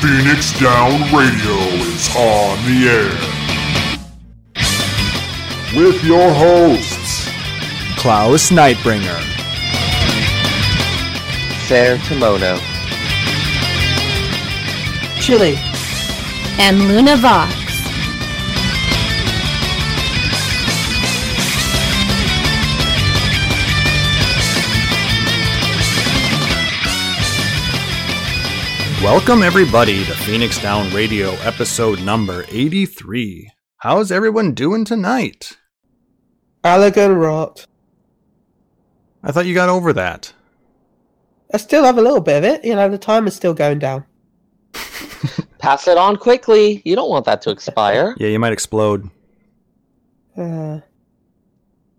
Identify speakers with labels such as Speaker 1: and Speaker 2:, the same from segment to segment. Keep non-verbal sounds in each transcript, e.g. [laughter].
Speaker 1: Phoenix Down Radio is on the air. With your hosts,
Speaker 2: Klaus Nightbringer,
Speaker 3: Fair Kimono.
Speaker 4: Chili.
Speaker 5: and Luna Vox.
Speaker 2: welcome everybody to Phoenix Down Radio episode number 83. How's everyone doing tonight?
Speaker 4: Alligator rot.
Speaker 2: I thought you got over that.
Speaker 4: I still have a little bit of it. You know, the time is still going down.
Speaker 3: Pass it on quickly. You don't want that to [laughs] expire.
Speaker 2: Yeah, you might explode.
Speaker 4: Uh,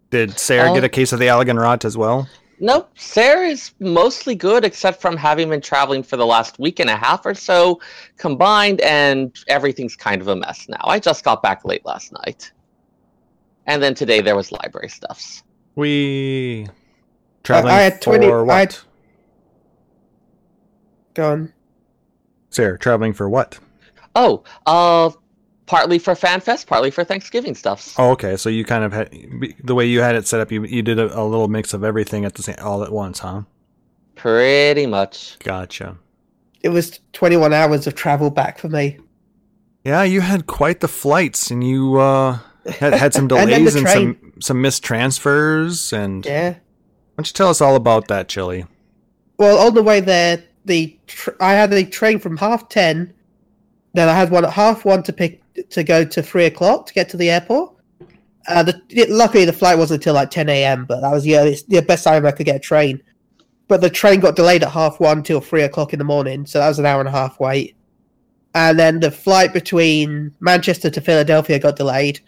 Speaker 2: Did Sarah
Speaker 3: Oh.
Speaker 2: get a case of the Allegan rot as well?
Speaker 3: Nope, Sarah is mostly good except from having been traveling for the last week and a half or so combined, and everything's kind of a mess now. I just got back late last night. And then today there was library stuffs.
Speaker 2: We traveling
Speaker 4: I had 20
Speaker 2: for what?
Speaker 4: I had- gone.
Speaker 2: Sarah, traveling for what?
Speaker 3: Oh, uh, partly for FanFest, partly for Thanksgiving stuffs.
Speaker 2: Oh, okay. So you kind of had the way you had it set up. You you did a, a little mix of everything at the same all at once, huh?
Speaker 3: Pretty much.
Speaker 2: Gotcha.
Speaker 4: It was 21 hours of travel back for me.
Speaker 2: Yeah, you had quite the flights, and you uh, had had some
Speaker 4: [laughs] And then the
Speaker 2: delays and, some some missed transfers. And
Speaker 4: Yeah.
Speaker 2: why don't you tell us all about that, Chili?
Speaker 4: Well, on the way there, the tr- I had a train from half 10. Then I had one at half 1 to pick to go to 3 o'clock to get to the airport. Uh, the, it- luckily, the flight wasn't until like 10 a.m., but that was the, earliest, the best time I could get a train. But the train got delayed at half 1 till 3 o'clock in the morning, so that was an hour and a half wait. And then the flight between Manchester to Philadelphia got delayed.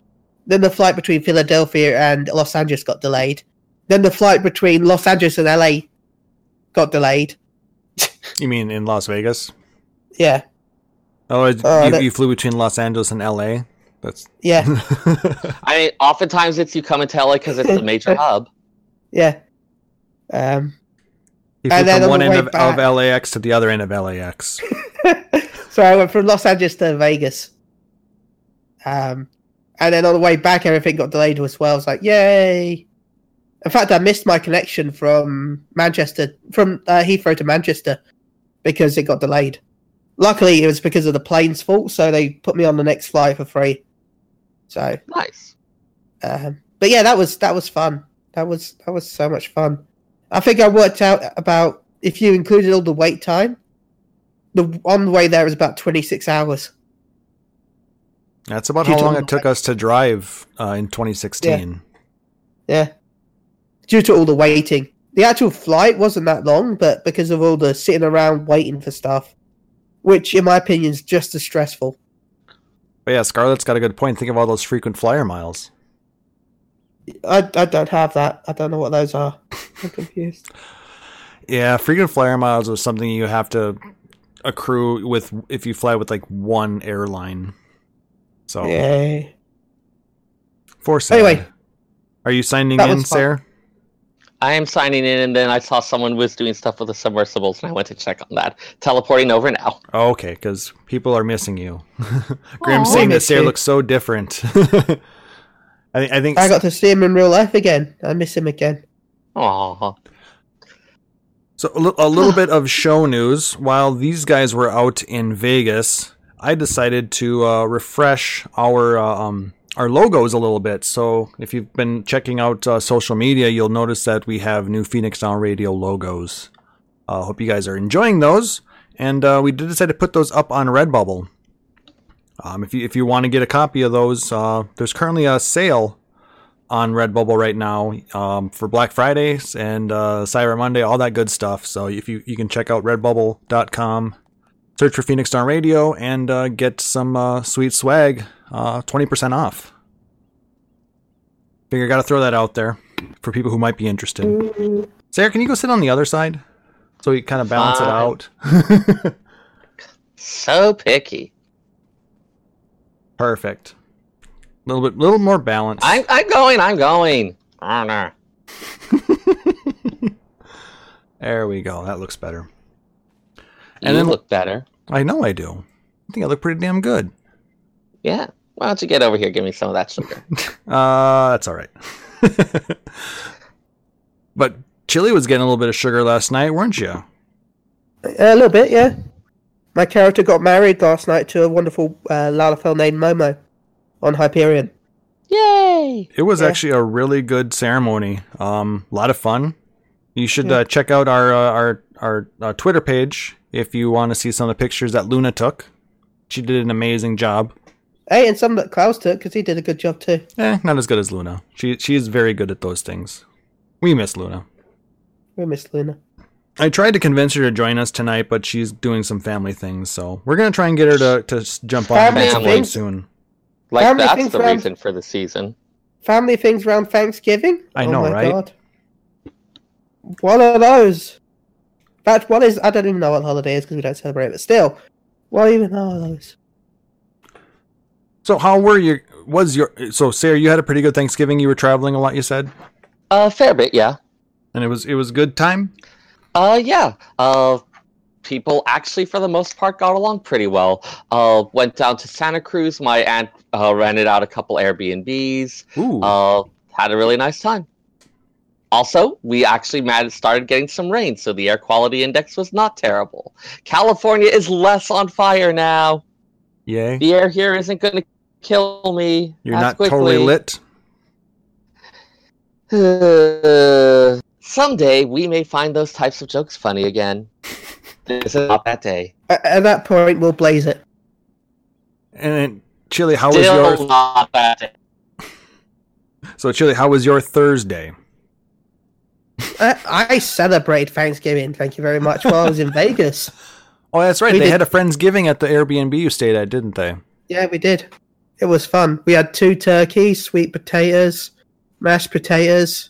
Speaker 4: Then the flight between Philadelphia and Los Angeles got delayed. Then the flight between Los Angeles and LA got delayed.
Speaker 2: You mean in Las Vegas?
Speaker 4: Yeah,
Speaker 2: Oh, it-
Speaker 4: Uh,
Speaker 2: you,
Speaker 4: that-
Speaker 2: you flew between Los Angeles and L.A.
Speaker 4: [laughs]
Speaker 2: That's [laughs]
Speaker 4: yeah,
Speaker 3: I mean, oftentimes it's you come and tell it because it's the [laughs] major hub.
Speaker 4: yeah. Um,
Speaker 2: you flew
Speaker 4: And then
Speaker 2: from
Speaker 4: on
Speaker 2: one
Speaker 4: the
Speaker 2: end
Speaker 4: way
Speaker 2: of, of
Speaker 4: back-
Speaker 2: LAX to the other end of LAX.
Speaker 4: so I went from Los Angeles to Vegas. Um, and then on the way back, everything got delayed as well. I was like, yay! In fact, I missed my connection from Manchester, from uh, Heathrow to Manchester, because it got delayed. Luckily, it was because of the plane's fault, so they put me on the next flight for free. So,
Speaker 3: Nice.
Speaker 4: Um, but yeah, that was that was fun. That was that was so much fun. I think I worked out about if you included all the wait time, the on the way there was about twenty six hours.
Speaker 2: That's about
Speaker 4: [laughs] You
Speaker 2: how
Speaker 4: told
Speaker 2: long
Speaker 4: me
Speaker 2: it took us to drive uh, in 2016.
Speaker 4: Yeah, due to all the waiting. The actual flight wasn't that long, but because of all the sitting around waiting for stuff, which in my opinion is just as stressful.
Speaker 2: But yeah, Scarlett's got a good point. Think of all those frequent flyer miles.
Speaker 4: I, I don't have that. I don't know what those are. I'm confused.
Speaker 2: Yeah, frequent flyer miles was something you have to accrue with if you fly with like one airline. So
Speaker 4: Yeah.
Speaker 2: for Sarah.
Speaker 4: Anyway.
Speaker 2: are you signing
Speaker 4: That
Speaker 2: in,
Speaker 4: was fun.
Speaker 2: Sarah?
Speaker 3: I am signing in, and then I saw someone was doing stuff with the submersibles, and I went to check on that. Teleporting over now.
Speaker 2: Oh, okay, because people are missing you. [laughs] Graham's
Speaker 5: Aw.
Speaker 2: saying
Speaker 4: I
Speaker 2: that
Speaker 4: miss
Speaker 2: Sarah
Speaker 4: you.
Speaker 2: looks so different. [laughs] I, I think
Speaker 4: I got to see him in real life again. I miss him again.
Speaker 3: Aww.
Speaker 2: So a, li- a little bit of show news. While these guys were out in Vegas, I decided to uh, refresh our uh, um, our logos a little bit. So if you've been checking out uh, social media, you'll notice that we have new Phoenix Down Radio logos. uh, hope you guys are enjoying those, and uh, we did decide to put those up on Redbubble. Um, if you if you want to get a copy of those, uh, there's currently a sale on Redbubble right now um, for Black Fridays and uh, Cyber Monday, all that good stuff. So if you you can check out Redbubble.com, search for Phoenix Down Radio, and uh, get some uh, sweet swag, uh, twenty percent off. Figure got to throw that out there for people who might be interested. Sarah, can you go sit on the other side so we kind of balance
Speaker 3: Fine.
Speaker 2: it out?
Speaker 3: So picky.
Speaker 2: Perfect. A little bit, little more balance.
Speaker 3: I'm, I'm going. I'm going. Arr.
Speaker 2: there we go. That looks better.
Speaker 3: You
Speaker 2: And then-
Speaker 3: look better.
Speaker 2: I know I do. I think I look pretty damn good.
Speaker 3: Yeah. Why don't you get over here? Give me some of that sugar.
Speaker 2: Uh, that's all right. [laughs] but Chili was getting a little bit of sugar last night, weren't you?
Speaker 4: A little bit, yeah. My character got married last night to a wonderful uh, Lalafell named Momo on Hyperion.
Speaker 3: Yay!
Speaker 2: It was
Speaker 4: Yeah.
Speaker 2: actually a really good ceremony. Um, a lot of fun. You should uh, check out our uh, our our uh, Twitter page if you want to see some of the pictures that Luna took. She did an amazing job.
Speaker 4: Hey, and some that Klaus took because he did a good job too.
Speaker 2: Eh, not as good as Luna. She she is very good at those things. We miss Luna.
Speaker 4: We miss Luna.
Speaker 2: I tried to convince her to join us tonight, but she's doing some family things, so we're gonna try and get her to to s- jump on
Speaker 4: Family
Speaker 2: at some point
Speaker 4: things?
Speaker 2: soon.
Speaker 3: Like
Speaker 4: How many
Speaker 3: that's
Speaker 4: things
Speaker 3: the
Speaker 4: from-
Speaker 3: reason for the season.
Speaker 4: Family things around Thanksgiving. Oh
Speaker 2: I know, right?
Speaker 4: One of those. That one is. I don't even know what holiday is because we don't celebrate. it, But still, what even are those?
Speaker 2: So how were your was your so Sarah? You had a pretty good Thanksgiving. You were traveling a lot. You said,
Speaker 3: A fair bit, yeah.
Speaker 2: and it was it was good time.
Speaker 3: Uh, yeah. Uh, people actually, for the most part, got along pretty well. Uh, went down to Santa Cruz. My aunt uh, rented out a couple Airbnbs.
Speaker 2: Ooh,
Speaker 3: Uh, had a really nice time. Also, we actually mad- started getting some rain, so the air quality index was not terrible. California is less on fire now.
Speaker 2: yay!
Speaker 3: The air here isn't going to kill me.
Speaker 2: You're
Speaker 3: as
Speaker 2: not totally
Speaker 3: quickly.
Speaker 2: lit.
Speaker 3: Uh, [sighs] someday we may find those types of jokes funny
Speaker 2: [laughs]
Speaker 3: again. This is not that day.
Speaker 4: At, at that point, we'll blaze it.
Speaker 2: And then, Chili, how was
Speaker 3: Still
Speaker 2: your
Speaker 3: not that day.
Speaker 2: so Chili? How was your Thursday?
Speaker 4: I, I celebrate Thanksgiving. Thank you very much. While
Speaker 2: [laughs]
Speaker 4: I was in Vegas,
Speaker 2: Oh, that's right.
Speaker 4: We
Speaker 2: they
Speaker 4: did-
Speaker 2: had a friendsgiving at the Airbnb you stayed at, didn't they?
Speaker 4: yeah, we did. It was fun. We had two turkeys, sweet potatoes, mashed potatoes,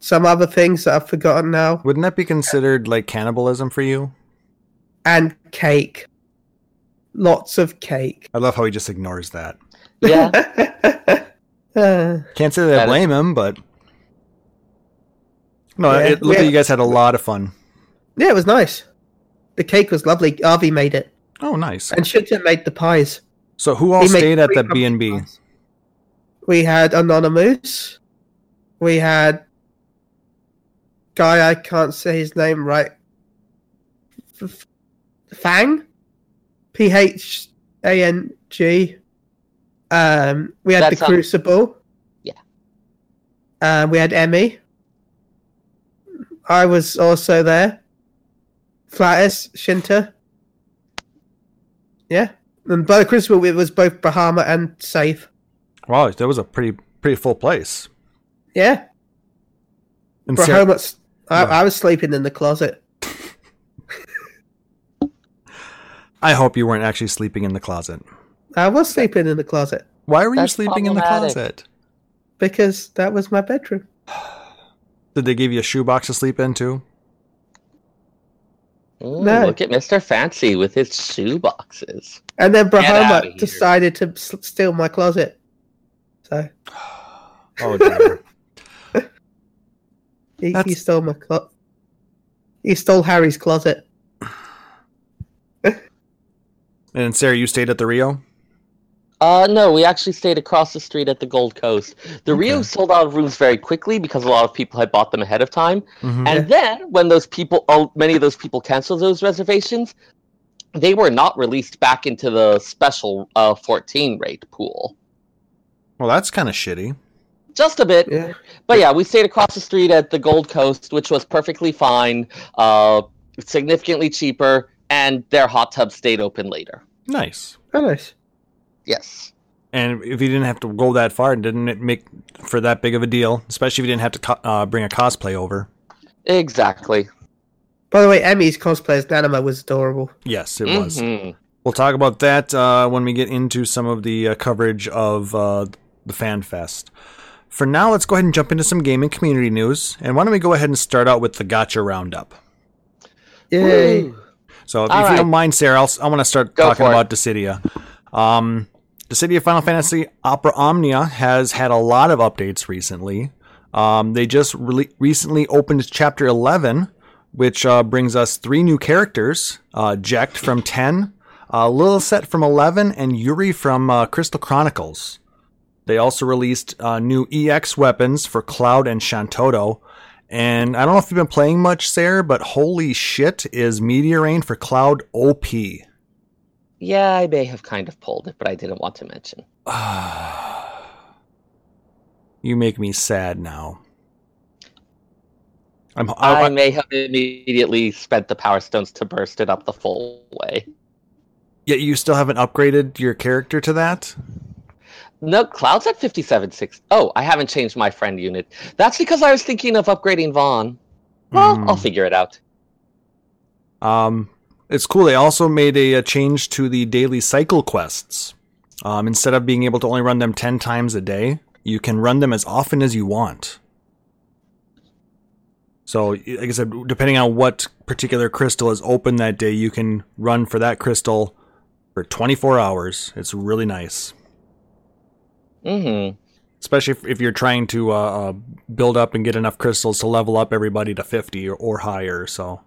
Speaker 4: some other things that I've forgotten now,
Speaker 2: Wouldn't that be considered like cannibalism for you?
Speaker 4: and cake. Lots of cake.
Speaker 2: I love how he just ignores that.
Speaker 4: [laughs]
Speaker 3: Yeah.
Speaker 4: Uh,
Speaker 2: Can't say that I
Speaker 3: That is-
Speaker 2: blame him, but no,
Speaker 4: Yeah.
Speaker 2: it looked
Speaker 4: Yeah.
Speaker 2: like you guys had a lot of fun.
Speaker 4: Yeah, it was nice. The cake was lovely. Arvi made it,
Speaker 2: Oh, nice.
Speaker 4: and Shinta made the pies.
Speaker 2: So who all
Speaker 4: He made
Speaker 2: stayed at
Speaker 4: three
Speaker 2: the B
Speaker 4: pumpkin
Speaker 2: and B?
Speaker 4: pies. We had Anonymous. We had guy I can't say his name right. F- Fang, P H A N G. Um, we had
Speaker 3: That's
Speaker 4: the
Speaker 3: not-
Speaker 4: Crucible.
Speaker 3: Yeah.
Speaker 4: Um, we had Emmy. I was also there. Flatus, Shinta. Yeah. And by the Crucible, it was both Bahama and Safe.
Speaker 2: Wow, that was a pretty pretty full place.
Speaker 4: Yeah.
Speaker 2: And
Speaker 4: For how
Speaker 2: Sarah,
Speaker 4: much? I,
Speaker 2: Yeah.
Speaker 4: I was sleeping in the closet.
Speaker 2: I hope you weren't actually sleeping in the closet.
Speaker 4: I was sleeping in the closet
Speaker 2: Why were you
Speaker 3: That's
Speaker 2: sleeping in the
Speaker 3: problematic.
Speaker 2: closet?
Speaker 4: because that was my bedroom.
Speaker 2: Did they give you a shoebox to sleep in too?
Speaker 3: Ooh,
Speaker 4: No.
Speaker 3: Look at Mr. Fancy with his shoe boxes.
Speaker 4: And then
Speaker 3: outta
Speaker 4: Brahma
Speaker 3: here.
Speaker 4: decided to s- steal my closet. So
Speaker 2: Oh dear.
Speaker 4: he, he
Speaker 2: That's-
Speaker 4: stole my closet. He stole Harry's closet.
Speaker 2: [laughs] and Sarah, you stayed at the Rio?
Speaker 3: Uh, no, we actually stayed across the street at the Gold Coast. The Rio
Speaker 2: Okay.
Speaker 3: sold out of rooms very quickly because a lot of people had bought them ahead of time.
Speaker 2: Mhm.
Speaker 3: And then when those people, oh, many of those people canceled those reservations, they were not released back into the special uh, 14 rate pool.
Speaker 2: Well, that's kind of shitty.
Speaker 3: Just a bit.
Speaker 4: Yeah.
Speaker 3: But yeah, we stayed across the street at the Gold Coast, which was perfectly fine, uh, significantly cheaper, and their hot tub stayed open later.
Speaker 2: Nice.
Speaker 4: Oh, nice.
Speaker 3: Yes.
Speaker 2: And if you didn't have to go that far, didn't it make for that big of a deal? Especially if you didn't have to co- uh, bring a cosplay over.
Speaker 3: Exactly.
Speaker 4: By the way, Emmy's cosplay as Nanama was adorable.
Speaker 2: Yes,
Speaker 4: Mm-hmm.
Speaker 2: it was.
Speaker 3: Mhm.
Speaker 2: We'll talk about that uh, when we get into some of the uh, coverage of uh, the Fan Fest. For now, let's go ahead and jump into some gaming community news. And why don't we go ahead and start out with the Gotcha Roundup?
Speaker 4: Yay!
Speaker 3: Woo.
Speaker 2: So if,
Speaker 3: All
Speaker 2: if you
Speaker 3: right.
Speaker 2: don't mind, Sarah, I'll, s- I want to start
Speaker 3: Go
Speaker 2: talking
Speaker 3: for it.
Speaker 2: about Dissidia. Um, Dissidia Final Fantasy Opera Omnia has had a lot of updates recently. Um, they just really recently opened chapter 11, which uh, brings us three new characters uh, Jekt from 10, uh, Lilithset from 11, and Yuri from uh, Crystal Chronicles. They also released uh, new EX weapons for Cloud and Shantotto. And I don't know if you've been playing much, Sarah, but holy shit, is Meteor Rain for Cloud OP.
Speaker 3: Yeah, I may have kind of pulled it, but I didn't want to mention.
Speaker 2: [sighs] you make me sad now. I'm, Oh, I,
Speaker 3: I may have immediately spent the power stones to burst it up the full way.
Speaker 2: Yet you still haven't upgraded your character to that?
Speaker 3: No, Cloud's at 57.6. Oh, I haven't changed my friend unit. That's because I was thinking of upgrading Vaughn. Well,
Speaker 2: Hmm.
Speaker 3: I'll figure it out.
Speaker 2: Um, it's cool. They also made a, a change to the daily cycle quests. Um, instead of being able to only run them 10 times a day, you can run them as often as you want. So, y- like I said, depending on what particular crystal is open that day, you can run for that crystal for 24 hours. It's really nice.
Speaker 3: hmm
Speaker 2: Especially if, if you're trying to uh, uh, build up and get enough crystals to level up everybody to 50 or, or higher. So,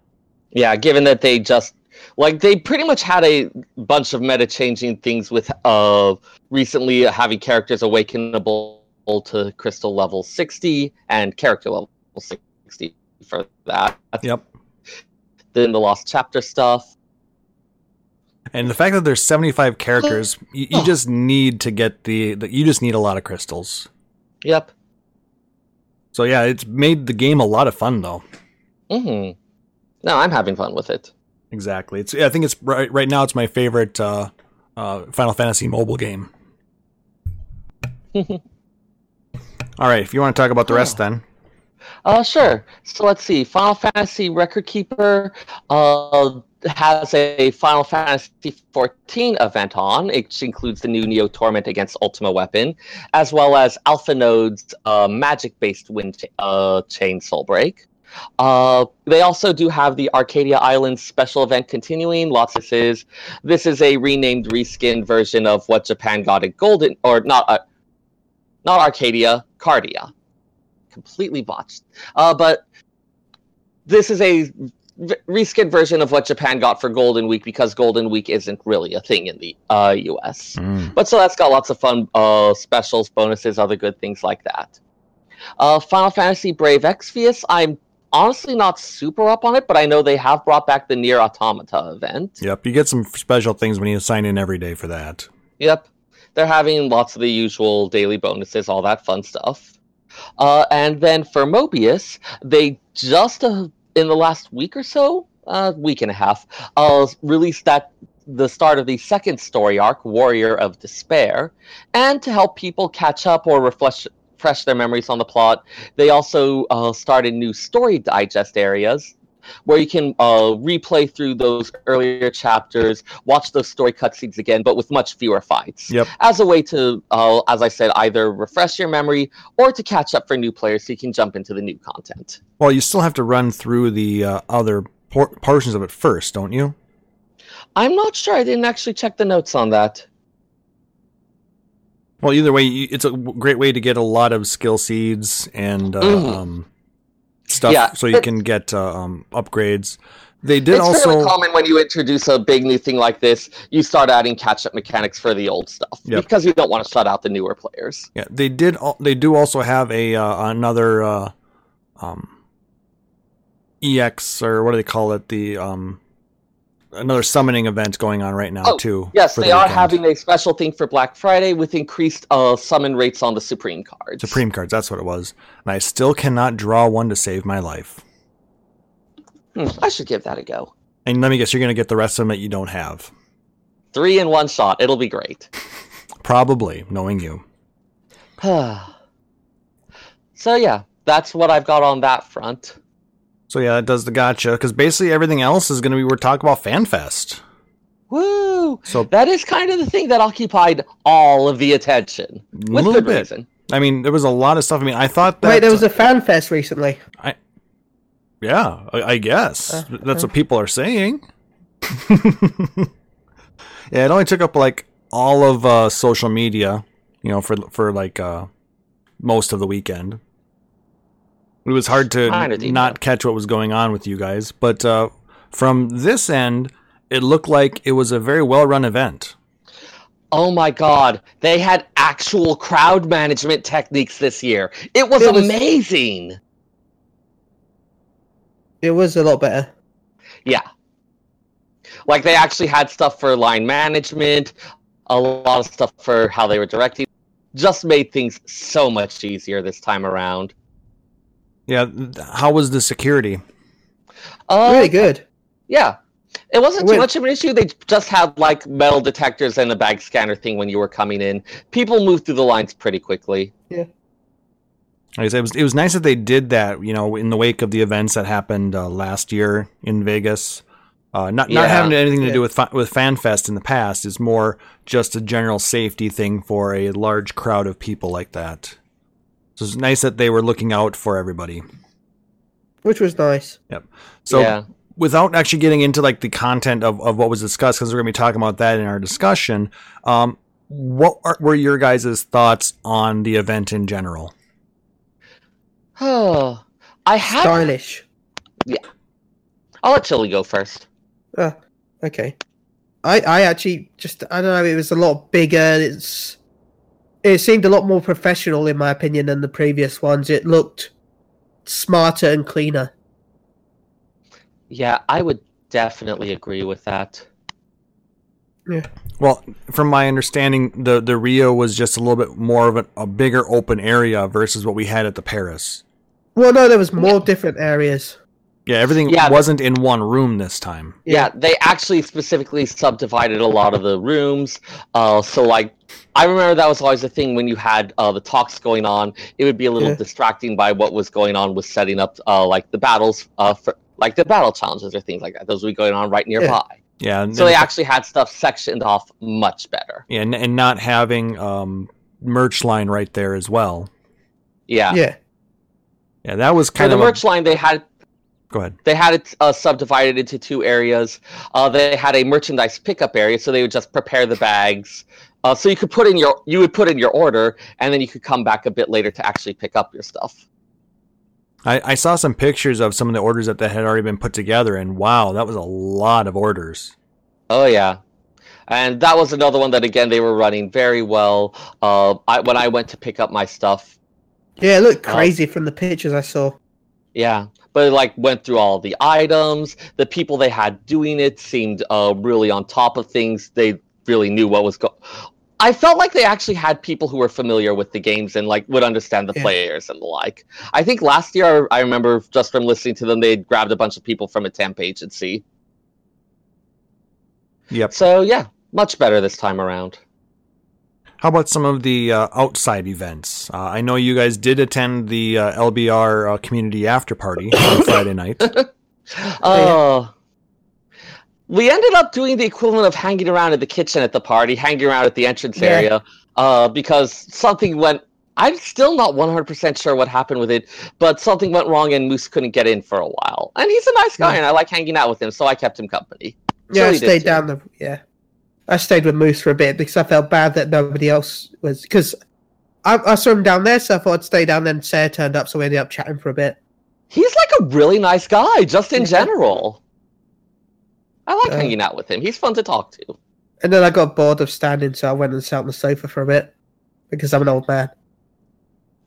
Speaker 3: Yeah, given that they just like they pretty much had a bunch of meta changing things with uh recently having characters awakenable to crystal level 60 and character level 60 for that.
Speaker 2: yep.
Speaker 3: Then the lost chapter stuff.
Speaker 2: And the fact that there's 75 characters, you, you just need to get the, the you just need a lot of crystals.
Speaker 3: Yep.
Speaker 2: So yeah, it's made the game a lot of fun though.
Speaker 3: Mhm. No, I'm having fun with it.
Speaker 2: Exactly. It's I think it's right, right now it's my favorite uh, uh, Final Fantasy mobile game. All right, if you want to talk about the rest then.
Speaker 3: Uh, sure. So let's see. Final Fantasy Record Keeper uh, has a Final Fantasy 14 event on, which includes the new Neo Torment against Ultima Weapon, as well as Alpha Node's uh, magic based wind cha- uh, chain soul break. Uh, they also do have the Arcadia Islands special event continuing. Lots of this is this is a renamed, reskinned version of what Japan got at Golden, or not, uh, not Arcadia, Cardia. Completely botched. Uh, but this is a v- reskinned version of what Japan got for Golden Week because Golden Week isn't really a thing in the uh, US. But so that's got lots of fun uh, specials, bonuses, other good things like that. Uh, Final Fantasy Brave Exvius, I'm honestly not super up on it, but I know they have brought back the Near Automata event.
Speaker 2: Yep, you get some special things when you sign in every day for that.
Speaker 3: Yep. They're having lots of the usual daily bonuses, all that fun stuff. Uh, and then for Mobius, they just uh, in the last week or so, uh, week and a half, uh, released that the start of the second story arc, Warrior of Despair. And to help people catch up or refresh, refresh their memories on the plot, they also uh, started new story digest areas where you can uh, replay through those earlier chapters, watch those story cutscenes again, but with much fewer fights
Speaker 2: Yep.
Speaker 3: as a way to, uh, as I said, either refresh your memory or to catch up for new players so you can jump into the new content.
Speaker 2: Well, you still have to run through the uh, other por- portions of it first, don't you?
Speaker 3: I'm not sure. I didn't actually check the notes on that.
Speaker 2: Well, either way, you- it's a w- great way to get a lot of skill seeds and uh,
Speaker 3: Mhm.
Speaker 2: um, stuff,
Speaker 3: Yeah,
Speaker 2: so you
Speaker 3: it-
Speaker 2: can get uh, um, upgrades. They did
Speaker 3: it's fairly
Speaker 2: also,
Speaker 3: common when you introduce a big new thing like this, you start adding catch-up mechanics for the old stuff
Speaker 2: Yep.
Speaker 3: because you don't want to shut out the newer players.
Speaker 2: yeah, they did, al- they do also have a uh, another uh, um, EX or what do they call it? The um, another summoning event going on right now
Speaker 3: Oh,
Speaker 2: too.
Speaker 3: Yes,
Speaker 2: for
Speaker 3: they
Speaker 2: the
Speaker 3: are
Speaker 2: weekend.
Speaker 3: having a special thing for Black Friday with increased uh, summon rates on the Supreme cards.
Speaker 2: supreme cards. That's what it was, and I still cannot draw one to save my life.
Speaker 3: Hmm, I should give that a go.
Speaker 2: And let me guess, you're going to get the rest of them that you don't have,
Speaker 3: Three in one shot. It'll be great.
Speaker 2: probably, knowing you.
Speaker 3: [sighs] so yeah, that's what I've got on that front.
Speaker 2: So yeah, that does the gotcha because basically everything else is going to be we're talking about FanFest.
Speaker 3: Woo!
Speaker 2: So
Speaker 3: That is kind of the thing that occupied all of the attention with
Speaker 2: Little
Speaker 3: good
Speaker 2: bit.
Speaker 3: reason.
Speaker 2: I mean, there was a lot of stuff. I mean, I thought that
Speaker 4: Wait, there was a fan fest recently.
Speaker 2: yeah, I, I guess
Speaker 4: Uh,
Speaker 2: that's what people are saying. [laughs] yeah, it only took up like all of uh, social media, you know, for for like uh, most of the weekend. It was hard to
Speaker 3: Kind of deep.
Speaker 2: not catch what was going on with you guys, but uh, from this end, it looked like it was a very well-run event.
Speaker 3: Oh my god, they had actual crowd management techniques this year. It was
Speaker 4: It was-
Speaker 3: amazing.
Speaker 4: It was a lot better.
Speaker 3: Yeah. Like they actually had stuff for line management, a lot of stuff for how they were directing. Just made things so much easier this time around.
Speaker 2: Yeah, th- how was the security?
Speaker 3: Uh,
Speaker 4: really good.
Speaker 3: Yeah. It wasn't
Speaker 4: Wait.
Speaker 3: too much of an issue. They just had like metal detectors and a bag scanner thing when you were coming in. People moved through the lines pretty quickly.
Speaker 2: Like I said, it was it was nice that they did that. You know, in the wake of the events that happened uh, last year in Vegas, uh, not
Speaker 3: Yeah.
Speaker 2: not having anything to
Speaker 4: Yeah.
Speaker 2: do with fa- with FanFest in the past is more just a general safety thing for a large crowd of people like that. So it's nice that they were looking out for everybody.
Speaker 4: Which was nice.
Speaker 2: So
Speaker 3: yeah. [sighs]
Speaker 2: without actually getting into like the content of, of what was discussed, because we're going to be talking about that in our discussion, um, what are, were your guys' thoughts on the event in general?
Speaker 3: Oh, I have.
Speaker 4: Stylish.
Speaker 3: I'll let Chili go first.
Speaker 4: Ah, okay. I I actually just I don't know. It was a lot bigger. It's it seemed a lot more professional in my opinion than the previous ones. It looked smarter and cleaner.
Speaker 3: Yeah, I would definitely agree with that.
Speaker 2: Well, from my understanding, the, the Rio was just a little bit more of a, a bigger open area versus what we had at the Paris.
Speaker 4: Well, no, there was more different areas.
Speaker 2: Yeah, everything
Speaker 3: Yeah, but-
Speaker 2: wasn't in one room this time.
Speaker 3: Yeah. they actually specifically subdivided a lot of the rooms. Uh, so like, I remember that was always a thing when you had uh, the talks going on. It would be a little
Speaker 4: Yeah.
Speaker 3: distracting by what was going on with setting up uh, like the battles uh, for like the battle challenges or things like that. Those would be going on right nearby.
Speaker 2: Yeah, and,
Speaker 3: So they actually had stuff sectioned off much better.
Speaker 2: and, and not having um, merch line right there as well.
Speaker 3: Yeah.
Speaker 4: Yeah.
Speaker 2: Yeah, that was
Speaker 3: For
Speaker 2: kind
Speaker 3: the
Speaker 2: of a-
Speaker 3: merch line, they had
Speaker 2: go ahead.
Speaker 3: they had it uh, subdivided into two areas. Uh, they had a merchandise pickup area, so they would just prepare the bags. Uh, so you could put in your you would put in your order, and then you could come back a bit later to actually pick up your stuff.
Speaker 2: I, I saw some pictures of some of the orders that, that had already been put together, and wow, that was a lot of orders.
Speaker 3: Oh yeah, and that was another one that again they were running very well. Uh, I, when I went to pick up my stuff,
Speaker 4: Yeah, it looked
Speaker 3: Oh.
Speaker 4: crazy from the pictures I saw.
Speaker 3: Yeah, but it, like went through all the items. The people they had doing it seemed uh, really on top of things. They really knew what was going. I felt like they actually had people who were familiar with the games and like would understand the
Speaker 4: Yeah.
Speaker 3: players and the like. I think last year I I remember just from listening to them, they had grabbed a bunch of people from a temp agency.
Speaker 2: Yep.
Speaker 3: So yeah, much better this time around.
Speaker 2: How about some of the uh, outside events? Uh, I know you guys did attend the uh, LBR uh, community after party on [coughs] Friday night.
Speaker 3: Oh. we ended up doing the equivalent of hanging around in the kitchen at the party, hanging around at the entrance
Speaker 4: Yeah.
Speaker 3: area, uh, because something went. I'm still not 100% sure what happened with it, but something went wrong and Moose couldn't get in for a while. And he's a nice guy,
Speaker 4: Yeah.
Speaker 3: and I like hanging out with him, so I kept him company.
Speaker 4: Yeah, I
Speaker 3: Chili did
Speaker 4: stayed
Speaker 3: too.
Speaker 4: down the yeah. I stayed with Moose for a bit because I felt bad that nobody else was because I, I saw him down there, so I thought I'd stay down. Then Sarah turned up, so we ended up chatting for a bit.
Speaker 3: He's like a really nice guy, just in
Speaker 4: Yeah.
Speaker 3: general. I like
Speaker 4: Yeah.
Speaker 3: hanging out with him. He's fun to talk to.
Speaker 4: And then I got bored of standing, so I went and sat on the sofa for a bit because I'm an old man.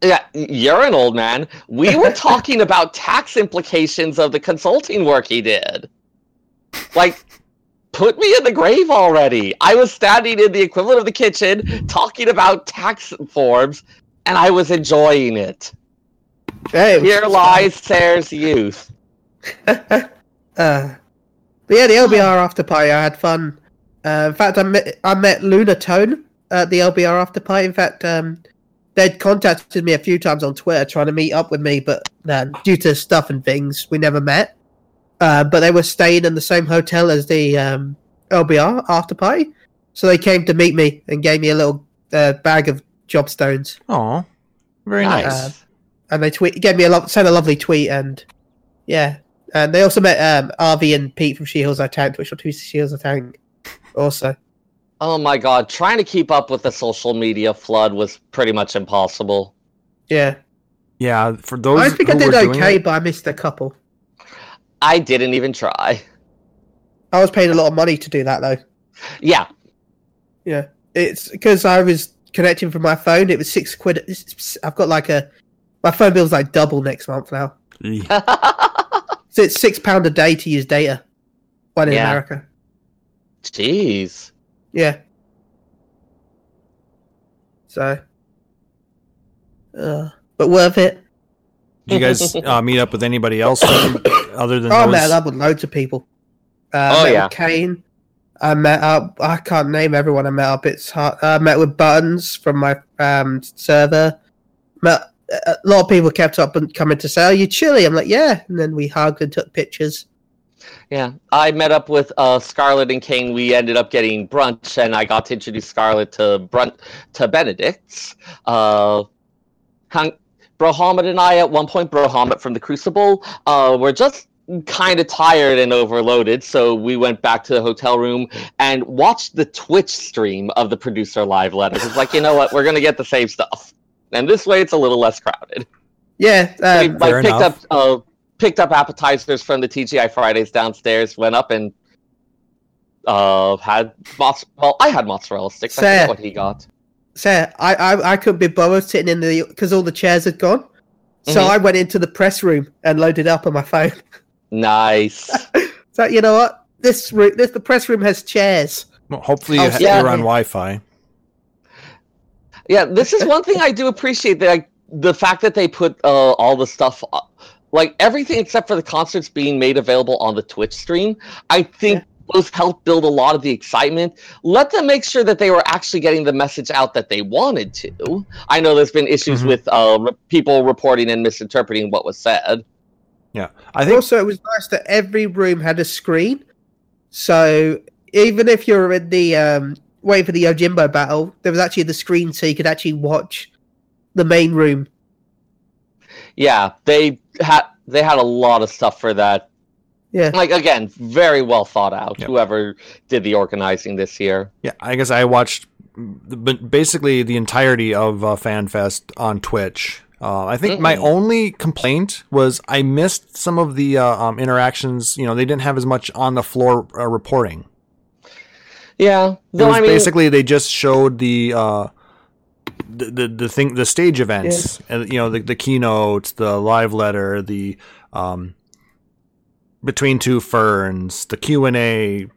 Speaker 3: Yeah, you're an old man. We
Speaker 4: [laughs]
Speaker 3: were talking about tax implications of the consulting work he did. Like, put me in the grave already. I was standing in the equivalent of the kitchen talking about tax forms, and I was enjoying it.
Speaker 4: Hey, it was-
Speaker 3: Here lies Sarah's youth.
Speaker 4: [laughs] uh, but yeah, the LBR after party, I had fun. Uh, in fact, I met I met Luna Tone at the LBR after party. In fact, um, they'd contacted me a few times on Twitter trying to meet up with me, but nah, due to stuff and things, we never met. Uh, but they were staying in the same hotel as the um, LBR after party, so they came to meet me and gave me a little uh, bag of job stones,
Speaker 2: Oh, very nice.
Speaker 4: nice. and they tweet gave me a lot sent a lovely tweet and yeah, and they also met um, RV and Pete from She Heals I Tank, which were two She Heals I Tank also.
Speaker 3: Oh my god, trying to keep up with the social media flood was pretty much impossible.
Speaker 4: Yeah.
Speaker 2: Yeah, for those
Speaker 4: I think I
Speaker 2: who
Speaker 4: did
Speaker 2: were doing
Speaker 4: okay,
Speaker 2: it-
Speaker 4: but I missed a couple.
Speaker 3: I didn't even try.
Speaker 4: I was paid a lot of money to do that though.
Speaker 3: Yeah, [laughs]
Speaker 4: Yeah, it's because I was connecting from my phone. It was six quid. it's- it's- I've got like a my phone bill's like double next month now.
Speaker 2: Eeh.
Speaker 4: So it's six pound a day to use data. One in
Speaker 3: Yeah.
Speaker 4: America.
Speaker 3: jeez.
Speaker 4: Yeah. So, uh, but worth it.
Speaker 2: Did you guys uh, meet up with anybody else [coughs] other than
Speaker 4: Oh, I
Speaker 2: those?
Speaker 4: met up with loads of people. Uh, I
Speaker 3: Oh,
Speaker 4: met
Speaker 3: yeah.
Speaker 4: with Kane. I met up. I can't name everyone I met up. It's hard. uh, I met with Buttons from my um, server. Met a lot of people kept up and coming to say, "Are you chilly?" I'm like, "Yeah," and then we hugged and took pictures.
Speaker 3: Yeah, I met up with uh, Scarlett and Kane. We ended up getting brunch, and I got to introduce Scarlett to brunch to Benedict's. Uh, hung- Brohamet and I, at one point, Brohamet from the Crucible, uh, were just kind of tired and overloaded, so we went back to the hotel room and watched the Twitch stream of the producer live letters. It's like, you know what? We're gonna get the same stuff, and this way, it's a little less crowded
Speaker 4: Yeah,
Speaker 3: we
Speaker 4: um,
Speaker 2: Fair
Speaker 3: like picked
Speaker 2: enough.
Speaker 3: up uh, picked up appetizers from the TGI Fridays downstairs. Went up and uh, had mozz- well, I had mozzarella sticks. I
Speaker 4: Sir.
Speaker 3: forget what he got.
Speaker 4: so I, I I couldn't be bothered sitting in the because all the chairs had gone. So
Speaker 3: Mhm.
Speaker 4: I went into the press room and loaded up on my phone. [laughs]
Speaker 3: Nice.
Speaker 4: So you know what? This room, this the press room has chairs.
Speaker 2: Well, hopefully you
Speaker 4: Oh,
Speaker 2: ha-
Speaker 3: yeah.
Speaker 2: you're on Wi-Fi.
Speaker 3: yeah, this is one thing I do appreciate that I, the fact that they put uh, all the stuff. up- Like everything except for the concerts being made available on the Twitch stream, I think those helped build a lot of the excitement. Let them make sure that they were actually getting the message out that they wanted to. I know there's been issues
Speaker 2: Mhm.
Speaker 3: with uh, re- people reporting and misinterpreting what was said.
Speaker 2: I think
Speaker 4: also, it was nice that every room had a screen. So even if you're in the um, waiting for the Yojimbo battle, there was actually the screen so you could actually watch the main room.
Speaker 3: Yeah, they had they had a lot of stuff for that.
Speaker 4: Yeah.
Speaker 3: Like again, very well thought out.
Speaker 2: Yep.
Speaker 3: Whoever did the organizing this year.
Speaker 2: yeah, I guess I watched the, but basically the entirety of uh, FanFest on Twitch. Uh, I think my
Speaker 3: Mhm.
Speaker 2: only complaint was I missed some of the uh, um, interactions. You know, they didn't have as much on the floor uh, reporting.
Speaker 3: Yeah,
Speaker 2: it
Speaker 3: though
Speaker 2: was
Speaker 3: I mean,
Speaker 2: basically they just showed the uh the, the, the thing the stage events and you know the, the keynotes the live letter the um between two ferns the q&a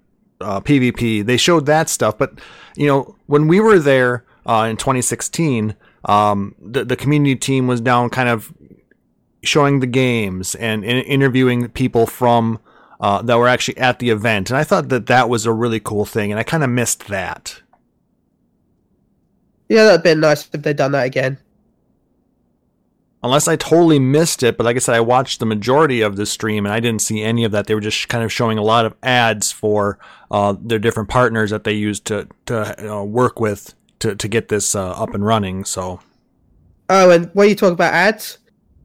Speaker 2: uh, pvp they showed that stuff but you know when we were there uh, in 2016 um the, the community team was down kind of showing the games and in- interviewing people from uh, that were actually at the event, and I thought that that was a really cool thing, and I kind of missed that.
Speaker 4: Yeah, that'd been nice if they'd done that again.
Speaker 2: Unless I totally missed it, but like I said, I watched the majority of the stream and I didn't see any of that. They were just kind of showing a lot of ads for uh, their different partners that they used to to uh, work with to to get this uh, up and running. So [laughs]
Speaker 4: Oh, and when you talk about ads,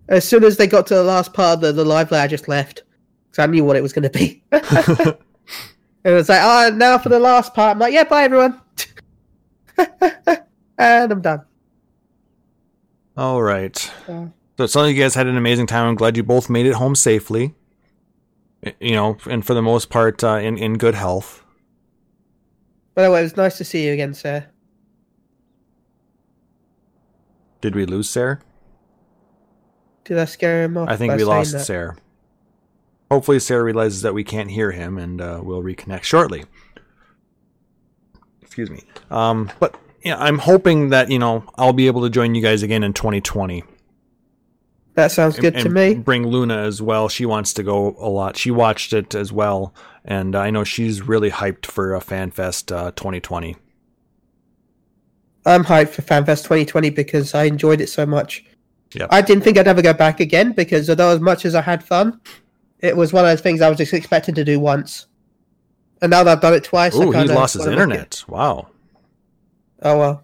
Speaker 4: as soon as they got to the last part of the, the live, I just left because I knew what it was going to be. [laughs] and it was like, oh, and now for the last part. I'm like, yeah, bye everyone, [laughs] and I'm done.
Speaker 2: all right,
Speaker 4: Yeah.
Speaker 2: so it sounds like you guys had an amazing time. I'm glad you both made it home safely. Y- You know, and for the most part, uh, in in good health.
Speaker 4: By the way, it was nice to see you again, sir.
Speaker 2: Did we lose Sarah?
Speaker 4: Did I scare him off?
Speaker 2: I think
Speaker 4: by
Speaker 2: we
Speaker 4: saying
Speaker 2: lost
Speaker 4: that?
Speaker 2: Sarah. Hopefully, Sarah realizes that we can't hear him, and uh, we'll reconnect shortly. Excuse me. Um, but yeah, I'm hoping that you know I'll be able to join you guys again in 2020.
Speaker 4: That sounds good
Speaker 2: and,
Speaker 4: to
Speaker 2: and
Speaker 4: me.
Speaker 2: Bring Luna as well. She wants to go a lot. She watched it as well, and I know she's really hyped for uh, FanFest uh, 2020.
Speaker 4: I'm hyped for FanFest 2020 because I enjoyed it so much.
Speaker 2: Yep.
Speaker 4: I didn't think I'd ever go back again because although as much as I had fun, it was one of those things I was just expected to do once. And now that I've done it twice, I
Speaker 2: Ooh, he
Speaker 4: kinda
Speaker 2: lost his
Speaker 4: wanna make it-
Speaker 2: internet. Wow.
Speaker 4: Oh well.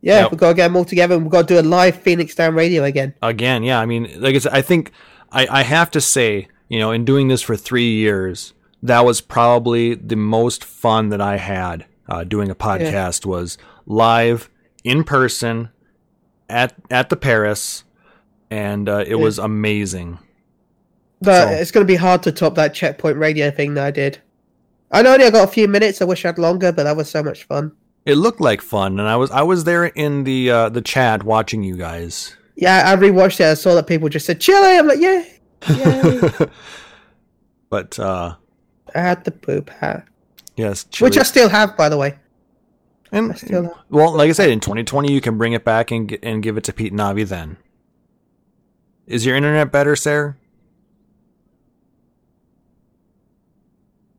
Speaker 4: Yeah,
Speaker 2: Yep.
Speaker 4: we've got to get them all together and we've got to do a live Phoenix Down radio again.
Speaker 2: again, yeah, I mean, like I said, I think I, I have to say, you know, in doing this for three years, that was probably the most fun that I had uh, doing a podcast was live in person at at the Paris, and uh, it was amazing.
Speaker 4: But
Speaker 2: So-
Speaker 4: it's going to be hard to top that checkpoint radio thing that I did. I know I only got a few minutes. I wish I had longer, but that was so much fun.
Speaker 2: It looked like fun, and I was I was there in the uh, the chat watching you guys.
Speaker 4: Yeah, I rewatched it. I saw that people just said Chile. I'm like, yeah, yeah.
Speaker 2: but uh,
Speaker 4: I had the poop hat,
Speaker 2: yes, Chile-
Speaker 4: which I still have, by the way.
Speaker 2: and,
Speaker 4: I still have.
Speaker 2: well, like I said, in 2020 you can bring it back and gi- and give it to Pete and Navi. Then is your internet better, Sarah?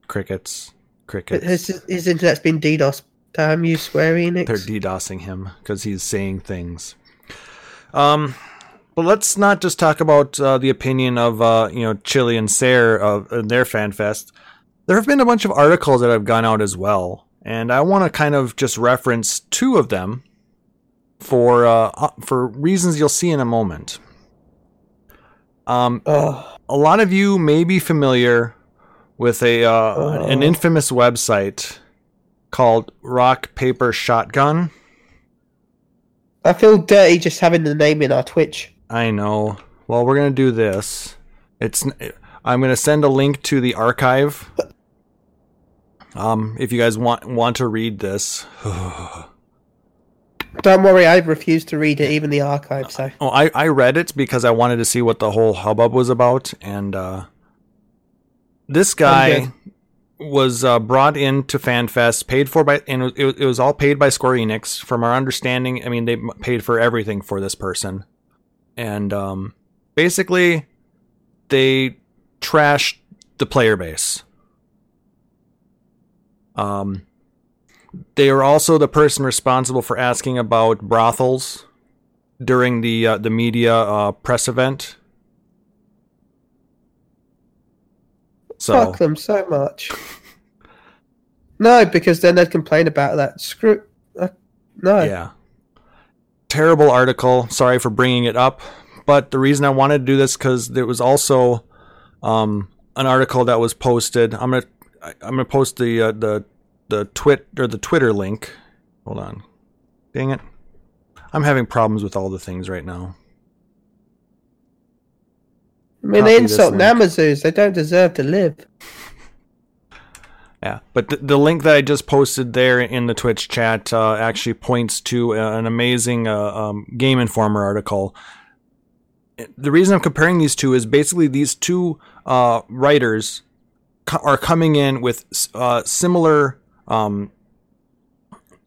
Speaker 2: Crickets, crickets.
Speaker 4: His, his internet's been DDoS. Damn you, Square Enix.
Speaker 2: They're DDoSing him because he's saying things. Um, but let's not just talk about uh, the opinion of uh, you know Chili and Sarah of uh, their fan fest. There have been a bunch of articles that have gone out as well, and I want to kind of just reference two of them for uh, uh, for reasons you'll see in a moment. Um,
Speaker 4: oh,
Speaker 2: a lot of you may be familiar with a uh, an
Speaker 4: Oh.
Speaker 2: infamous website called Rock Paper Shotgun.
Speaker 4: I feel dirty just having the name in our Twitch.
Speaker 2: I know. Well, we're gonna do this. It's. I'm gonna send a link to the archive. Um, if you guys want want to read this. oh,
Speaker 4: Don't worry, I refuse to read it, even the archive. So
Speaker 2: Oh, I I read it because I wanted to see what the whole hubbub was about, and uh, this guy
Speaker 4: Okay.
Speaker 2: was uh, brought in to FanFest, paid for by, and it, was- it was all paid by Square Enix. From our understanding, I mean, they m- paid for everything for this person, and um, basically, they trashed the player base. Um, they are also the person responsible for asking about brothels during the uh, the media uh, press event. So.
Speaker 4: fuck them so
Speaker 2: [laughs]
Speaker 4: much. No, because then they'd complain about that. Screw. Uh, no.
Speaker 2: Yeah. Terrible article. Sorry for bringing it up, but the reason I wanted to do this because there was also um, an article that was posted. I'm gonna I- I'm gonna post the uh, the the twit or the Twitter link. Hold on. Dang it. I'm having problems with all the things right now.
Speaker 4: I mean,
Speaker 2: Copy
Speaker 4: they
Speaker 2: this
Speaker 4: insult
Speaker 2: link.
Speaker 4: Namazus. They don't deserve to live.
Speaker 2: Yeah, but the, the link that I just posted there in the Twitch chat uh, actually points to uh, an amazing uh, um, Game Informer article. The reason I'm comparing these two is basically these two uh, writers co- are coming in with s- uh, similar um,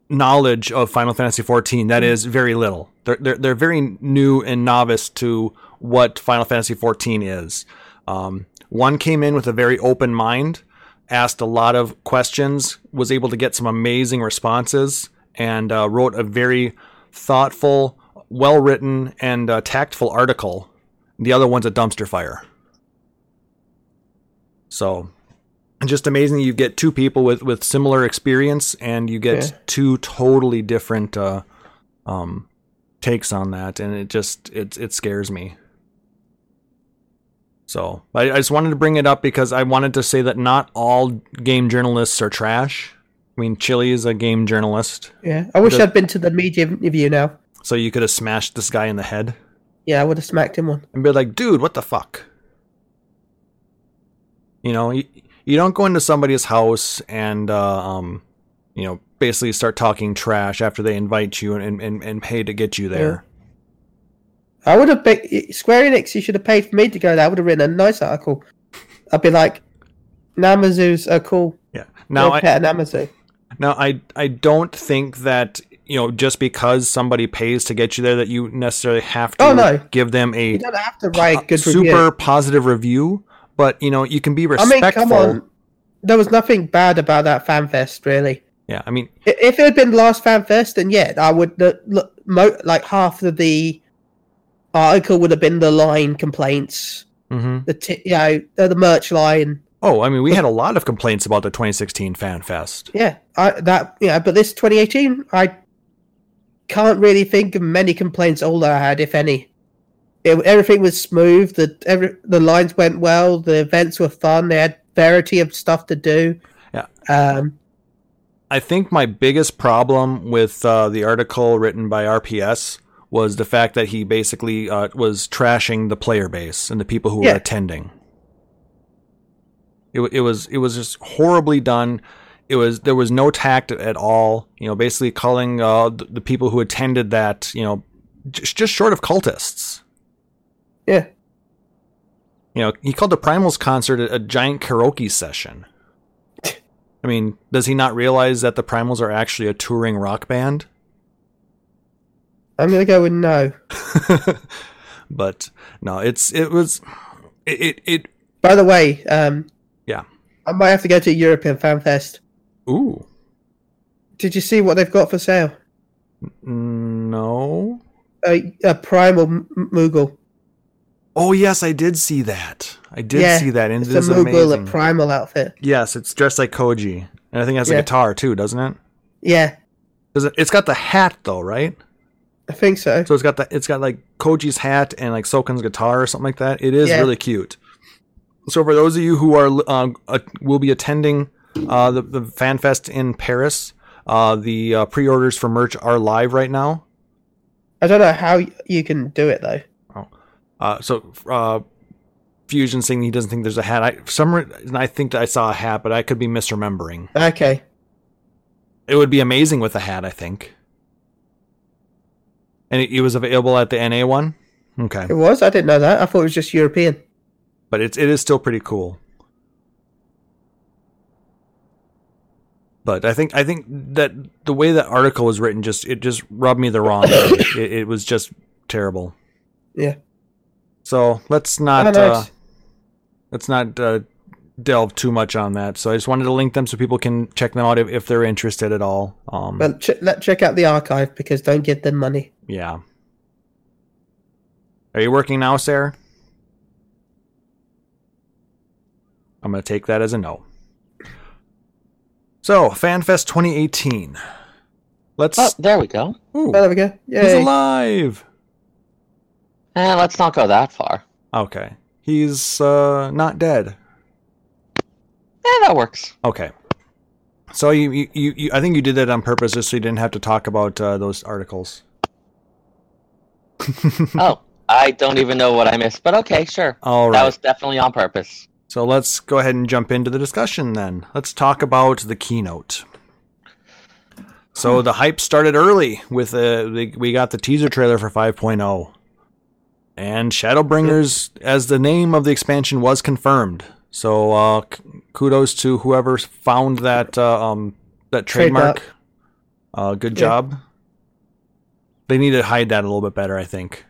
Speaker 2: knowledge of Final Fantasy XIV. That is very little. They're, they're they're very new and novice to what Final Fantasy XIV is. Um, one came in with a very open mind, asked a lot of questions, was able to get some amazing responses, and uh, wrote a very thoughtful, well written, and uh, tactful article. The other one's a dumpster fire. So, just amazing. You get two people with, with similar experience, and you get
Speaker 4: Yeah.
Speaker 2: two totally different uh, um, takes on that, and it just it it scares me. So I, I just wanted to bring it up because I wanted to say that not all game journalists are trash. I mean, Chili is a game journalist,
Speaker 4: Yeah. I wish
Speaker 2: The-
Speaker 4: I'd been to the media interview now.
Speaker 2: so you could have smashed this guy in the head
Speaker 4: Yeah, I would have smacked him one.
Speaker 2: and be like, "Dude, what the fuck?" You know, you, you don't go into somebody's house and uh, um, you know, basically start talking trash after they invite you and and and pay to get you there.
Speaker 4: I would have paid Square Enix. You should have paid for me to go there. I would have written a nice article. I'd be like, Namazus are cool.
Speaker 2: Yeah. Now
Speaker 4: Go
Speaker 2: I,
Speaker 4: pet a Namazu.
Speaker 2: Now, I I don't think that you know just because somebody pays to get you there that you necessarily have to
Speaker 4: Oh, no.
Speaker 2: give them a
Speaker 4: You don't have to write good
Speaker 2: Uh, super
Speaker 4: review.
Speaker 2: positive review. But you know you can be
Speaker 4: I
Speaker 2: respectful.
Speaker 4: mean, come on. There was nothing bad about that fanfest, really.
Speaker 2: Yeah, I mean,
Speaker 4: I- If it had been last fanfest, then yeah, I would look mo- like half of the article would have been the line complaints,
Speaker 2: hmm
Speaker 4: the t- you know the, the merch line.
Speaker 2: oh, I mean, we had a lot of complaints about the 2016 Fan Fest.
Speaker 4: Yeah, I that yeah. But this 2018, I can't really think of many complaints. All that I had, if any, it, everything was smooth. The every the lines went well. The events were fun. They had variety of stuff to do.
Speaker 2: Yeah.
Speaker 4: Um.
Speaker 2: I think my biggest problem with uh, the article written by RPS was the fact that he basically uh, was trashing the player base and the people who
Speaker 4: Yeah.
Speaker 2: were attending. It, wa- it was it was just horribly done. It was there was no tact at all. You know, basically calling uh, the, the people who attended that you know just, just short of cultists.
Speaker 4: Yeah.
Speaker 2: You know, he called the Primals concert a, a giant karaoke session. I mean, does he not realize that the Primals are actually a touring rock band?
Speaker 4: I'm gonna go with no.
Speaker 2: [laughs] but no, it's it was it it, it
Speaker 4: By the way, um,
Speaker 2: Yeah.
Speaker 4: I might have to go to European Fan Fest.
Speaker 2: ooh
Speaker 4: Did you see what they've got for sale?
Speaker 2: no.
Speaker 4: A, a primal m- m- Moogle.
Speaker 2: Oh yes, I did see that. I did
Speaker 4: Yeah,
Speaker 2: see that, and
Speaker 4: It's
Speaker 2: it
Speaker 4: a
Speaker 2: is
Speaker 4: Moogle, a
Speaker 2: amazing.
Speaker 4: primal outfit.
Speaker 2: yes, it's dressed like Koji, and I think it has a
Speaker 4: Yeah.
Speaker 2: guitar too, doesn't it?
Speaker 4: Yeah,
Speaker 2: Does it? It's got the hat though, right?
Speaker 4: I think so.
Speaker 2: So it's got the it's got like Koji's hat and like Soken's guitar or something like that. It is
Speaker 4: Yeah.
Speaker 2: really cute. So for those of you who are uh, uh, will be attending uh, the the fan fest in Paris, uh, the uh, pre-orders for merch are live right now.
Speaker 4: I don't know how y- you can do it though.
Speaker 2: Uh, so uh, Fusion saying he doesn't think there's a hat. I for some re- and I think that I saw a hat, but I could be misremembering.
Speaker 4: Okay.
Speaker 2: It would be amazing with a hat, I think. And it, it was available at the NA one. Okay.
Speaker 4: It was? I didn't know that. I thought it was just European.
Speaker 2: but it's it is still pretty cool. But I think I think that the way that article was written just it just rubbed me the wrong way. It, it was just terrible.
Speaker 4: Yeah.
Speaker 2: So let's
Speaker 4: I
Speaker 2: not
Speaker 4: don't know,
Speaker 2: uh,
Speaker 4: it's-
Speaker 2: let's not uh, delve too much on that. So I just wanted to link them so people can check them out if, if they're interested at all. Um,
Speaker 4: Well, ch- let, check out the archive because don't give them money.
Speaker 2: yeah. Are you working now, Sarah? I'm going to take that as a no. So, FanFest 2018. Let's.
Speaker 3: Oh, there we go.
Speaker 2: ooh,
Speaker 4: Oh, there we go.
Speaker 2: he's
Speaker 4: Yeah.
Speaker 2: alive!
Speaker 3: Eh, let's not go that far.
Speaker 2: Okay. He's uh, not dead.
Speaker 3: Yeah, Eh, that
Speaker 2: [laughs]
Speaker 3: works.
Speaker 2: Okay. So, you, you, you, you, I think you did that on purpose just so you didn't have to talk about uh, those articles.
Speaker 3: oh, I don't even know what I missed, but okay, sure.
Speaker 2: All right.
Speaker 3: That was definitely on purpose.
Speaker 2: So let's go ahead and jump into the discussion then. Let's talk about the keynote. So the hype started early with uh, the, we got the teaser trailer for 5.0. And Shadowbringers as the name of the expansion was confirmed. So uh, k- kudos to whoever found that uh, um that trademark.
Speaker 4: Trademark.
Speaker 2: Uh, good
Speaker 4: Yeah.
Speaker 2: job. They need to hide that a little bit better, I think.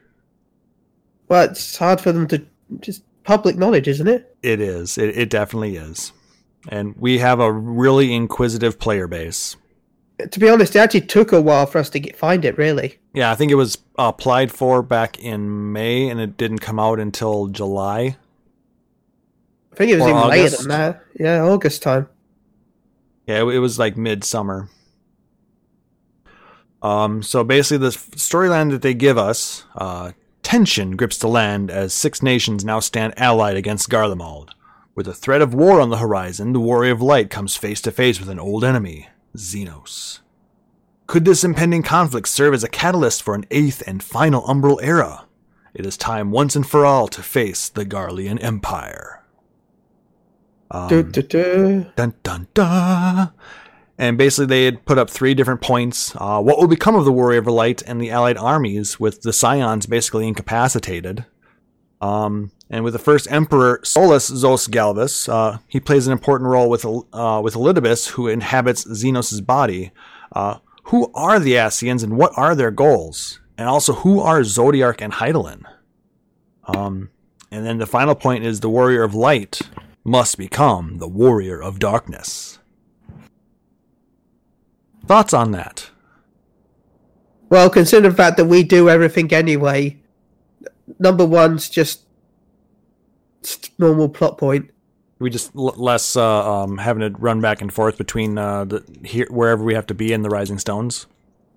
Speaker 4: Well, it's hard for them to just public knowledge, isn't it?
Speaker 2: It is. It, it definitely is. And we have a really inquisitive player base.
Speaker 4: To be honest, it actually took a while for us to get, find it, really.
Speaker 2: Yeah, I think it was applied for back in May and it didn't come out until July.
Speaker 4: I think it was
Speaker 2: Or
Speaker 4: even later
Speaker 2: August.
Speaker 4: than that. Yeah, August time.
Speaker 2: Yeah, it, it was like midsummer. Um, so basically, the f- storyline that they give us uh, tension grips the land as six nations now stand allied against Garlemald. With the threat of war on the horizon, the Warrior of Light comes face to face with an old enemy, Xenos. Could this impending conflict serve as a catalyst for an eighth and final Umbral era? It is time once and for all to face the Garlean Empire. Um,
Speaker 4: Du- du- du.
Speaker 2: dun dun dun. And basically, they had put up three different points. Uh, what will become of the Warrior of Light and the Allied armies, with the Scions basically incapacitated? Um, and with the first Emperor, Solus Zos Galvis, uh, he plays an important role with uh, with Elidibus, who inhabits Xenos' body. Uh, who are the Asians and what are their goals? And also, who are Zodiac and Heidelin? Um, and then the final point is the Warrior of Light must become the Warrior of Darkness. Thoughts on that?
Speaker 4: Well, considering the fact that we do everything anyway, number one's just s- normal plot point.
Speaker 2: We just l- less uh, um, having to run back and forth between uh, the here wherever we have to be in the Rising Stones.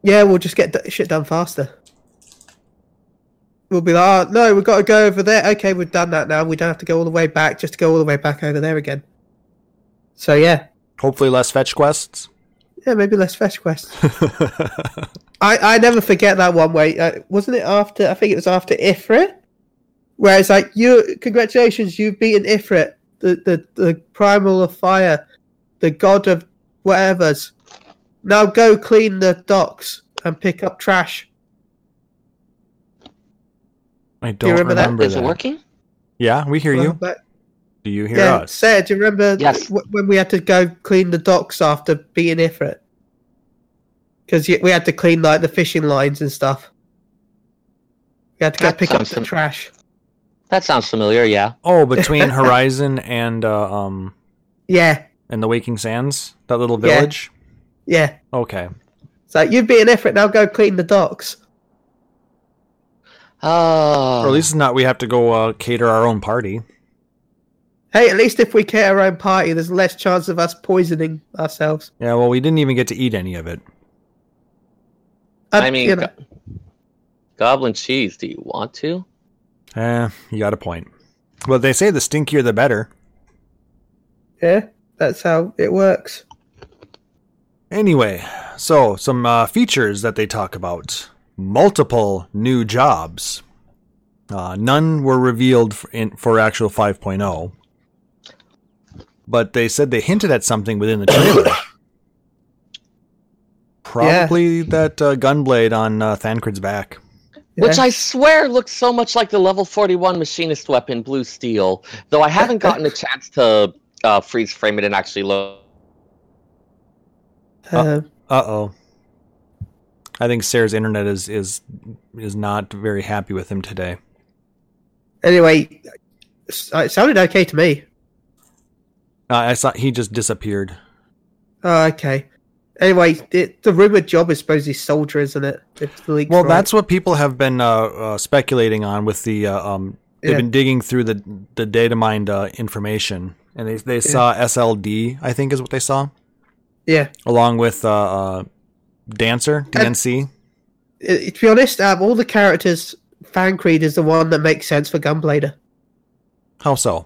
Speaker 4: Yeah, we'll just get d- shit done faster. We'll be like, oh, no, we've got to go over there. Okay, we've done that now. We don't have to go all the way back, just to go all the way back over there again. So, yeah, [laughs]
Speaker 2: Hopefully, less fetch quests.
Speaker 4: yeah, maybe less fetch quests.
Speaker 2: [laughs]
Speaker 4: I, I never forget that one way. Uh, wasn't it after? I think it was after Ifrit, where it's like, "You congratulations, you've beaten Ifrit, the the, the primal of fire, the god of whatever's. Now go clean the docks and pick up trash."
Speaker 2: I don't
Speaker 4: you remember that?
Speaker 2: remember that.
Speaker 3: Is it working?
Speaker 2: Yeah, we hear you.
Speaker 4: But-
Speaker 2: Do you hear
Speaker 4: yeah,
Speaker 2: us?
Speaker 4: Sarah, do you remember
Speaker 3: Yes.
Speaker 4: wh- when we had to go clean the docks after being Ifrit? Because we had to clean like the fishing lines and stuff. We had to go
Speaker 3: That
Speaker 4: pick up
Speaker 3: sounds
Speaker 4: the
Speaker 3: sim-
Speaker 4: trash.
Speaker 3: That sounds familiar. Yeah.
Speaker 2: Oh, between Horizon [laughs] and uh, um
Speaker 4: Yeah,
Speaker 2: and the Waking Sands, that little
Speaker 4: Yeah.
Speaker 2: village.
Speaker 4: yeah.
Speaker 2: Okay.
Speaker 4: It's like you've been Ifrit, now go clean the docks.
Speaker 3: Oh.
Speaker 2: Or at least it's not we have to go uh, cater our own party.
Speaker 4: Hey, at least if we care our own party, there's less chance of us poisoning ourselves.
Speaker 2: Yeah, well, we didn't even get to eat any of it.
Speaker 3: Oh,
Speaker 4: Uh,
Speaker 3: I mean,
Speaker 4: you know,
Speaker 3: go- goblin cheese. Do you want to?
Speaker 2: Eh, you got a point. Well, they say the stinkier the better.
Speaker 4: yeah, that's how it works.
Speaker 2: Anyway, so some uh, features that they talk about multiple new jobs. Uh, none were revealed f- in, for actual 5.0, but they said they hinted at something within the trailer. Probably that uh, gunblade on uh, Thancred's back.
Speaker 3: Which
Speaker 4: Yeah.
Speaker 3: I swear looks so much like the level 41 machinist weapon, Blue Steel, though I haven't gotten a chance to uh, freeze frame it and actually look.
Speaker 2: Uh,
Speaker 4: Um,
Speaker 2: Uh oh. I think Sarah's internet is is is not very happy with him today.
Speaker 4: anyway, s- uh, it sounded okay to me.
Speaker 2: Uh, I saw he just disappeared.
Speaker 4: Oh, okay. Anyway, the, the rumored job is supposedly soldier, isn't it? If the leak's
Speaker 2: Well,
Speaker 4: right.
Speaker 2: that's what people have been uh, uh, speculating on with the uh, um. They've
Speaker 4: Yeah.
Speaker 2: been digging through the the data mined uh, information, and they they saw SLD. I think is what they saw,
Speaker 4: yeah.
Speaker 2: along with uh, uh Dancer DNC.
Speaker 4: I- to be honest, out of all the characters, Fancreed is the one that makes sense for Gunblader.
Speaker 2: How so?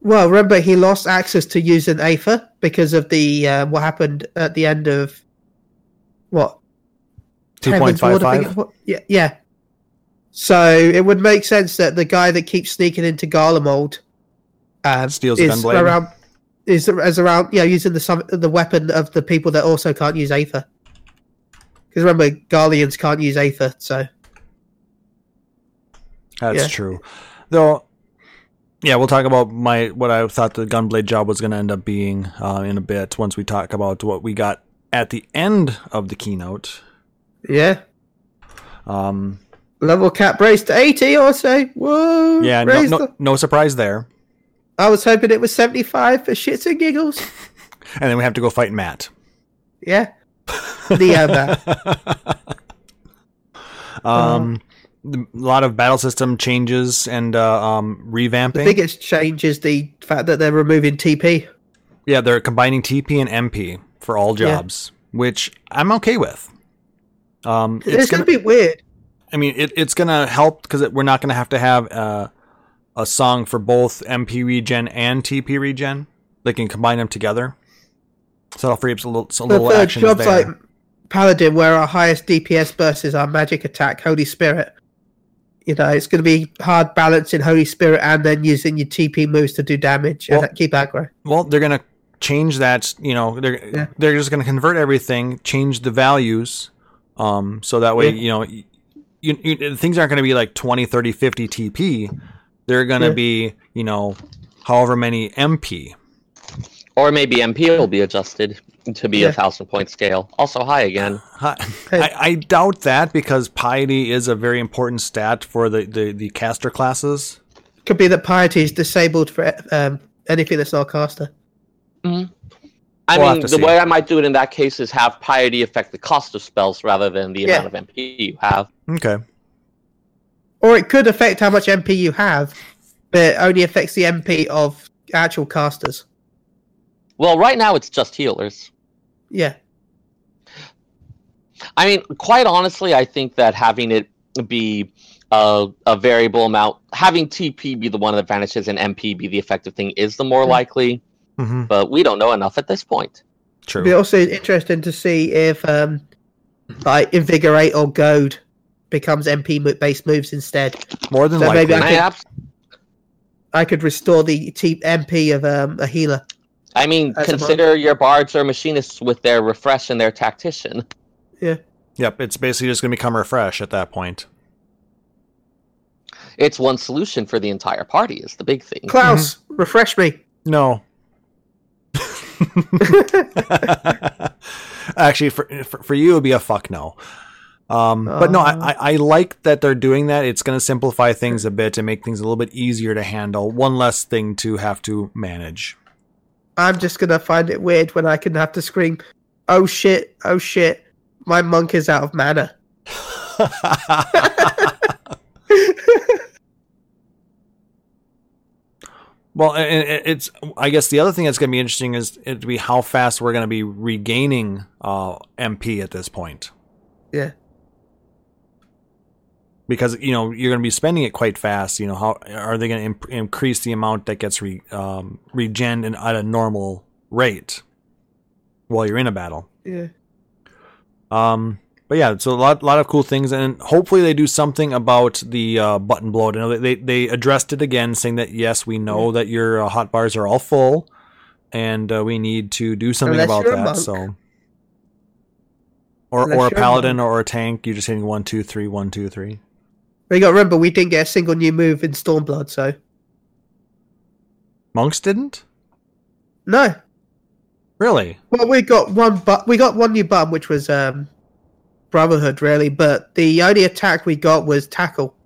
Speaker 4: Well, remember he lost access to using Aether because of the uh, what happened at the end of what
Speaker 2: Two point
Speaker 4: Heaven's
Speaker 2: five
Speaker 4: Ward, I think
Speaker 2: five.
Speaker 4: it wa- Yeah, yeah. So it would make sense that the guy that keeps sneaking into Garlemald um,
Speaker 2: Steals a
Speaker 4: is
Speaker 2: gunblade.
Speaker 4: around is, is around yeah using the sum- the weapon of the people that also can't use Aether. Because remember, Guardians can't use Aether, so
Speaker 2: That's
Speaker 4: Yeah.
Speaker 2: true. Though, yeah, we'll talk about my what I thought the gunblade job was going to end up being uh, in a bit once we talk about what we got at the end of the keynote.
Speaker 4: yeah.
Speaker 2: Um,
Speaker 4: Level cap raised to eighty or so. Whoa!
Speaker 2: yeah, no,
Speaker 4: raised
Speaker 2: no,
Speaker 4: the-
Speaker 2: no surprise there.
Speaker 4: I was hoping it was seventy-five for shits and giggles.
Speaker 2: And then we have to go fight Matt. [laughs]
Speaker 4: Yeah, uh, Neo Matt.
Speaker 2: Um,
Speaker 4: Uh-huh.
Speaker 2: the- a lot of battle system changes and uh, um, revamping.
Speaker 4: The biggest change is the fact that they're removing TP.
Speaker 2: yeah, they're combining TP and MP for all
Speaker 4: Yeah.
Speaker 2: jobs, which I'm okay with. Um,
Speaker 4: It's, gonna, be weird.
Speaker 2: I mean, it, it's going to help because we're not going to have to have uh, a song for both MP regen and TP regen. They can combine them together. So that'll free up a little, so a
Speaker 4: The
Speaker 2: little
Speaker 4: third
Speaker 2: action there.
Speaker 4: job's like Paladin, where our highest DPS burst is our magic attack, Holy Spirit. You know, it's going to be hard balancing Holy Spirit and then using your TP moves to do damage
Speaker 2: Well-
Speaker 4: and keep aggro.
Speaker 2: well, they're going to change that. You know, they're
Speaker 4: Yeah.
Speaker 2: they're just going to convert everything, change the values, um, so that way
Speaker 4: Yeah.
Speaker 2: you know, y- you, you, things aren't going to be like 20, 30, 50 TP. They're going to
Speaker 4: Yeah.
Speaker 2: be you know, however many MP.
Speaker 3: Or maybe MP will be adjusted to be
Speaker 4: Yeah.
Speaker 3: a thousand point scale. Also high again.
Speaker 2: Hi- I, I doubt that because piety is a very important stat for the, the, the caster classes.
Speaker 4: Could be that Piety is disabled for um, anything that's not a caster.
Speaker 3: I
Speaker 2: We'll have
Speaker 3: mean,
Speaker 2: to
Speaker 3: the
Speaker 2: see.
Speaker 3: way I might do it in that case is have piety affect the cost of spells rather than the
Speaker 4: Yeah.
Speaker 3: amount of MP you have.
Speaker 2: Okay.
Speaker 4: Or it could affect how much MP you have, but it only affects the MP of actual casters.
Speaker 3: Well, right now it's just healers.
Speaker 4: Yeah.
Speaker 3: I mean, quite honestly, I think that having it be a, a variable amount, having TP be the one that vanishes and MP be the effective thing is the more
Speaker 4: Hmm.
Speaker 3: likely,
Speaker 2: hmm
Speaker 3: but we don't know enough at this point.
Speaker 2: True.
Speaker 4: It'd be also interesting to see if um, like invigorate or goad becomes MP mo- based moves instead.
Speaker 2: More than
Speaker 4: So
Speaker 2: likely.
Speaker 4: maybe I
Speaker 3: And I,
Speaker 4: could-
Speaker 3: abs-
Speaker 4: I could restore the T- MP of um, a healer.
Speaker 3: I mean,
Speaker 4: That's a bug.
Speaker 3: consider your bards or machinists with their refresh and their tactician.
Speaker 2: Yep, it's basically just going to become refresh at that point.
Speaker 3: It's one solution for the entire party. Is the big thing.
Speaker 4: Klaus, refresh me.
Speaker 2: No. [laughs] Actually, for, for for you, it'd be a fuck no. Um, but no, I, I I like that they're doing that. It's going to simplify things a bit and make things a little bit easier to handle. One less thing to have to manage.
Speaker 4: I'm just gonna find it weird when I can have to scream, "Oh shit! Oh shit! My monk is out of mana."
Speaker 2: [laughs] Well, a- and it- it's I guess the other thing that's going to be interesting is it to be how fast we're going to be regaining uh, MP at this point.
Speaker 4: Yeah.
Speaker 2: Because you know you're going to be spending it quite fast. You know how are they going to imp- increase the amount that gets re- um, regen and at a normal rate while you're in a battle?
Speaker 4: Yeah.
Speaker 2: Um, but yeah, so a lot, lot of cool things, and hopefully they do something about the uh, button bloat. You know, they, they they addressed it again, saying that yes, we know that your uh, hot bars are all full, and uh, we need to do something
Speaker 4: Unless
Speaker 2: about
Speaker 4: you're a
Speaker 2: that.
Speaker 4: monk.
Speaker 2: So, or or
Speaker 4: Unless you're
Speaker 2: a
Speaker 4: a
Speaker 2: paladin or a tank, you're just hitting one, two, three, one, two, three.
Speaker 4: But you got to remember, we didn't get a single new move in Stormblood, so
Speaker 2: Monks didn't
Speaker 4: no.
Speaker 2: really.
Speaker 4: Well, we got one, but we got one new bum, which was um, Brotherhood, really. But the only attack we got was tackle,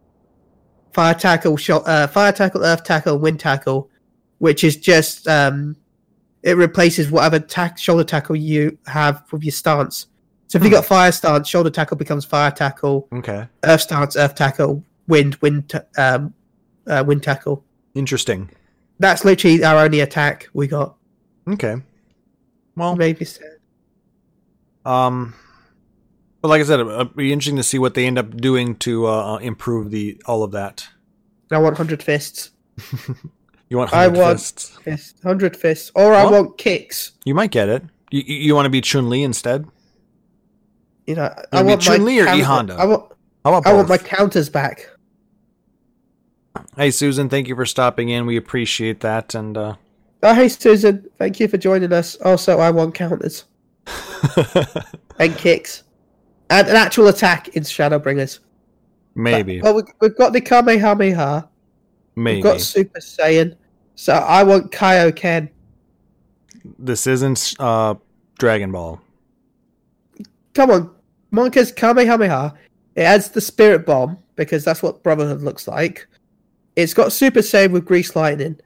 Speaker 4: fire tackle, shot, uh, fire tackle, earth tackle, wind tackle, which is just um, it replaces whatever tack shoulder tackle you have with your stance. So if you got fire stance, shoulder tackle becomes fire tackle,
Speaker 2: Okay,
Speaker 4: earth stance, earth tackle, wind, wind, ta- um, uh, wind tackle.
Speaker 2: interesting.
Speaker 4: That's literally our only attack we got.
Speaker 2: Okay, well,
Speaker 4: Maybe so.
Speaker 2: Um, but like I said, it'll be interesting to see what they end up doing to uh, improve the all of that.
Speaker 4: I want hundred fists.
Speaker 2: You want
Speaker 4: I
Speaker 2: hundred
Speaker 4: want-
Speaker 2: fists?
Speaker 4: Yes, hundred fists, or I
Speaker 2: What?
Speaker 4: want kicks.
Speaker 2: You might get it. You you, you want to be Chun Li instead?
Speaker 4: You know, I
Speaker 2: It'll be
Speaker 4: want my
Speaker 2: Chun-Li or
Speaker 4: counter-
Speaker 2: E-Honda?
Speaker 4: I want,
Speaker 2: How about
Speaker 4: I want my
Speaker 2: both?
Speaker 4: counters back.
Speaker 2: hey Susan, thank you for stopping in. We appreciate that. And uh, [laughs]
Speaker 4: Oh, hey Susan, thank you for joining us. Also, I want counters and kicks, and an actual attack in Shadowbringers.
Speaker 2: maybe,
Speaker 4: Well, we, we've got the Kamehameha.
Speaker 2: maybe
Speaker 4: We've got Super Saiyan. So I want Kaioken.
Speaker 2: this isn't uh, Dragon Ball.
Speaker 4: Come on, Monka's Kamehameha. It adds the Spirit Bomb because that's what Brotherhood looks like. It's got Super Saiyan with Grease Lightning.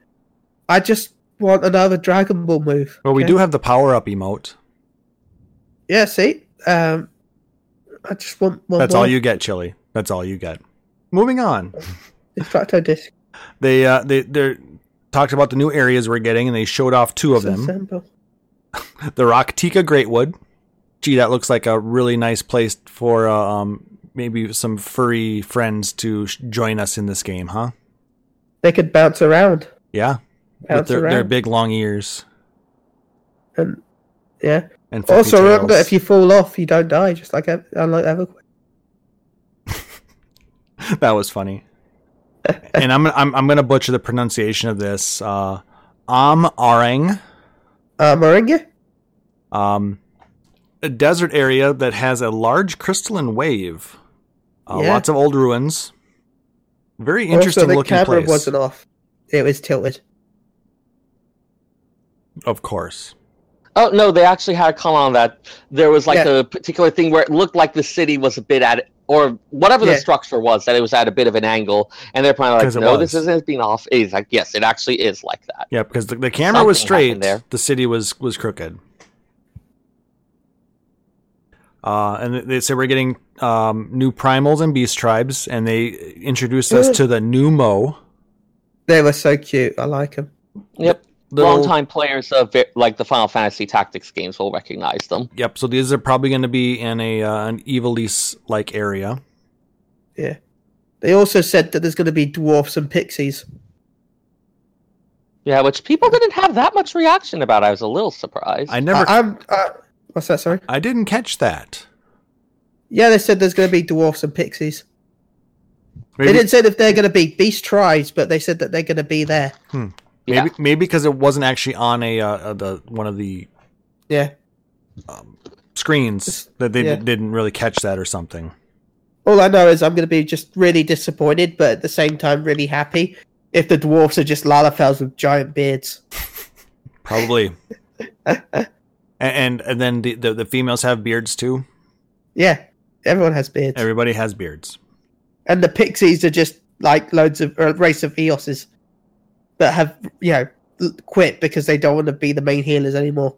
Speaker 4: I just want another Dragon Ball move.
Speaker 2: Well, we
Speaker 4: okay?
Speaker 2: do have the power up emote.
Speaker 4: Yeah, see, um, I just want one.
Speaker 2: That's
Speaker 4: more.
Speaker 2: all you get, Chili. That's all you get. Moving on.
Speaker 4: Distracto disc.
Speaker 2: They uh, they they talked about the new areas we're getting, and they showed off two of them. the Rocktika Greatwood. Gee, that looks like a really nice place for uh, um, maybe some furry friends to sh- join us in this game, huh?
Speaker 4: They could bounce around.
Speaker 2: Yeah, with
Speaker 4: Bounce
Speaker 2: their,
Speaker 4: around.
Speaker 2: their big long ears
Speaker 4: And yeah.
Speaker 2: and fluffy
Speaker 4: Also remember,
Speaker 2: tails.
Speaker 4: if you fall off, you don't die. Just like Ev- unlike Everquest.
Speaker 2: that was
Speaker 4: [laughs]
Speaker 2: funny. and I'm I'm I'm gonna butcher the pronunciation of this. Uh, Am Arang.
Speaker 4: Uh, Moringa.
Speaker 2: um, a desert area that has a large crystalline wave, uh,
Speaker 4: Yeah.
Speaker 2: lots of old ruins. Very interesting
Speaker 4: Also, the
Speaker 2: looking
Speaker 4: camera
Speaker 2: place,
Speaker 4: wasn't off. It was tilted.
Speaker 2: of course.
Speaker 3: Oh no, they actually had a comment on that. There was like
Speaker 4: Yeah.
Speaker 3: a particular thing where it looked like the city was a bit at or whatever
Speaker 4: Yeah.
Speaker 3: the structure was that it was at a bit of an angle, and they're probably
Speaker 2: 'Cause
Speaker 3: like,
Speaker 2: it
Speaker 3: "No,
Speaker 2: was.
Speaker 3: this isn't being off." It's like, yes, it actually is like that.
Speaker 2: Yeah, because the, the camera was
Speaker 3: Something happened
Speaker 2: straight.
Speaker 3: there.
Speaker 2: The city was was crooked. Uh, and they say we're getting um, new primals and beast tribes, and they introduced us
Speaker 4: Yeah.
Speaker 2: to the new Mo.
Speaker 4: They were so cute. I like them.
Speaker 3: Yep,
Speaker 2: Little-
Speaker 3: longtime players of it- like the Final Fantasy Tactics games will recognize them.
Speaker 2: Yep. So these are probably going to be in a uh, an Evilise like area.
Speaker 4: Yeah. They also said that there's going to be dwarfs and pixies.
Speaker 3: Yeah, which people didn't have that much reaction about. I was a little surprised.
Speaker 2: I never, I,
Speaker 4: I, I'm. Uh, what's that? Sorry.
Speaker 2: didn't catch that.
Speaker 4: Yeah, they said there's going to be dwarfs and pixies.
Speaker 2: Maybe,
Speaker 4: They didn't say if they're going to be beast tribes, but they said that they're going to be there.
Speaker 3: yeah.
Speaker 2: maybe, maybe because it wasn't actually on a uh, uh, the one of the
Speaker 4: Yeah.
Speaker 2: screens that they
Speaker 4: yeah.
Speaker 2: d- didn't really catch that or something.
Speaker 4: All I know is I'm going to be just really disappointed, but at the same time, really happy if the dwarfs are just Lalafels with giant beards.
Speaker 2: Probably. and, and and then the, the the females have beards too.
Speaker 4: Yeah, everyone has beards.
Speaker 2: Everybody has beards.
Speaker 4: and the pixies are just like loads of a race of eoses that have you know l- quit because they don't want to be the main healers anymore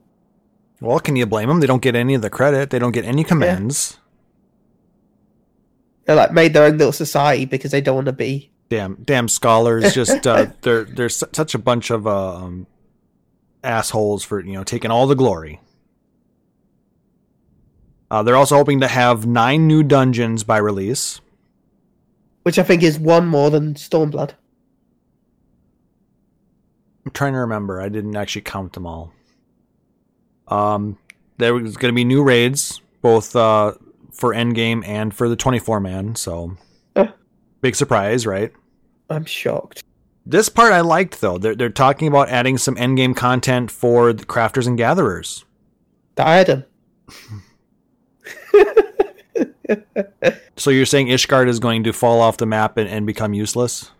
Speaker 2: Well, can you blame them? They don't get any of the credit. They don't get any commands.
Speaker 4: they like made their own little society because they don't want to be
Speaker 2: Damn, damn scholars! Just uh, they're they're s- such a bunch of um, assholes for you know taking all the glory. Uh, they're also hoping to have nine new dungeons by release.
Speaker 4: which i think is one more than stormblood
Speaker 2: I'm trying to remember. I didn't actually count them all. Um, there was going to be new raids, both uh, for endgame and for the 24 man. So,
Speaker 4: Eh.
Speaker 2: big surprise, right?
Speaker 4: i'm shocked
Speaker 2: This part I liked though. They're they're talking about adding some endgame content for the crafters and gatherers.
Speaker 4: diadem
Speaker 2: So you're saying Ishgard is going to fall off the map and, and become useless?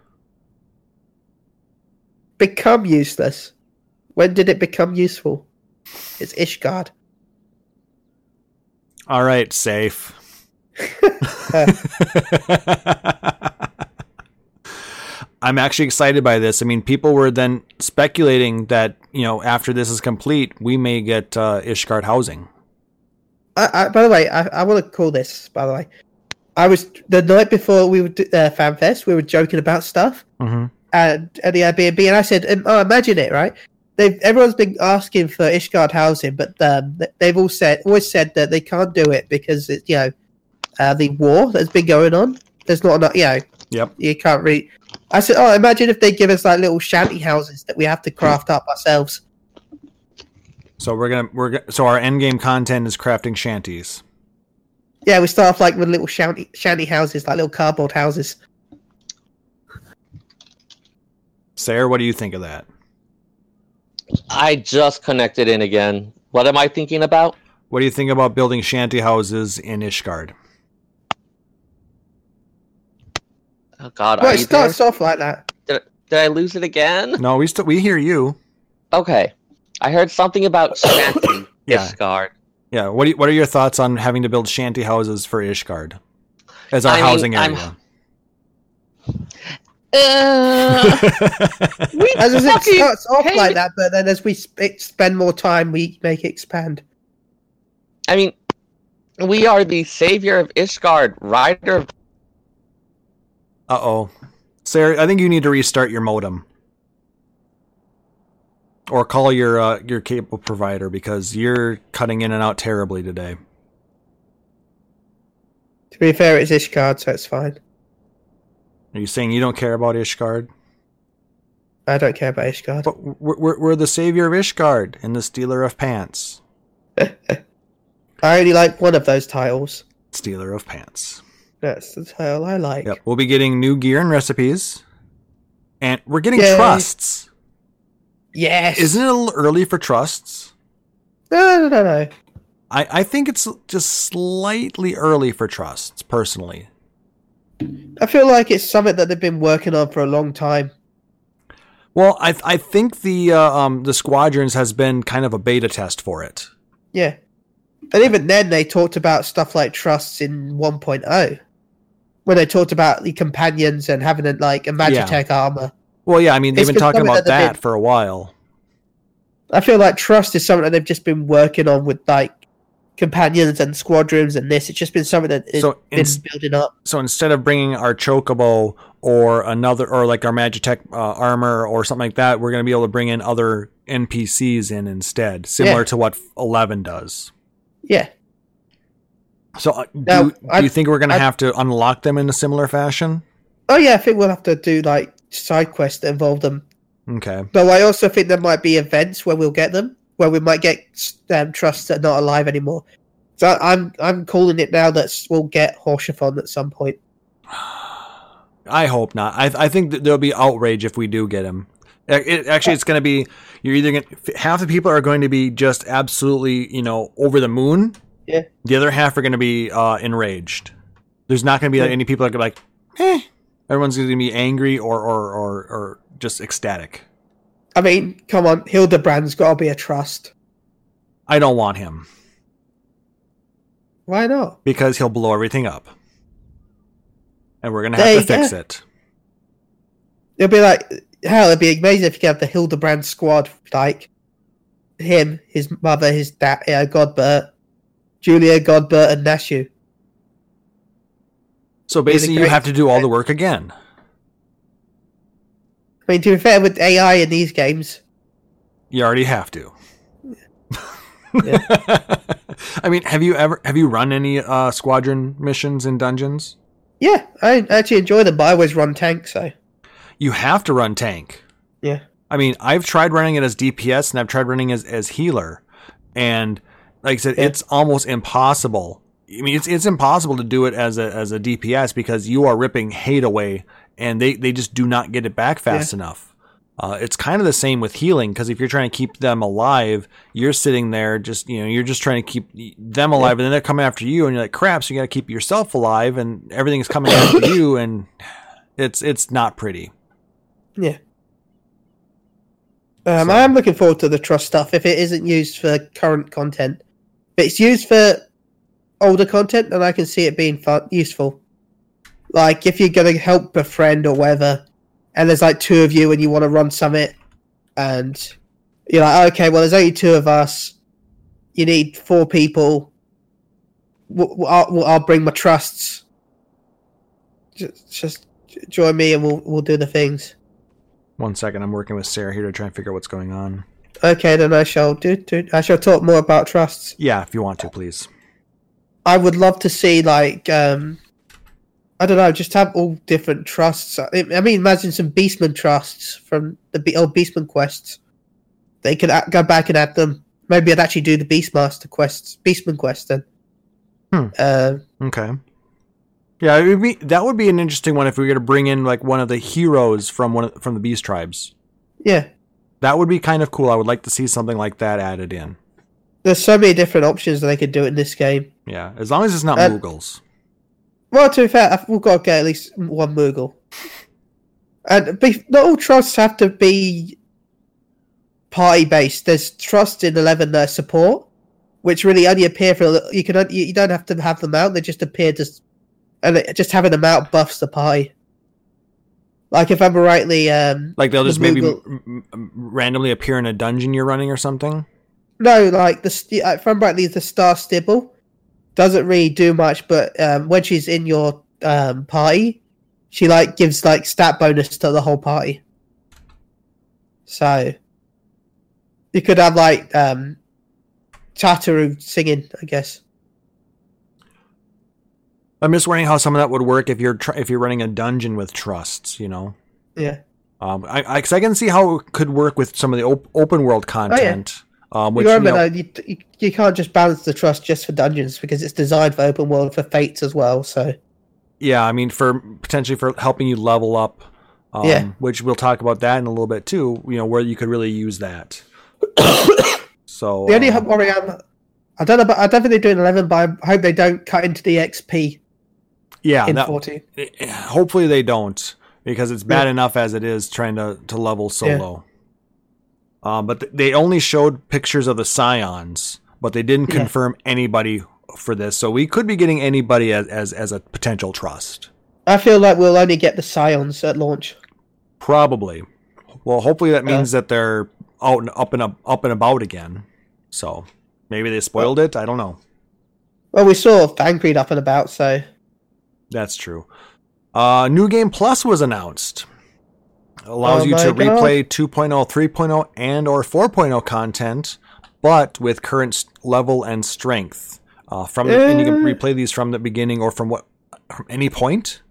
Speaker 4: become useless when did it become useful it's ishgard
Speaker 2: All right, safe. [laughs] I'm actually excited by this. I mean, people were then speculating that you know after this is complete, we may get uh, Ishgard housing.
Speaker 4: I, I, by the way, I, I want to call this. By the way, I was the night before we were do- uh, fanfest. We were joking about stuff
Speaker 2: Mhm.
Speaker 4: and at the Airbnb, and I said, um, "Oh, imagine it, right? They've everyone's been asking for Ishgard housing, but um, th- they've all said always said that they can't do it because it's you know uh, the war that's been going on. There's not enough, you know.
Speaker 2: Yep.
Speaker 4: You can't really. I said, "Oh, imagine if they give us like little shanty houses that we have to craft up ourselves."
Speaker 2: So we're gonna we're go- so our end game content is crafting shanties.
Speaker 4: Yeah, we start off like with little shanty shanty houses, like little cardboard houses.
Speaker 2: Sarah, what do you think of that?
Speaker 3: I just connected in again. What am I thinking about?
Speaker 2: What do you think about building shanty houses in Ishgard?
Speaker 3: Oh God,
Speaker 4: Well,
Speaker 3: are
Speaker 4: it
Speaker 3: you there?
Speaker 4: starts off like that.
Speaker 3: Did I lose it again?
Speaker 2: No, we still we hear you.
Speaker 3: Okay, I heard
Speaker 2: [coughs]
Speaker 3: something about Shanty
Speaker 2: Yeah.
Speaker 3: Ishgard.
Speaker 2: Yeah. What do you, what are your thoughts on having to build shanty houses for Ishgard as our
Speaker 3: I mean,
Speaker 2: housing
Speaker 3: I'm-
Speaker 2: area?
Speaker 3: Uh,
Speaker 2: [laughs]
Speaker 3: [laughs] we
Speaker 4: As I said, it
Speaker 3: fucking
Speaker 4: starts off
Speaker 3: came-
Speaker 4: like that, but then as we sp- spend more time, we make it expand.
Speaker 3: I mean, we are the savior of Ishgard, rider of
Speaker 2: Uh oh. Sarah, I think you need to restart your modem. Or call your uh, your cable provider because you're cutting in and out terribly today.
Speaker 4: To be fair, it's Ishgard, so it's fine.
Speaker 2: Are you saying you don't care about Ishgard?
Speaker 4: I don't care about Ishgard.
Speaker 2: But we're, we're, we're the savior of Ishgard and the stealer of pants.
Speaker 4: I only like one of those titles.
Speaker 2: Stealer of pants.
Speaker 4: That's the title I like.
Speaker 2: Yep. We'll be getting new gear and recipes. And we're getting
Speaker 4: Yay.
Speaker 2: trusts.
Speaker 4: Yes.
Speaker 2: Isn't it a little early for trusts?
Speaker 4: No, no, no, no.
Speaker 2: I, I think it's just slightly early for trusts, personally.
Speaker 4: I feel like it's something that they've been working on for a long time.
Speaker 2: Well, I I think the uh, um the squadrons has been kind of a beta test for it.
Speaker 4: Yeah. And even then, they talked about stuff like trusts in 1.0, when they talked about the companions and having like a magitech armor.
Speaker 2: Well, yeah, I mean they've
Speaker 4: It's
Speaker 2: been
Speaker 4: been
Speaker 2: talking
Speaker 4: something
Speaker 2: about
Speaker 4: that they've
Speaker 2: that
Speaker 4: been-
Speaker 2: for a while.
Speaker 4: I feel like trust is something that they've just been working on with like companions and squadrons and this. It's just been something that has
Speaker 2: So
Speaker 4: been
Speaker 2: ins-
Speaker 4: building up.
Speaker 2: So instead of bringing our chocobo or another or like our magitech uh, armor or something like that, we're going to be able to bring in other NPCs in instead, similar
Speaker 4: Yeah.
Speaker 2: to what Eleven does.
Speaker 4: Yeah,
Speaker 2: So uh, do,
Speaker 4: Now,
Speaker 2: do
Speaker 4: I-
Speaker 2: you think we're going to
Speaker 4: I-
Speaker 2: have to unlock them in a similar fashion?
Speaker 4: Oh yeah, I think we'll have to do like side quests that involve them
Speaker 2: Okay.
Speaker 4: But I also think there might be events where we'll get them, where we might get um, trusts that are not alive anymore. So I- I'm I'm calling it now that we'll get Horshathon at some point.
Speaker 2: I hope not. I I think that there'll be outrage if we do get him. Ac- it- actually, it's going to be you're either going to half the people are going to be just absolutely you know over the moon.
Speaker 4: Yeah.
Speaker 2: The other half are going to be uh, enraged. There's not going to be like,
Speaker 4: Yeah.
Speaker 2: any people that are gonna be like, eh. Everyone's going to be angry or or or, or just ecstatic.
Speaker 4: I mean, come on, Hildebrand's got to be a trust.
Speaker 2: I don't want him
Speaker 4: Why not?
Speaker 2: because he'll blow everything up, and we're going to
Speaker 4: There
Speaker 2: have to
Speaker 4: you go.
Speaker 2: fix it.
Speaker 4: It'll be like hell. It'd be amazing if you could have the Hildebrand squad, like him, his mother, his dad, yeah, Godbert, Julia Godbert, and Nashu.
Speaker 2: So
Speaker 4: Be the
Speaker 2: basically, you
Speaker 4: great-
Speaker 2: have to do all the work again.
Speaker 4: I mean, to be fair, with AI in these games,
Speaker 2: you already have to.
Speaker 4: Yeah.
Speaker 2: [laughs] I mean, have you ever have you run any uh, squadron missions in dungeons?
Speaker 4: yeah, I actually enjoy them, but I always run tank, so
Speaker 2: You have to run tank.
Speaker 4: yeah.
Speaker 2: I mean, I've tried running it as DPS and I've tried running as as healer, and like I said,
Speaker 4: Yeah.
Speaker 2: it's almost impossible. I mean, it's it's impossible to do it as a as a DPS because you are ripping hate away, and they they just do not get it back fast enough. Uh, it's kind of the same with healing because if you're trying to keep them alive, you're sitting there just you know you're just trying to keep them alive, and then they're coming after you, and you're like crap. So you got to keep yourself alive, and everything is coming after
Speaker 4: [coughs]
Speaker 2: you, and it's it's not pretty.
Speaker 4: Yeah. Um, I am looking forward to the trust stuff if it isn't used for current content. If it's used for older content, then I can see it being fun- useful. Like if you're going to help a friend or whatever, and there's like two of you and you want to run summit, and you're like, okay, well, there's only two of us. You need four people. W- w- I'll, w- I'll bring my trusts. Just, just join me and we'll we'll do the things.
Speaker 2: One second, I'm working with Sarah here to try and figure out what's going on.
Speaker 4: Okay, then I shall do, do. I shall talk more about trusts.
Speaker 2: Yeah, if you want to, please.
Speaker 4: I would love to see like um, I don't know, just have all different trusts. I, I mean, imagine some Beastman trusts from the be- old Beastman quests. They could a- go back and add them. Maybe I'd actually do the Beastmaster quests, Beastman quests then.
Speaker 2: Hmm.
Speaker 4: Uh,
Speaker 2: Okay. Yeah, it would be that would be an interesting one if we were to bring in like one of the heroes from one of, from the beast tribes.
Speaker 4: yeah,
Speaker 2: That would be kind of cool. I would like to see something like that added in.
Speaker 4: there's so many different options that they could do in this game.
Speaker 2: Yeah, as long as it's not
Speaker 4: Uh,
Speaker 2: Mughals.
Speaker 4: Well, to be fair, I've- we've got to get at least one Moogle. And be, not all trusts have to be party based. There's trusts in Eleven that are support, which really only appear for you can on- you you don't have to have them out. They just appear just and it- just having them out buffs the party. Like if I'm rightly, um,
Speaker 2: Like they'll
Speaker 4: the
Speaker 2: just maybe
Speaker 4: Moogle-
Speaker 2: m- m- randomly appear in a dungeon you're running or something.
Speaker 4: No, like the st- uh, from Brightly, the Star Stibble doesn't really do much, but um, when she's in your um, party, she like gives like stat bonus to the whole party. So you could have like um, Chataru singing, I guess.
Speaker 2: I'm just wondering how some of that would work if you're tr- if you're running a dungeon with trusts. You know.
Speaker 4: Yeah,
Speaker 2: Um, I, I, cause I can see how it could work with some of the op- open world content. Um,
Speaker 4: Oh, you
Speaker 2: which, you
Speaker 4: remember
Speaker 2: know,
Speaker 4: though, you, you you can't just balance the trust just for dungeons because it's designed for open world for fates as well. So
Speaker 2: yeah, I mean, for potentially for helping you level up, um,
Speaker 4: Yeah.
Speaker 2: which we'll talk about that in a little bit too. You know, where you could really use that. [coughs] so
Speaker 4: The only
Speaker 2: um,
Speaker 4: hope worry I'm, I don't know, but I don't think they're doing eleven. But I hope they don't cut into the XP
Speaker 2: yeah,
Speaker 4: in
Speaker 2: that-
Speaker 4: forty.
Speaker 2: hopefully they don't because it's bad enough as it is trying to to level so
Speaker 4: Yeah.
Speaker 2: low. Um, but th- they only showed pictures of the scions, but they didn't
Speaker 4: Yeah.
Speaker 2: confirm anybody for this. So we could be getting anybody as as, as a potential trust.
Speaker 4: I feel like we'll only get the Scions at launch.
Speaker 2: Probably. Well, hopefully that
Speaker 4: Yeah.
Speaker 2: means that they're out and up and up, up and about again. So maybe they spoiled it. I don't know.
Speaker 4: Well, we saw Fangreed up and about, so
Speaker 2: That's true. Uh, New Game Plus was announced. Allows
Speaker 4: Oh
Speaker 2: you to
Speaker 4: my God.
Speaker 2: replay oh, 2.0, 3.0, and or 4.0 content, but with current s- level and strength. Uh, from the, and you can
Speaker 4: Eh.
Speaker 2: replay these from the beginning or from what from any point.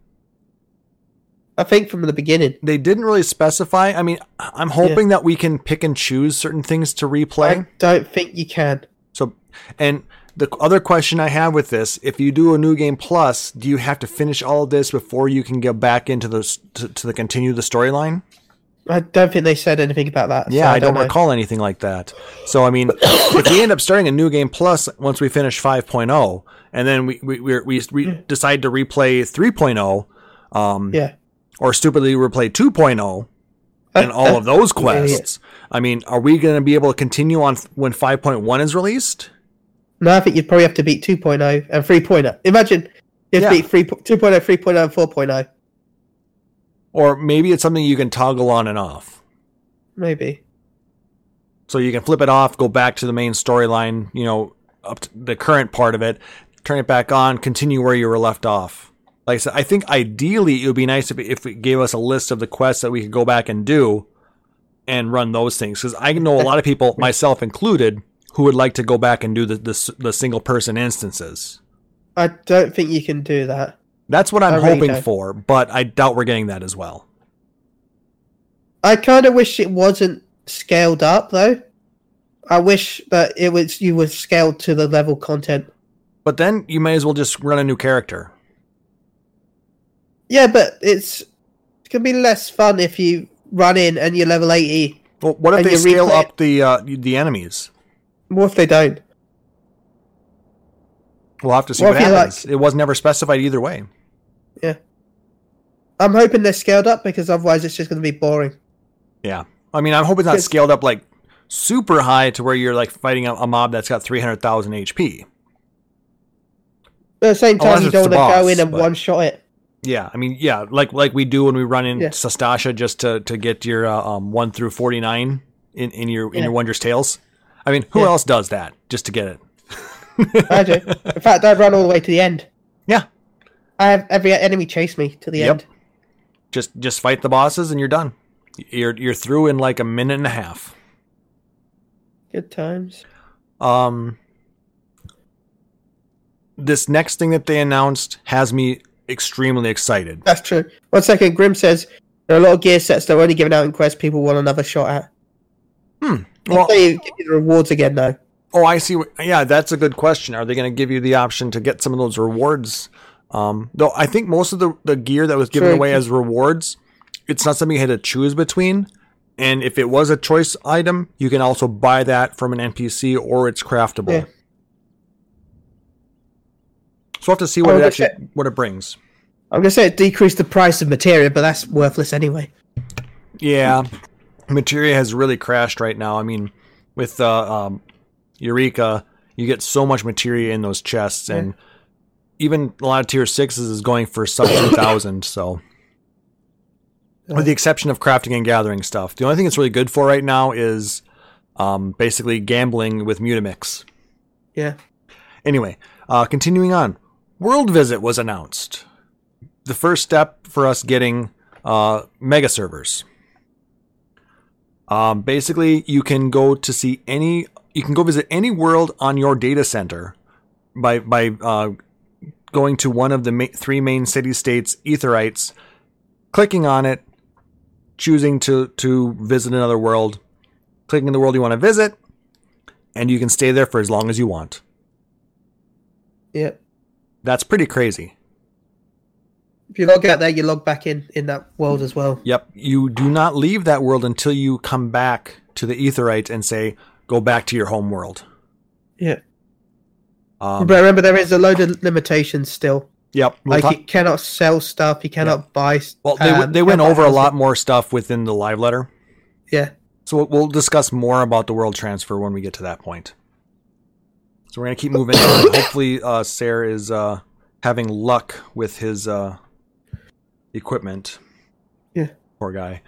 Speaker 4: I think from the beginning.
Speaker 2: They didn't really specify. I mean, I'm hoping that we can pick and choose certain things to replay.
Speaker 4: I don't think you can.
Speaker 2: So, and the other question I have with this: If you do a new game plus, do you have to finish all of this before you can go back into the s- to, to the continue the storyline?
Speaker 4: I don't think they said anything about that. so
Speaker 2: Yeah, I don't,
Speaker 4: know.
Speaker 2: recall anything like that. So I mean, [coughs] if we end up starting a new game plus once we finish 5.0, and then we we we, we re- decide to replay 3.0, um,
Speaker 4: Yeah.
Speaker 2: or stupidly replay 2.0 and all of those quests. I mean, are we going to be able to continue on f- when 5.1 is released?
Speaker 4: No, I think you'd probably have to beat 2.0 and 3.0. Imagine you have
Speaker 2: Yeah.
Speaker 4: to beat 3, 2.0, 3.0, oh, and 4.0.
Speaker 2: Or maybe it's something you can toggle on and off.
Speaker 4: Maybe.
Speaker 2: So you can flip it off, go back to the main storyline, you know, up to the current part of it, turn it back on, continue where you were left off. Like I said, I think ideally it would be nice if, if it gave us a list of the quests that we could go back and do and run those things. Because I know a lot of people, myself included, who would like to go back and do the, the, s- the single person instances.
Speaker 4: I don't think you can do that.
Speaker 2: That's what I'm
Speaker 4: I really
Speaker 2: hoping
Speaker 4: don't.
Speaker 2: for, but I doubt we're getting that as well.
Speaker 4: I kind of wish it wasn't scaled up, though. I wish that it was you were scaled to the level content.
Speaker 2: But then you may as well just run a new character.
Speaker 4: Yeah, but it's it can be less fun if you run in and you're level 80.
Speaker 2: Well, what if
Speaker 4: And
Speaker 2: they
Speaker 4: you
Speaker 2: scale
Speaker 4: replay it.
Speaker 2: up the uh, the enemies?
Speaker 4: What if they don't?
Speaker 2: We'll have to see
Speaker 4: Well,
Speaker 2: what,
Speaker 4: if you
Speaker 2: happens. It was never specified either way.
Speaker 4: I'm hoping they're scaled up because otherwise it's just going to be boring.
Speaker 2: Yeah. I mean, I'm hoping it's not
Speaker 4: Yes.
Speaker 2: scaled up like super high to where you're like fighting a, a mob that's got 300,000 HP.
Speaker 4: But at the same time,
Speaker 2: Unless
Speaker 4: you
Speaker 2: it's
Speaker 4: don't
Speaker 2: the
Speaker 4: want to go
Speaker 2: boss,
Speaker 4: in and
Speaker 2: but-
Speaker 4: one
Speaker 2: [laughs]
Speaker 4: shot it.
Speaker 2: Yeah. I mean, yeah, like like we do when we run in
Speaker 4: Yeah.
Speaker 2: Sastasha just to to get your uh, um 1 through 49 in in your in
Speaker 4: Yeah.
Speaker 2: your wondrous tales. I mean, who
Speaker 4: Yeah.
Speaker 2: else does that just to get it?
Speaker 4: I do. In fact, I run all the way to the end.
Speaker 2: Yeah.
Speaker 4: I have every enemy chase me to the
Speaker 2: Yep.
Speaker 4: end.
Speaker 2: Just just fight the bosses and you're done. You're you're through in like a minute and a half.
Speaker 4: Good times.
Speaker 2: Um, this next thing that they announced has me extremely excited.
Speaker 4: That's true. One second, Grim says there are a lot of gear sets that are only given out in quests people want another shot at.
Speaker 2: Hmm. Well,
Speaker 4: they give you the rewards again though.
Speaker 2: oh, I see. What, yeah, that's a good question. Are they going to give you the option to get some of those rewards? Um, though I think most of the, the gear that was given
Speaker 4: True.
Speaker 2: away as rewards, it's not something you had to choose between. And if it was a choice item, you can also buy that from an NPC or it's craftable.
Speaker 4: Yeah.
Speaker 2: So we'll have to see
Speaker 4: I
Speaker 2: what
Speaker 4: was
Speaker 2: it
Speaker 4: gonna
Speaker 2: actually what it brings.
Speaker 4: I'm gonna say it decreased the price of material, but that's worthless anyway.
Speaker 2: Yeah, [laughs] Materia has really crashed right now. I mean, with uh, um, Eureka, you get so much Materia in those chests, and even a lot of tier sixes is going for sub two thousand. So, with the exception of crafting and gathering stuff, the only thing it's really good for right now is um, basically gambling with Mutamix.
Speaker 4: Yeah.
Speaker 2: Anyway, uh, continuing on, World Visit was announced. The first step for us getting uh, mega servers. Um, basically, you can go to see any, you can go visit any world on your data center by by uh, going to one of the ma- three main city states etherites, clicking on it, choosing to to visit another world, clicking the world you want to visit, and you can stay there for as long as you want.
Speaker 4: Yeah.
Speaker 2: That's pretty crazy.
Speaker 4: If you log out there, you log back in in that world as well.
Speaker 2: Yep. You do not leave that world until you come back to the Etherite and say, go back to your home world.
Speaker 4: Yeah.
Speaker 2: Um,
Speaker 4: but remember, there is a load of limitations still.
Speaker 2: yep. we'll
Speaker 4: Like
Speaker 2: talk-
Speaker 4: you cannot sell stuff, you cannot buy. s-
Speaker 2: well, they, w
Speaker 4: um,
Speaker 2: they
Speaker 4: you
Speaker 2: went
Speaker 4: can't buy
Speaker 2: over a
Speaker 4: housing.
Speaker 2: lot more stuff within the live letter.
Speaker 4: Yeah.
Speaker 2: So we'll, we'll discuss more about the world transfer when we get to that point. So we're going to keep moving on. [coughs] Hopefully, uh, Sarah is uh, having luck with his uh, equipment.
Speaker 4: Yeah.
Speaker 2: Poor guy.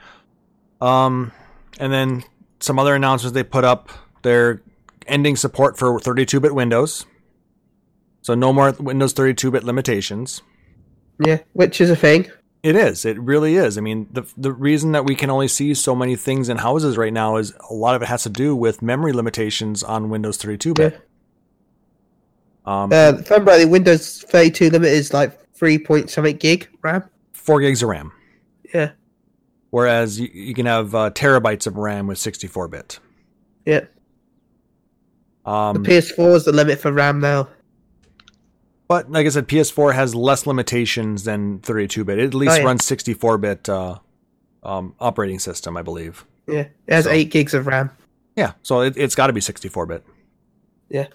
Speaker 2: Um, and then some other announcements they put up. They're ending support for 32 bit Windows. So no more Windows 32 bit limitations.
Speaker 4: Yeah, which is a thing.
Speaker 2: It is. It really is. I mean, the the reason that we can only see so many things in houses right now is a lot of it has to do with memory limitations on Windows 32 bit. Um,
Speaker 4: Uh, if I'm right, the Windows 32 limit is like three point something gig RAM.
Speaker 2: four gigs of RAM.
Speaker 4: Yeah.
Speaker 2: Whereas you, you can have uh, terabytes of RAM with 64 bit.
Speaker 4: Yeah.
Speaker 2: Um,
Speaker 4: the PS4 is the limit for RAM now.
Speaker 2: but like I said, PS4 has less limitations than 32 bit. It at least
Speaker 4: Oh, yeah.
Speaker 2: runs 64 bit uh, um, operating system, I believe.
Speaker 4: Yeah. It has
Speaker 2: So-
Speaker 4: eight gigs of RAM.
Speaker 2: Yeah, so it, it's got to be 64 bit.
Speaker 4: Yeah.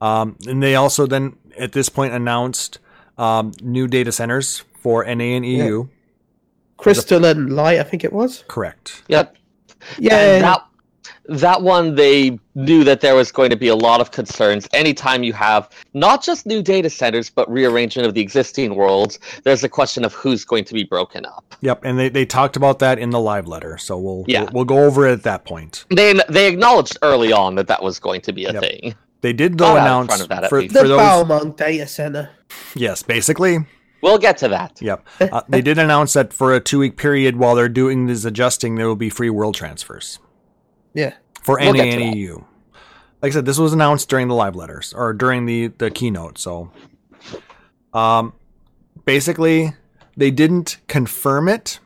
Speaker 2: Um, and they also then at this point announced um, new data centers for NA and E EU.
Speaker 4: Crystal and Light, I think it was.
Speaker 2: Correct.
Speaker 3: Yep.
Speaker 4: Yeah.
Speaker 3: And that that one they knew that there was going to be a lot of concerns anytime you have not just new data centers but rearrangement of the existing worlds there's a question of who's going to be broken up
Speaker 2: Yep. And they, they talked about that in the live letter, so we'll
Speaker 3: Yeah.
Speaker 2: we'll, we'll go over it at that point.
Speaker 3: they they acknowledged early on that that was going to be a
Speaker 2: Yep.
Speaker 3: thing
Speaker 2: They did though
Speaker 3: Not Oh, out in
Speaker 2: announce
Speaker 3: front of that, at
Speaker 2: for,
Speaker 3: least.
Speaker 4: the
Speaker 2: for those
Speaker 4: Balmong Data Center.
Speaker 2: yes, basically.
Speaker 3: we'll get to that
Speaker 2: Yep. Uh, they did announce that for a two week period while they're doing this adjusting, there will be free world transfers
Speaker 4: Yeah.
Speaker 2: for
Speaker 3: We'll
Speaker 2: NA
Speaker 3: get to
Speaker 2: and
Speaker 3: that.
Speaker 2: EU. Like I said, this was announced during the live letters or during the, the keynote. So, um, basically, they didn't confirm it,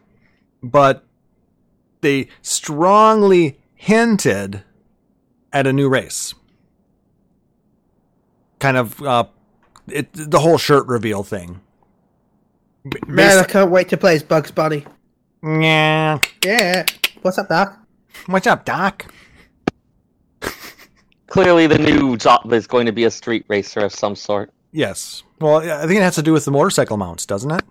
Speaker 2: but they strongly hinted at a new race. Kind of uh, it, the whole shirt reveal thing. B-
Speaker 4: Man, I can't wait to play as Bugs Bunny.
Speaker 2: basi- yeah.
Speaker 4: Yeah. What's up, Doc?
Speaker 2: What's up, Doc?
Speaker 3: clearly the new job is going to be a street racer of some sort
Speaker 2: Yes. Well, yeah, I think it has to do with the motorcycle mounts, doesn't it?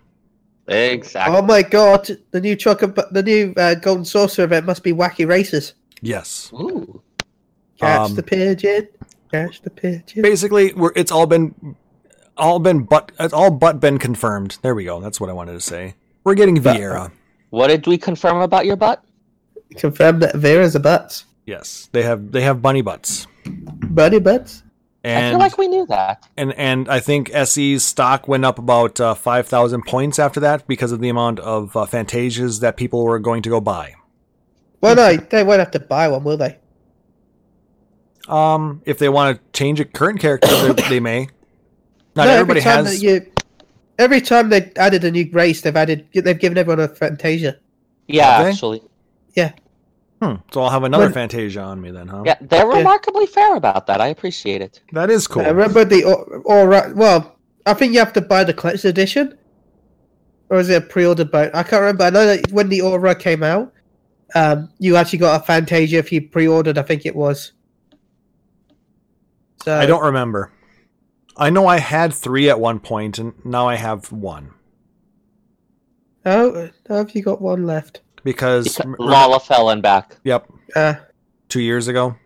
Speaker 3: exactly
Speaker 4: Oh my god, the new chocolate, bu- the new uh, golden saucer event must be wacky races. Oh.
Speaker 2: Yes.
Speaker 3: Ooh.
Speaker 4: Catch
Speaker 2: Um,
Speaker 4: the pigeon, catch the pigeon.
Speaker 2: Basically, we're, it's all been all been but it's all but been confirmed. There we go. That's what I wanted to say. We're getting
Speaker 3: uh,
Speaker 2: Vieira.
Speaker 3: what did we confirm about your butt
Speaker 4: Confirm that Vera's a butts,
Speaker 2: Yes. They have they have bunny butts.
Speaker 4: bunny butts.
Speaker 2: And
Speaker 3: i feel like we knew that
Speaker 2: and and I think SE's stock went up about uh, five thousand points after that because of the amount of uh, Fantasias that people were going to go buy.
Speaker 4: Well, no,
Speaker 2: Mm-hmm.
Speaker 4: they won't have to buy one, will they?
Speaker 2: Um, if they want to change a current character, they, [coughs] they may. Not
Speaker 4: no,
Speaker 2: everybody
Speaker 4: every time that
Speaker 2: has.
Speaker 4: you, every time they added a new race, they've added, they've given everyone a Fantasia.
Speaker 3: yeah
Speaker 2: Did they?
Speaker 3: actually
Speaker 2: Hmm, so I'll have another
Speaker 4: When-
Speaker 2: Fantasia on me then, huh?
Speaker 3: yeah they're
Speaker 4: Yeah.
Speaker 3: remarkably fair about that i appreciate it
Speaker 2: That is cool.
Speaker 4: I remember the or, or well, I think you have to buy the collector's edition, or is it a pre-order boat? I can't remember. I know that when the Aura came out, um, you actually got a Fantasia if you pre-ordered. I think it was. So
Speaker 2: I don't remember. I know I had three at one point, and now I have one
Speaker 4: Oh, oh, have you got one left?
Speaker 2: because
Speaker 3: Beca-
Speaker 2: rem-
Speaker 3: lala fell and back
Speaker 2: Yep,
Speaker 4: Uh,
Speaker 2: two years ago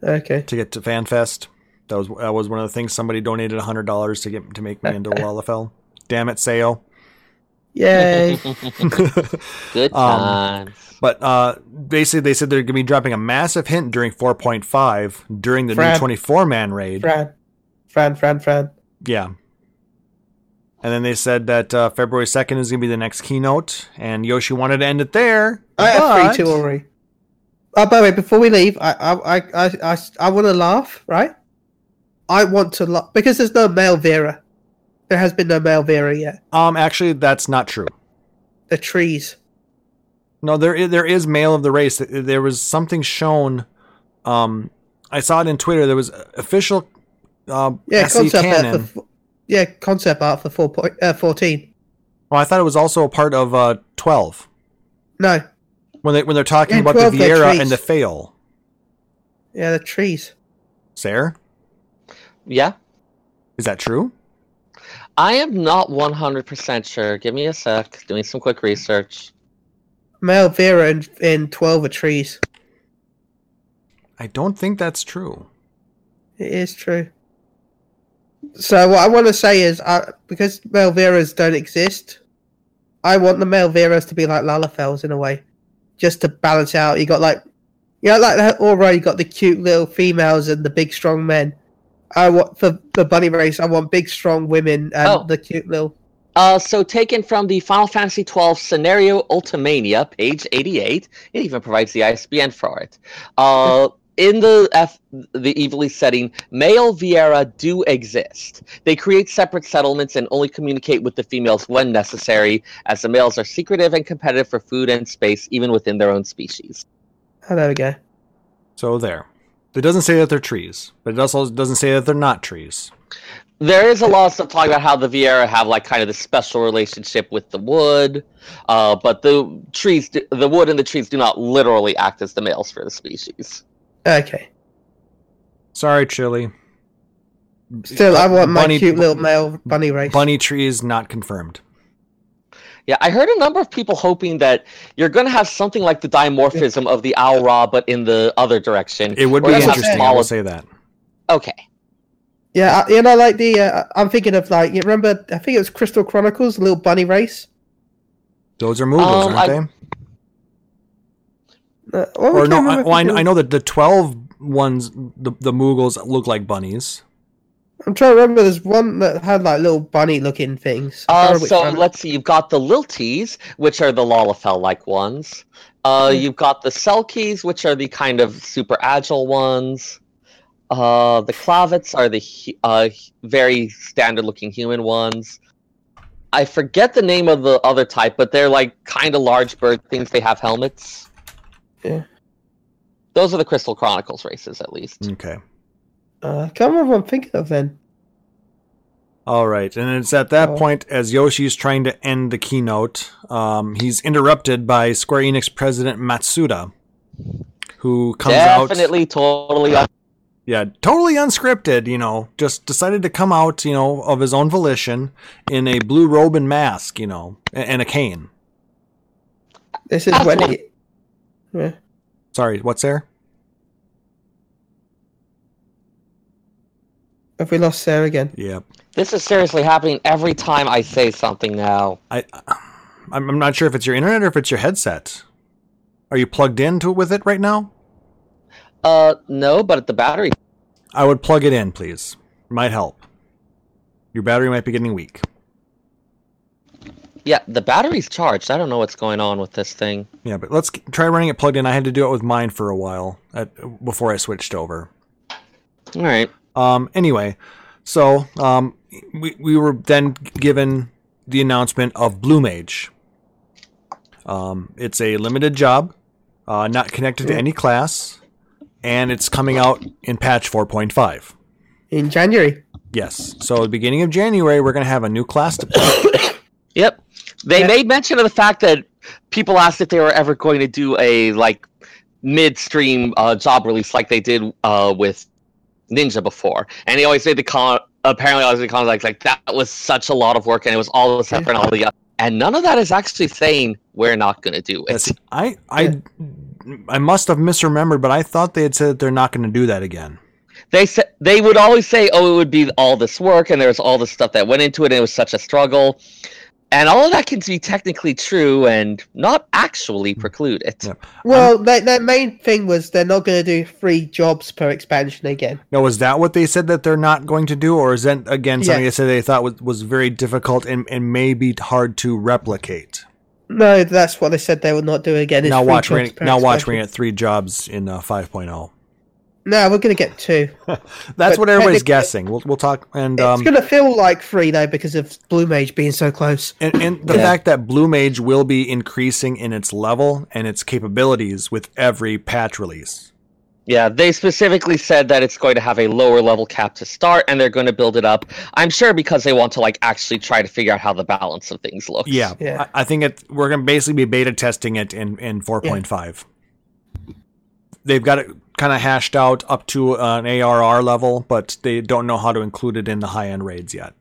Speaker 4: okay.
Speaker 2: to get to FanFest. That was that was one of the things somebody donated hundred dollars to get to make me
Speaker 4: [laughs]
Speaker 2: into Lalafell. Damn it, Sayo. [laughs]
Speaker 4: Yay!
Speaker 3: Good
Speaker 2: Um,
Speaker 3: times.
Speaker 2: [laughs] But uh, basically, they said they're going to be dropping a massive hint during 4.5 during the
Speaker 4: Fran.
Speaker 2: new 24 man raid.
Speaker 4: Fran, Fran, Fran, Fran.
Speaker 2: Yeah. And then they said that uh, February 2nd is going to be the next keynote, and Yoshi wanted to end it there.
Speaker 4: I
Speaker 2: but-
Speaker 4: have three two already. Oh, by the way, before we leave, I I I I, I, want to laugh, right? I want to laugh because there's no male Vera. There has been no male Vera yet.
Speaker 2: Um, actually, that's not true.
Speaker 4: The trees.
Speaker 2: No, there is, there is male of the race. There was something shown. Um, I saw it in Twitter. There was official. Uh,
Speaker 4: Yeah,
Speaker 2: SE
Speaker 4: concept
Speaker 2: canon.
Speaker 4: art for f- yeah concept art for four point uh, fourteen.
Speaker 2: Well, I thought it was also a part of uh, 12
Speaker 4: No,
Speaker 2: when they when they're talking
Speaker 4: Yeah,
Speaker 2: about the
Speaker 4: 12 they're
Speaker 2: Vieira
Speaker 4: trees.
Speaker 2: and the fail.
Speaker 4: yeah, the trees.
Speaker 2: Sarah,
Speaker 3: yeah,
Speaker 2: is that true?
Speaker 3: I am not 100% sure. Give me a sec. Doing some quick research.
Speaker 4: Male Vera and in twelve are trees.
Speaker 2: I don't think that's true.
Speaker 4: It is true. So what I want to say is, I, because male Veras don't exist, I want the male Veras to be like Lalafels in a way, just to balance out. You got like, you know, like that aura. You got the cute little females and the big strong men. I want for the bunny race. I want big strong women and
Speaker 3: Oh.
Speaker 4: the cute little.
Speaker 3: Uh, so taken from the Final Fantasy XII scenario Ultimania, page 88. It even provides the ISBN for it. Uh, in the F, the evilly setting, male Viera do exist. They create separate settlements and only communicate with the females when necessary, as the males are secretive and competitive for food and space, even within their own species.
Speaker 4: Oh, there we go.
Speaker 2: So there. It doesn't say that they're trees, but it also doesn't say that they're not trees.
Speaker 3: There is a lot of stuff talking about how the Viera have like kind of this special relationship with the wood, uh, but the trees, do, the wood and the trees, do not literally act as the males for the species.
Speaker 4: Okay.
Speaker 2: Sorry, Chili.
Speaker 4: Still, I want my
Speaker 2: Uh, Bunny-
Speaker 4: cute little male bunny race.
Speaker 2: Bunny tree is not confirmed.
Speaker 3: Yeah, I heard a number of people hoping that you're going to have something like the dimorphism of the owl raw, but in the other direction.
Speaker 2: It would
Speaker 3: Or
Speaker 2: be
Speaker 3: you have
Speaker 2: interesting. I
Speaker 3: smaller-
Speaker 2: will say that.
Speaker 3: Okay.
Speaker 4: Yeah, I- you know, like the uh, I'm thinking of like you remember? I think it was Crystal Chronicles, the little bunny race.
Speaker 2: Those are moogles,
Speaker 3: Um,
Speaker 2: aren't
Speaker 3: I-
Speaker 2: they?
Speaker 4: Uh, oh,
Speaker 2: Or
Speaker 4: I
Speaker 2: no?
Speaker 4: can't
Speaker 2: I,
Speaker 4: remember
Speaker 2: well, I,
Speaker 4: if it
Speaker 2: I
Speaker 4: was-
Speaker 2: know that the twelve ones, the the moogles look like bunnies.
Speaker 4: I'm trying to remember. There's one that had like little bunny-looking things. I can't
Speaker 3: Uh,
Speaker 4: remember which
Speaker 3: so
Speaker 4: one it-
Speaker 3: let's see. You've got the Lilties, which are the Lalafell like ones. Uh,
Speaker 4: Mhm.
Speaker 3: You've got the Selkies, which are the kind of super agile ones. Uh, the Clavets are the hu- uh, very standard looking human ones. I forget the name of the other type, but they're like kind of large bird things. They have helmets.
Speaker 4: Yeah.
Speaker 3: Those are the Crystal Chronicles races, at least.
Speaker 2: Okay.
Speaker 4: Uh, I can't remember what I'm thinking of then.
Speaker 2: All right, and it's at that
Speaker 4: Oh.
Speaker 2: point as Yoshi's trying to end the keynote, um, he's interrupted by Square Enix president Matsuda, who comes out
Speaker 3: Definitely, totally. up-
Speaker 2: yeah, totally unscripted, you know, just decided to come out, you know, of his own volition in a blue robe and mask, you know, a- and a cane.
Speaker 4: This is
Speaker 3: That's
Speaker 4: when
Speaker 3: one.
Speaker 4: he, yeah.
Speaker 2: Sorry, what's there?
Speaker 4: have we lost Sarah again?
Speaker 2: Yeah.
Speaker 3: This is seriously happening every time I say something now.
Speaker 2: I I'm I'm not sure if it's your internet or if it's your headset. Are you plugged into with it right now?
Speaker 3: Uh, no, but at the battery.
Speaker 2: I would plug it in, please. Might help. Your battery might be getting weak.
Speaker 3: Yeah, the battery's charged. I don't know what's going on with this thing.
Speaker 2: Yeah, but let's g- try running it plugged in. I had to do it with mine for a while at, before I switched over.
Speaker 3: All right.
Speaker 2: Um, anyway, so um, we, we were then given the announcement of Blue Mage. Um, it's a limited job, uh, not connected to any class, and it's coming out in patch 4.5.
Speaker 4: In January.
Speaker 2: Yes. So, the beginning of January, we're going to have a new class to play.
Speaker 3: Yep. They
Speaker 4: Yeah.
Speaker 3: made mention of the fact that people asked if they were ever going to do a like midstream uh, job release like they did uh, with Ninja before, and he always made the con. Apparently, always made the comment like, like that was such a lot of work, and it was all this effort and all the. And none of that is actually saying we're not going to do it.
Speaker 2: Yes, I, I, I must have misremembered, but I thought they had said that they're not going to do that again.
Speaker 3: they said they would always say, "Oh, it would be all this work, and there was all this stuff that went into it, and it was such a struggle." And all of that can be technically true and not actually precluded.
Speaker 2: Mm. Yeah. Um,
Speaker 4: Well, their, their main thing was they're not going to do three jobs per expansion again.
Speaker 2: Now, was that what they said that they're not going to do, or is that again something
Speaker 4: Yeah.
Speaker 2: they said they thought was, was very difficult and, and may be hard to replicate?
Speaker 4: No, that's what they said they would not do again. is
Speaker 2: now
Speaker 4: three
Speaker 2: watch,
Speaker 4: jobs
Speaker 2: we're gonna-
Speaker 4: per
Speaker 2: now watch, we're
Speaker 4: expansion.
Speaker 2: gonna get three jobs in uh, 5.0.
Speaker 4: No, we're going to get two.
Speaker 2: That's
Speaker 4: But
Speaker 2: what everybody's
Speaker 4: technically-
Speaker 2: guessing. We'll we'll talk and
Speaker 4: it's
Speaker 2: um
Speaker 4: going to feel like three though because of Blue Mage being so close.
Speaker 2: and, and the
Speaker 3: Yeah.
Speaker 2: fact that Blue Mage will be increasing in its level and its capabilities with every patch release.
Speaker 3: Yeah, they specifically said that it's going to have a lower level cap to start, and they're going to build it up. I'm sure because they want to like actually try to figure out how the balance of things looks.
Speaker 2: Yeah,
Speaker 4: Yeah.
Speaker 2: I, I think it, we're going to basically be beta testing it in, in 4.5. They've got it kind of hashed out up to an ARR level, but they don't know how to include it in the high end raids yet.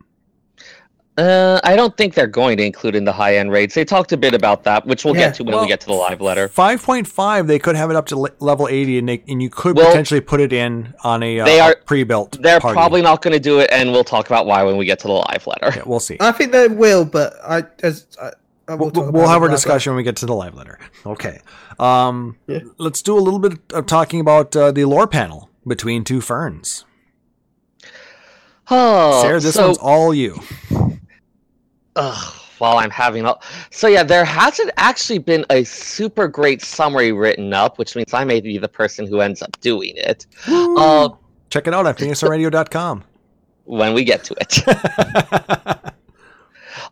Speaker 3: Uh, I don't think they're going to include in the high end raids. They talked a bit about that, which we'll
Speaker 4: Yeah,
Speaker 3: get to when
Speaker 2: well,
Speaker 3: we get to the live letter.
Speaker 2: 5.5, they could have it up to le- level 80, and, they, and you could
Speaker 3: Well,
Speaker 2: potentially put it in on a, uh,
Speaker 3: they are-
Speaker 2: pre built.
Speaker 3: They're probably not going to do it, and we'll talk about why when we get to the live letter.
Speaker 2: Yeah, we'll see.
Speaker 4: I think they will, but I as I, I
Speaker 2: we'll,
Speaker 4: will Uh, talk
Speaker 2: we'll
Speaker 4: about
Speaker 2: have
Speaker 4: it
Speaker 2: our
Speaker 4: later.
Speaker 2: discussion when we get to the live letter. Okay. Um,
Speaker 4: Yeah.
Speaker 2: Let's do a little bit of talking about uh, the lore panel between two ferns.
Speaker 3: Oh,
Speaker 2: Sarah, this
Speaker 3: Uh, so,
Speaker 2: one's all you.
Speaker 3: Ugh, while I'm having all. So yeah, there hasn't actually been a super great summary written up, which means I may be the person who ends up doing it. Uh,
Speaker 2: Check it out at phoenixradio.com.
Speaker 3: [laughs] when we get to it. [laughs]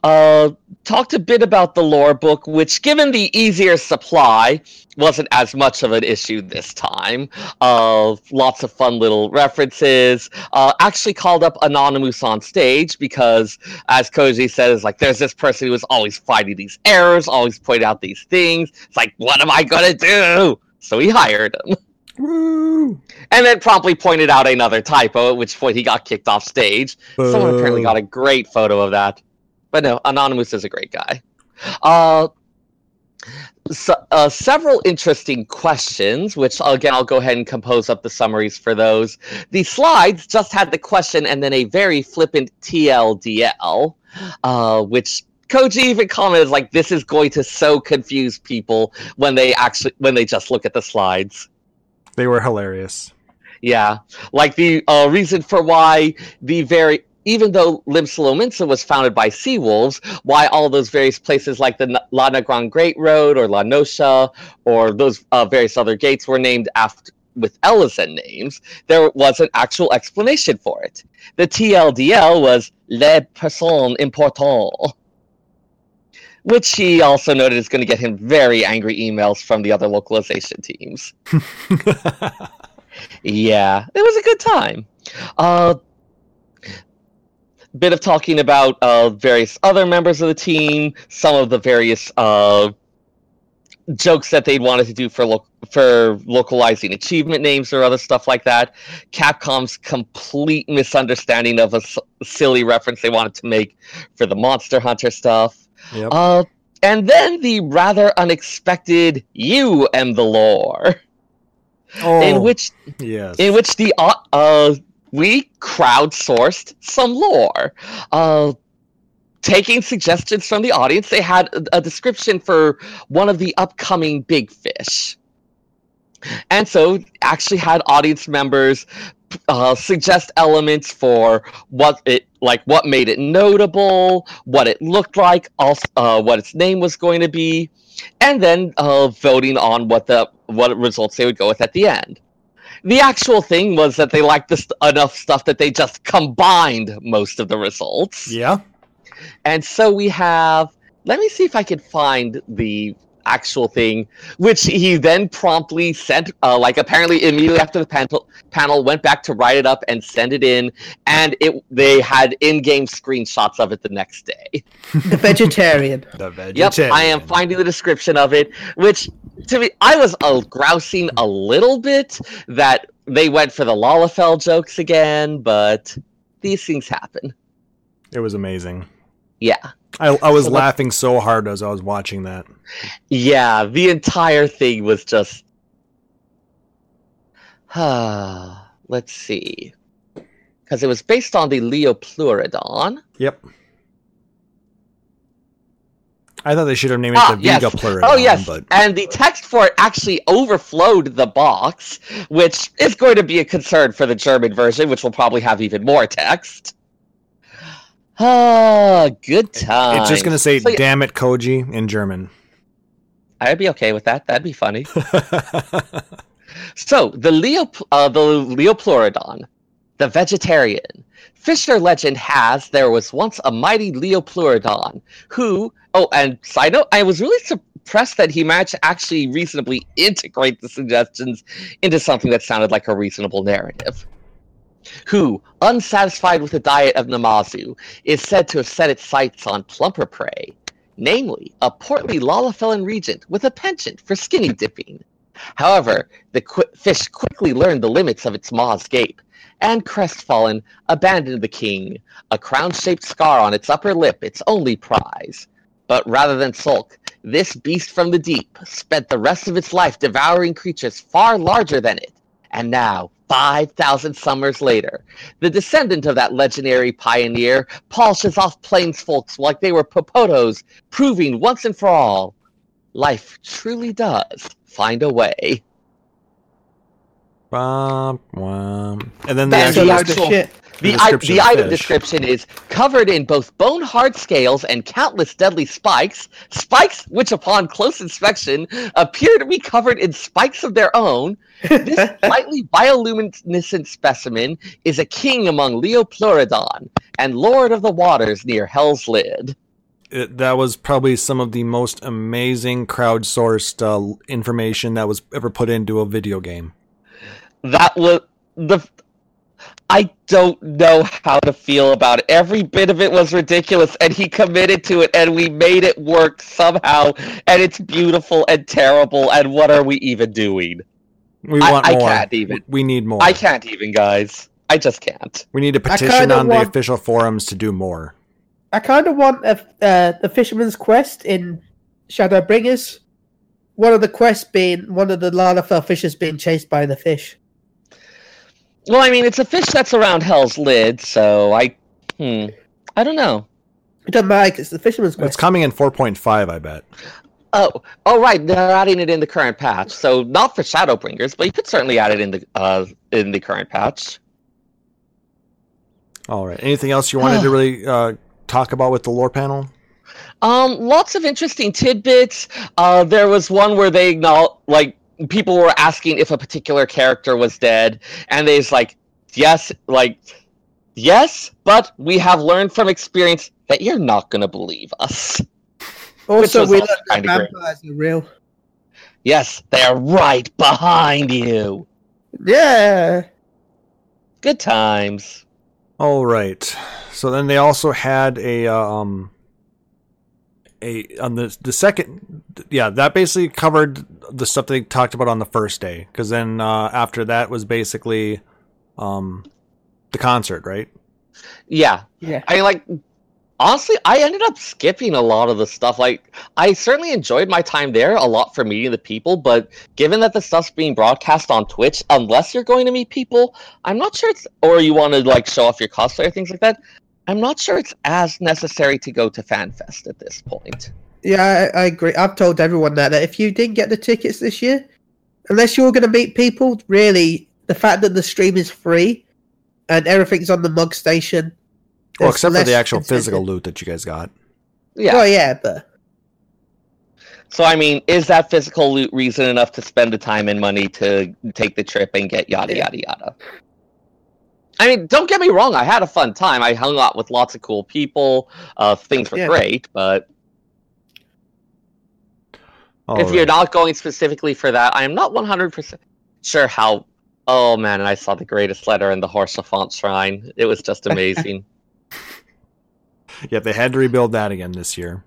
Speaker 3: Uh, talked a bit about the lore book, which, given the easier supply, wasn't as much of an issue this time. Uh, lots of fun little references. Uh, actually called up Anonymous on stage because, as Koji says, like there's this person who is always finding these errors, always pointing out these things. It's like, what am I gonna do? So he hired him.
Speaker 2: Woo!
Speaker 3: And then promptly pointed out another typo, at which point he got kicked off stage. Someone apparently
Speaker 2: Boo.
Speaker 3: got a great photo of that. But no, Anonymous is a great guy. Uh, so, uh, several interesting questions, which again, I'll go ahead and compose up the summaries for those. The slides just had the question and then a very flippant TLDL, uh, which Koji even commented like, "This is going to so confuse people when they actually when they just look at the slides."
Speaker 2: They were
Speaker 3: [laughs]
Speaker 2: hilarious.
Speaker 3: Yeah, like the uh, reason for why the very even though Limsalominsa was founded by sea wolves, why all those various places like the N- Lana Grande Great Road or La Nosha or those uh, various other gates were named after with Ellison names, there was an actual explanation for it. The TLDL was Les Personnes Importantes, which he also noted is going to get him very angry emails from the other localization teams. Yeah, it was a good time. Uh, bit of talking about uh, various other members of the team, some of the various uh, jokes that they wanted to do for lo- for localizing achievement names or other stuff like that. Capcom's complete misunderstanding of a s- silly reference they wanted to make for the Monster Hunter stuff.
Speaker 2: yep.
Speaker 3: Uh, and then the rather unexpected "You and the Lore,"
Speaker 2: oh,
Speaker 3: in which
Speaker 2: yes.
Speaker 3: in which the uh, uh we crowdsourced some lore uh taking suggestions from the audience they had a, a description for one of the upcoming big fish and so actually had audience members uh, suggest elements for what it like what made it notable what it looked like also, uh, what its name was going to be and then uh, voting on what the what results they would go with at the end the actual thing was that they liked this enough stuff that they just combined most of the results.
Speaker 2: yeah.
Speaker 3: And so we have. Let me see if I can find the actual thing, which he then promptly sent. Uh, like apparently, immediately after the panel, panel went back to write it up and send it in, and it they had in-game screenshots of it the next day.
Speaker 4: The vegetarian.
Speaker 2: The
Speaker 3: Yep,
Speaker 2: vegetarian.
Speaker 3: I am finding the description of it, which to me, I was uh, grousing a little bit that they went for the Lalafell jokes again, but these things happen.
Speaker 2: It was amazing.
Speaker 3: Yeah.
Speaker 2: I, I was
Speaker 3: So that-
Speaker 2: laughing so hard as I was watching that.
Speaker 3: Yeah, the entire thing was just. [sighs] Let's see. Because it was based on the Leopleurodon.
Speaker 2: Yep. I thought they should have named it
Speaker 3: Ah,
Speaker 2: the
Speaker 3: yes.
Speaker 2: Vega Pleurodon,
Speaker 3: Oh yes,
Speaker 2: but
Speaker 3: and the text for it actually overflowed the box, which is going to be a concern for the German version, which will probably have even more text. [sighs] Ah, good time.
Speaker 2: it's just going to say,
Speaker 3: So, yeah,
Speaker 2: damn it, Koji, in
Speaker 3: [laughs]
Speaker 2: German.
Speaker 3: I'd be okay with that. That'd be funny. So the Leo, uh, the Leopleurodon, the vegetarian. Fisher legend has there was once a mighty Leopleurodon who. Oh, and side note, I was really impressed that he managed to actually reasonably integrate the suggestions into something that sounded like a reasonable narrative. Who, unsatisfied with the diet of Namazu, is said to have set its sights on plumper prey, namely a portly Lalafellan regent with a penchant for skinny dipping. However, the qu- fish quickly learned the limits of its maw's gape, and crestfallen, abandoned the king, a crown shaped scar on its upper lip its only prize. But rather than sulk, this beast from the deep spent the rest of its life devouring creatures far larger than it. And now, 5,000 summers later, the descendant of that legendary pioneer polishes off plainsfolks like they were popotos, proving once and for all life truly does find a way.
Speaker 2: Bum, wum. And then the
Speaker 3: That's
Speaker 2: actual,
Speaker 3: the
Speaker 4: Load of
Speaker 3: actual-
Speaker 4: shit.
Speaker 2: the,
Speaker 3: The, I-
Speaker 2: description
Speaker 3: the
Speaker 2: of
Speaker 3: item
Speaker 2: fish.
Speaker 3: description is covered in both bone hard scales and countless deadly spikes. Spikes, which upon close inspection appear to be covered in spikes of their own.
Speaker 2: [laughs]
Speaker 3: This slightly bioluminescent specimen is a king among Leopleurodon and lord of the waters near Hell's Lid.
Speaker 2: It- that was probably some of the most amazing crowdsourced uh, information that was ever put into a video game.
Speaker 3: That was the. I don't know how to feel about it. Every bit of it was ridiculous, and he committed to it, and we made it work somehow, and it's beautiful and terrible, and what are we even doing?
Speaker 2: We
Speaker 3: I-
Speaker 2: want
Speaker 3: I
Speaker 2: more.
Speaker 3: can't even.
Speaker 2: We need more.
Speaker 3: I can't even, guys. I just can't.
Speaker 2: We need a
Speaker 4: kinda
Speaker 2: petition on the
Speaker 4: want-
Speaker 2: official forums to do more.
Speaker 4: I kind of want a, uh, the Fisherman's Quest in Shadowbringers. One of the quests being one of the Lalafell fishes being chased by the fish.
Speaker 3: Well, I mean, it's a fish that's around Hell's Lid, so I. Hmm. I don't know.
Speaker 4: It doesn't matter. 'cause It's the Fisherman's
Speaker 2: It's
Speaker 4: Quest.
Speaker 2: coming in 4.5, I bet.
Speaker 3: Oh, oh, right. They're adding it in the current patch, so not for Shadowbringers, but you could certainly add it in the uh in the current patch.
Speaker 2: All right. Anything else you
Speaker 3: [sighs]
Speaker 2: wanted to really uh, talk about with the lore panel?
Speaker 3: Um, lots of interesting tidbits. Uh, there was one where they acknowledge, like, people were asking if a particular character was dead, and they was like, yes, like, yes, but we have learned from experience that you're not gonna believe us.
Speaker 4: also,
Speaker 3: was
Speaker 4: we
Speaker 3: also
Speaker 4: learned that
Speaker 3: kinda great.
Speaker 4: vampires are real.
Speaker 3: Yes, they're right behind you.
Speaker 4: Yeah.
Speaker 3: Good times.
Speaker 2: All right. So then they also had a um a on the the second yeah that basically covered the stuff they talked about on the first day because then uh, after that was basically um the concert right
Speaker 3: Yeah,
Speaker 4: Yeah.
Speaker 3: I like honestly, I ended up skipping a lot of the stuff. Like, I certainly enjoyed my time there a lot for meeting the people, but given that the stuff's being broadcast on Twitch, unless you're going to meet people, I'm not sure it's or you want to like show off your cosplay or things like that. I'm not sure it's as necessary to go to FanFest at this point.
Speaker 4: Yeah, I, I agree. I've told everyone that, that if you didn't get the tickets this year, unless you're going to meet people, really, the fact that the stream is free and everything's on the mug station.
Speaker 2: well
Speaker 4: there's
Speaker 2: except for
Speaker 4: less
Speaker 2: the actual
Speaker 4: incentive.
Speaker 2: physical loot that you guys got
Speaker 3: Yeah.
Speaker 4: Well, yeah, but
Speaker 3: So I mean, is that physical loot reason enough to spend the time and money to take the trip and get yada
Speaker 4: Yeah.
Speaker 3: yada yada? I mean, don't get me wrong. I had a fun time. I hung out with lots of cool people. Uh, things were
Speaker 4: Yeah.
Speaker 3: great, but
Speaker 2: All
Speaker 3: if you're
Speaker 2: right.
Speaker 3: not going specifically for that, I am not 100% sure how. Oh man, and I saw the greatest letter in the Horsafont Shrine. It was
Speaker 4: [laughs]
Speaker 3: just amazing.
Speaker 2: yeah they had to rebuild that again this year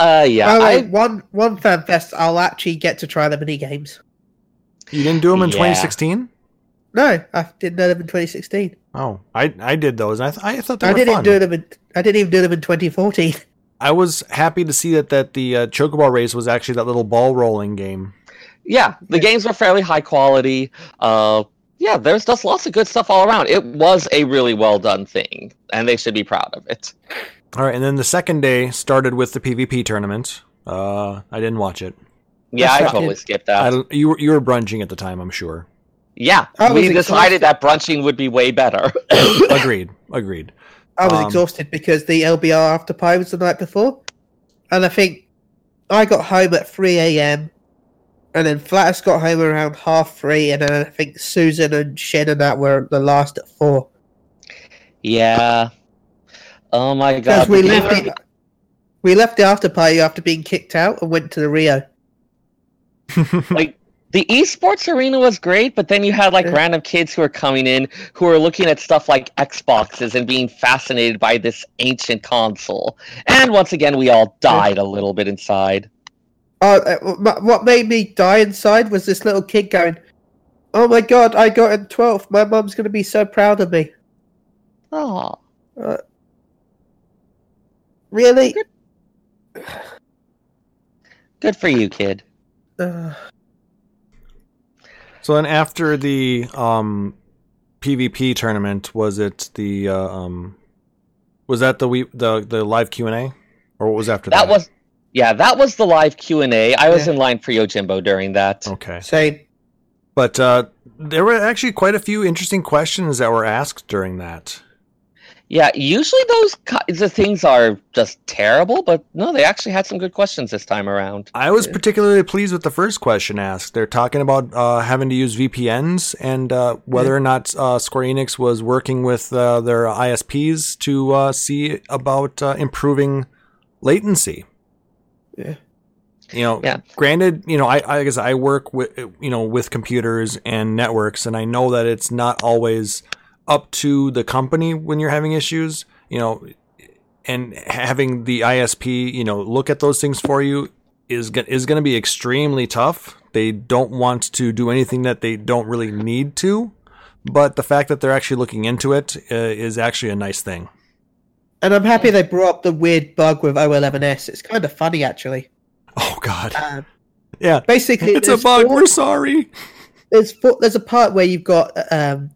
Speaker 3: uh, yeah,
Speaker 4: oh, wait,
Speaker 3: I-
Speaker 4: one one fan fest, I'll actually get to try the mini games.
Speaker 2: you didn't do them in
Speaker 3: Yeah.
Speaker 2: 2016
Speaker 4: No, I didn't do them in 2016.
Speaker 2: oh I I did those I th- I thought they
Speaker 4: I
Speaker 2: were
Speaker 4: didn't
Speaker 2: fun.
Speaker 4: do them in. I didn't even do them in 2014.
Speaker 2: I was happy to see that that the uh, chocobo race was actually that little ball rolling game
Speaker 3: yeah, the games were fairly high quality. Uh, yeah, there's just lots of good stuff all around. It was a really well done thing, and they should be proud of it.
Speaker 2: All right, and then the second day started with the PvP tournament. Uh, I didn't watch it.
Speaker 3: Yeah, I
Speaker 4: That's
Speaker 3: totally
Speaker 4: right.
Speaker 3: skipped
Speaker 2: I
Speaker 3: that.
Speaker 2: don't, you were you were brunching at the time, I'm sure. [coughs]
Speaker 3: Yeah,
Speaker 4: I was
Speaker 3: we decided that brunching would be way better. [laughs]
Speaker 2: Agreed, agreed.
Speaker 4: [laughs] I was
Speaker 2: Um,
Speaker 4: exhausted because the LBR after pie was the night before, and I think I got home at 3 a.m. and then Flatus got home around half three, and then I think Susan and Shen and that were the last at four
Speaker 3: yeah. Oh my god.
Speaker 4: because we
Speaker 3: the
Speaker 4: left
Speaker 3: games-
Speaker 4: the, we left the after party after being kicked out and went to the Rio.
Speaker 3: like the esports arena was great, but then you had like
Speaker 4: Yeah.
Speaker 3: random kids who were coming in who were looking at stuff like Xboxes and being fascinated by this ancient console. And once again, we all died a little bit inside.
Speaker 4: Oh, uh, wh- what made me die inside was this little kid going, "Oh my god, I got in 12th. My mum's gonna be so proud of me."
Speaker 3: Oh.
Speaker 4: Really?
Speaker 3: Good for you, kid.
Speaker 4: Uh,
Speaker 2: so then after the um, PvP tournament, was it the uh, um, was that the we the the live Q and A, or what was after that?
Speaker 3: That was yeah, that was the live Q and A. I was
Speaker 4: Yeah.
Speaker 3: in line for Yojimbo during that.
Speaker 2: okay.
Speaker 4: same.
Speaker 2: But uh, there were actually quite a few interesting questions that were asked during that.
Speaker 3: Yeah, usually those kinds of things are just terrible, but no, they actually had some good questions this time around.
Speaker 2: I was particularly pleased with the first question asked. They're talking about uh, having to use VPNs and uh, whether or not uh, Square Enix was working with uh, their ISPs to uh, see about uh, improving latency.
Speaker 4: Yeah.
Speaker 2: You know,
Speaker 3: Yeah.
Speaker 2: granted, you know, I, I guess I work with, you know, with computers and networks, and I know that it's not always up to the company when you're having issues. You know, and having the ISP, you know, look at those things for you is go- is going to be extremely tough. They don't want to do anything that they don't really need to, but the fact that they're actually looking into it uh, is actually a nice thing.
Speaker 4: And I'm happy they brought up the weird bug with O11S. It's kind of funny, actually.
Speaker 2: Oh God,
Speaker 4: [laughs] Um,
Speaker 2: yeah,
Speaker 4: basically,
Speaker 2: it's a
Speaker 4: there's
Speaker 2: bug.
Speaker 4: four-
Speaker 2: We're sorry.
Speaker 4: there's four, there's a part where you've got um,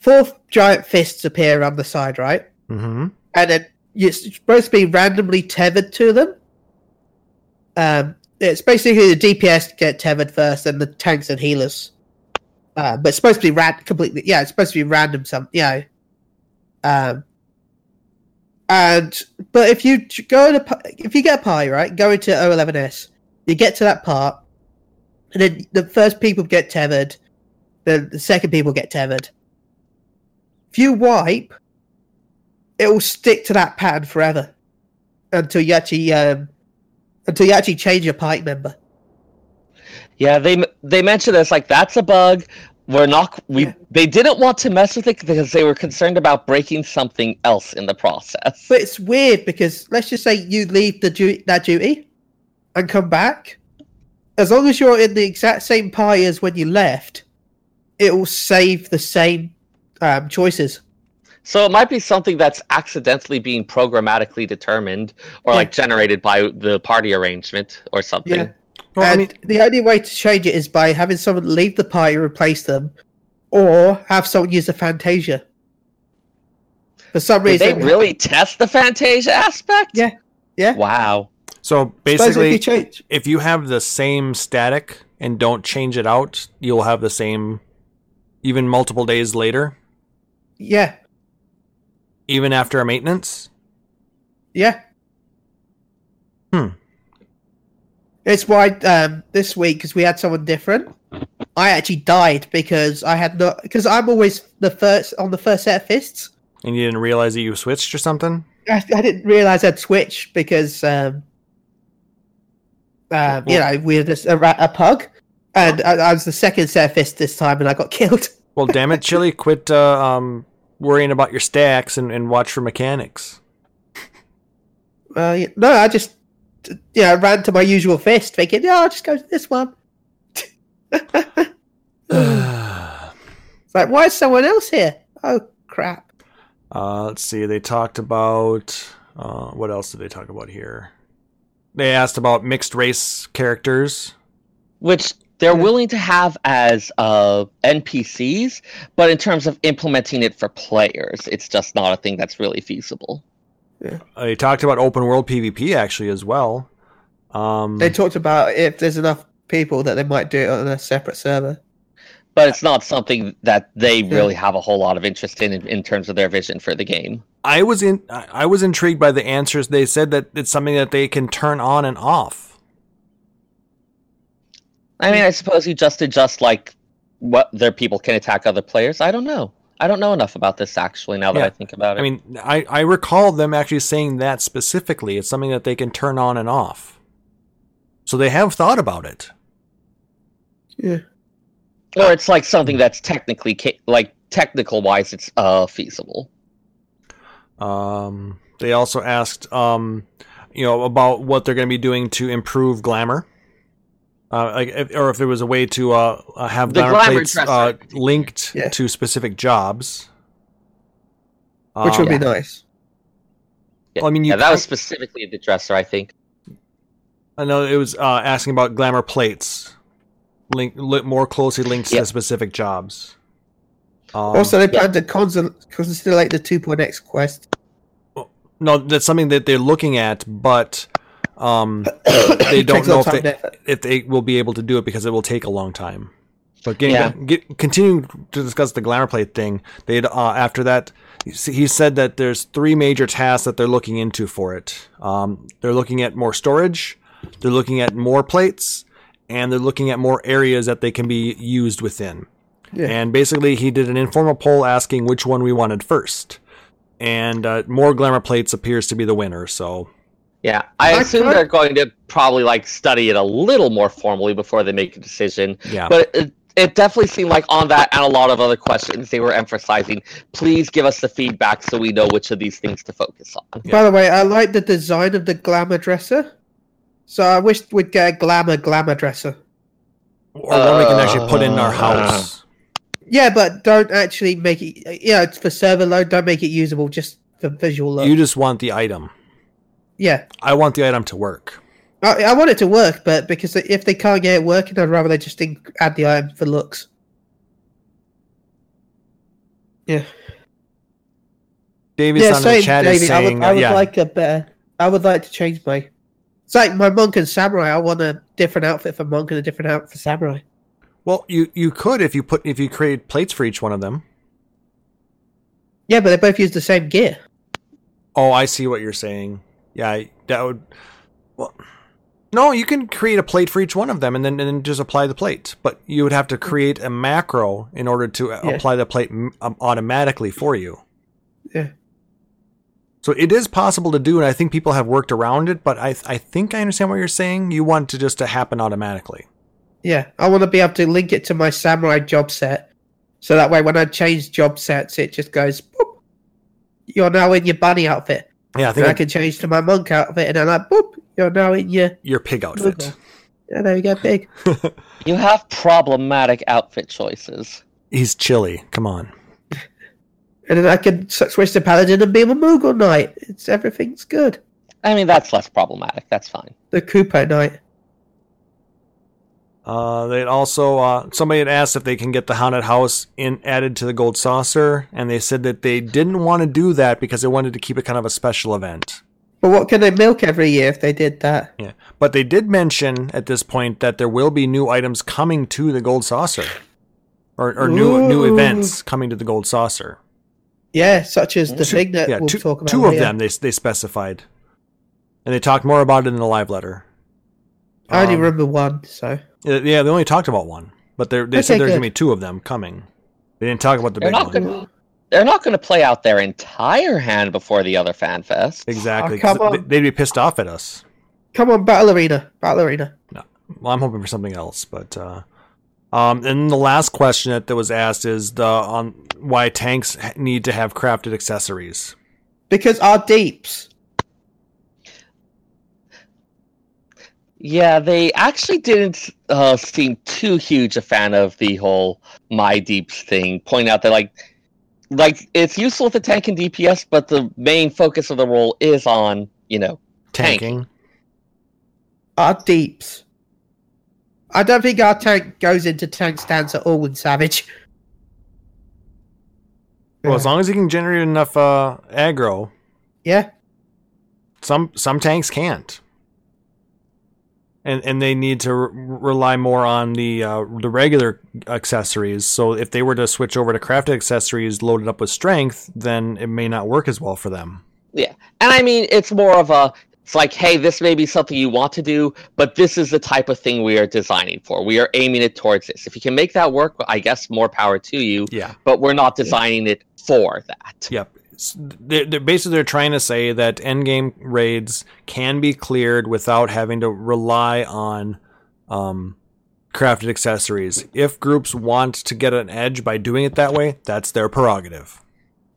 Speaker 4: four giant fists appear on the side, right?
Speaker 2: Mm-hmm.
Speaker 4: and then you're supposed to be randomly tethered to them. Um, it's basically the DPS get tethered first, and the tanks and healers. Uh, but it's supposed to be ran completely. Yeah, it's supposed to be random. Some you know. Um, and but if you j- go to pi- if you get a pie right, go into O11S. You get to that part, and then the first people get tethered, then the second people get tethered. If you wipe, it will stick to that pattern forever until you actually um, until you actually change your pike member.
Speaker 3: Yeah, they they mentioned this like that's a bug. We're not we they didn't want to mess with it because they were concerned about breaking something else in the process.
Speaker 4: But it's weird because let's just say you leave the du- that duty and come back. As long as you're in the exact same pie as when you left, it will save the same um, choices.
Speaker 3: So it might be something that's accidentally being programmatically determined or
Speaker 4: Yeah.
Speaker 3: like generated by the party arrangement or something.
Speaker 4: Yeah.
Speaker 2: Well, I
Speaker 4: and
Speaker 2: mean,
Speaker 4: the only way to change it is by having someone leave the pie and replace them, or have someone use the Fantasia. For some
Speaker 3: Did they
Speaker 4: reason,
Speaker 3: really test the Fantasia aspect?
Speaker 4: Yeah. Yeah.
Speaker 3: Wow.
Speaker 2: so
Speaker 4: Supposedly
Speaker 2: basically,
Speaker 4: change.
Speaker 2: if you have the same static and don't change it out, you'll have the same, even multiple days later,
Speaker 4: Yeah,
Speaker 2: even after a maintenance.
Speaker 4: Yeah.
Speaker 2: Hmm.
Speaker 4: It's why um, this week because we had someone different. I actually died because I had not because I'm always the first on the first set of fists.
Speaker 2: And you didn't realize that you switched or something?
Speaker 4: I, I didn't realize I'd switch because um, um, you know we're just a, ra- a pug, and I, I was the second set of fists this time, and I got [laughs] killed.
Speaker 2: Well, damn it, Chili, quit uh, um, worrying about your stacks and, and watch for mechanics.
Speaker 4: Uh, y- no, I just you know ran to my usual fist, thinking, yeah, I'll just go to this one.
Speaker 2: uh,
Speaker 4: It's like, why is someone else here? Oh crap.
Speaker 2: let's see, they talked about. Uh, what else did they talk about here? They asked about mixed race characters.
Speaker 3: Which they're
Speaker 4: Yeah.
Speaker 3: willing to have as uh, NPCs, but in terms of implementing it for players, it's just not a thing that's really feasible.
Speaker 2: Uh, they talked about open world PvP actually as well. Um,
Speaker 4: They talked about if there's enough people that they might do it on a separate server.
Speaker 3: But it's not something that they really have a whole lot of interest in, in in terms of their vision for the game.
Speaker 2: I was in. I I was intrigued by the answers. They said that it's something that they can turn on and off.
Speaker 3: I mean, I suppose you just adjust like what their people can attack other players. I don't know. I don't know enough about this actually. Now that
Speaker 2: Yeah.
Speaker 3: I think about it,
Speaker 2: I mean, I, I recall them actually saying that specifically. It's something that they can turn on and off. So they have thought about it.
Speaker 4: Yeah.
Speaker 3: or it's like
Speaker 2: Hmm.
Speaker 3: something that's technically ca- like technical wise, it's uh feasible.
Speaker 2: Um, they also asked, um, you know, about what they're going to be doing to improve glamour, uh, like, if, or if there was a way to uh, uh, have
Speaker 3: The
Speaker 2: glamour,
Speaker 3: glamour
Speaker 2: plates
Speaker 3: dresser.
Speaker 2: uh, linked
Speaker 4: Yeah.
Speaker 2: to specific jobs,
Speaker 4: Which would
Speaker 2: Um,
Speaker 4: be nice.
Speaker 3: Yeah.
Speaker 2: Well, I mean, you
Speaker 3: yeah, that was
Speaker 2: can't-
Speaker 3: specifically the dresser, I think.
Speaker 2: I know it was uh, asking about glamour plates, link li- more closely linked
Speaker 3: Yeah.
Speaker 2: to specific jobs. Um,
Speaker 4: also, they
Speaker 3: yeah.
Speaker 4: plan to consul- consolidate the 2.x quest.
Speaker 2: no, that's something that they're looking at, but um, [coughs] they
Speaker 4: Takes
Speaker 2: don't
Speaker 4: a lot
Speaker 2: know
Speaker 4: of
Speaker 2: if
Speaker 4: time and
Speaker 2: they,
Speaker 4: effort.
Speaker 2: if they will be able to do it because it will take a long time. But getting
Speaker 3: Yeah.
Speaker 2: get, continuing to discuss the glamour plate thing, they would uh, after that he said that there's three major tasks that they're looking into for it. Um, they're looking at more storage, they're looking at more plates, and they're looking at more areas that they can be used within.
Speaker 4: Yeah.
Speaker 2: And basically, he did an informal poll asking which one we wanted first, and uh, more glamour plates appears to be the winner. So
Speaker 3: Yeah, I
Speaker 4: I
Speaker 3: assume
Speaker 4: tried-
Speaker 3: they're going to probably like study it a little more formally before they make a decision.
Speaker 2: yeah,
Speaker 3: But it, it definitely seemed like on that and a lot of other questions they were emphasizing. Please give us the feedback so we know which of these things to focus on.
Speaker 4: By the way, I like the design of the glamour dresser. So I wish we'd get a glamour glamour dresser.
Speaker 2: or one we can actually put in
Speaker 3: uh,
Speaker 2: our house.
Speaker 4: Yeah, but don't actually make it. You know, it's for server load. Don't make it usable just for visual load.
Speaker 2: You just want the item.
Speaker 4: yeah,
Speaker 2: I want the item to work.
Speaker 4: I, I want it to work, but because if they can't get it working, I'd rather they just in- add the item for looks. Yeah.
Speaker 2: Davies
Speaker 4: yeah,
Speaker 2: on the
Speaker 4: same,
Speaker 2: chat is
Speaker 4: Davey, I
Speaker 2: saying,
Speaker 4: would, I
Speaker 2: uh,
Speaker 4: would
Speaker 2: yeah,
Speaker 4: like a better. I would like to change my. It's like my monk and samurai. I want a different outfit for monk and a different outfit for samurai.
Speaker 2: well, you you could if you put if you create plates for each one of them.
Speaker 4: Yeah, but they both use the same gear.
Speaker 2: Oh, I see what you're saying. Yeah, I- that would. Well, no, you can create a plate for each one of them, and then and then just apply the plate. But you would have to create a macro in order to uh
Speaker 4: Yeah.
Speaker 2: apply the plate m- um, automatically for you.
Speaker 4: Yeah.
Speaker 2: So it is possible to do, and I think people have worked around it. But I I think I understand what you're saying. You want it just to happen automatically.
Speaker 4: Yeah, I want to be able to link it to my samurai job set, so that way when I change job sets, it just goes. Boop, you're now in your bunny outfit.
Speaker 2: Yeah, I
Speaker 4: Then
Speaker 2: think
Speaker 4: I can change to my monk outfit, and then like boop, you're now in your.
Speaker 2: your pig outfit.
Speaker 4: Yeah, there you go, big.
Speaker 3: You have problematic outfit choices.
Speaker 2: He's chilly. Come on.
Speaker 4: And then I can s- switch to paladin and be a Moogle knight. It's everything's good.
Speaker 3: I mean, that's less problematic. That's fine.
Speaker 4: The Kupo knight.
Speaker 2: Uh, they also uh, somebody had asked if they can get the haunted house in added to the gold saucer, and they said that they didn't want to do that because they wanted to keep it kind of a special event.
Speaker 4: But what can they milk every year if they did that?
Speaker 2: Yeah, but they did mention at this point that there will be new items coming to the gold saucer, or, or new new
Speaker 4: Ooh.
Speaker 2: events coming to the gold saucer.
Speaker 4: Yeah, such as the thing that
Speaker 2: yeah,
Speaker 4: we'll
Speaker 2: two,
Speaker 4: talk about.
Speaker 2: two of
Speaker 4: later.
Speaker 2: them they they specified, and they talked more about it in the live letter.
Speaker 4: I only
Speaker 2: Um,
Speaker 4: remember one, so
Speaker 2: Uh, Yeah, they only talked about one, but they they said
Speaker 4: Okay,
Speaker 2: there's gonna
Speaker 4: good.
Speaker 2: be two of them coming. They didn't talk about the
Speaker 3: They're
Speaker 2: big
Speaker 3: not
Speaker 2: one.
Speaker 3: going to. They're not going to play out their entire hand before the other fan fest.
Speaker 2: Exactly.
Speaker 4: Oh, come
Speaker 2: 'cause th-
Speaker 4: on.
Speaker 2: They'd be pissed off at us.
Speaker 4: come on, battle arena, battle arena.
Speaker 2: Well, I'm hoping for something else, but uh, um, and the last question that, that was asked is the on why tanks h- need to have crafted accessories.
Speaker 4: Because our deeps.
Speaker 3: Yeah, they actually didn't uh, seem too huge a fan of the whole my deeps thing. Point out that like, like it's useful to tank and DPS, but the main focus of the role is on you know
Speaker 2: Tanking.
Speaker 4: Our deeps. I don't think our tank goes into tank stance at all with Savage.
Speaker 2: Well, as long as you can generate enough uh, aggro,
Speaker 4: Yeah.
Speaker 2: some some tanks can't. And, and they need to re- rely more on the uh, the regular accessories. So if they were to switch over to crafted accessories loaded up with strength, then it may not work as well for them.
Speaker 3: And I mean, it's more of a, it's like, hey, this may be something you want to do, but this is the type of thing we are designing for. We are aiming it towards this. If you can make that work, I guess more power to you,
Speaker 2: Yeah.
Speaker 3: but we're not designing it for that.
Speaker 2: Yep. S- They're, they're basically they're trying to say that endgame raids can be cleared without having to rely on um, crafted accessories. If groups want to get an edge by doing it that way, that's their prerogative.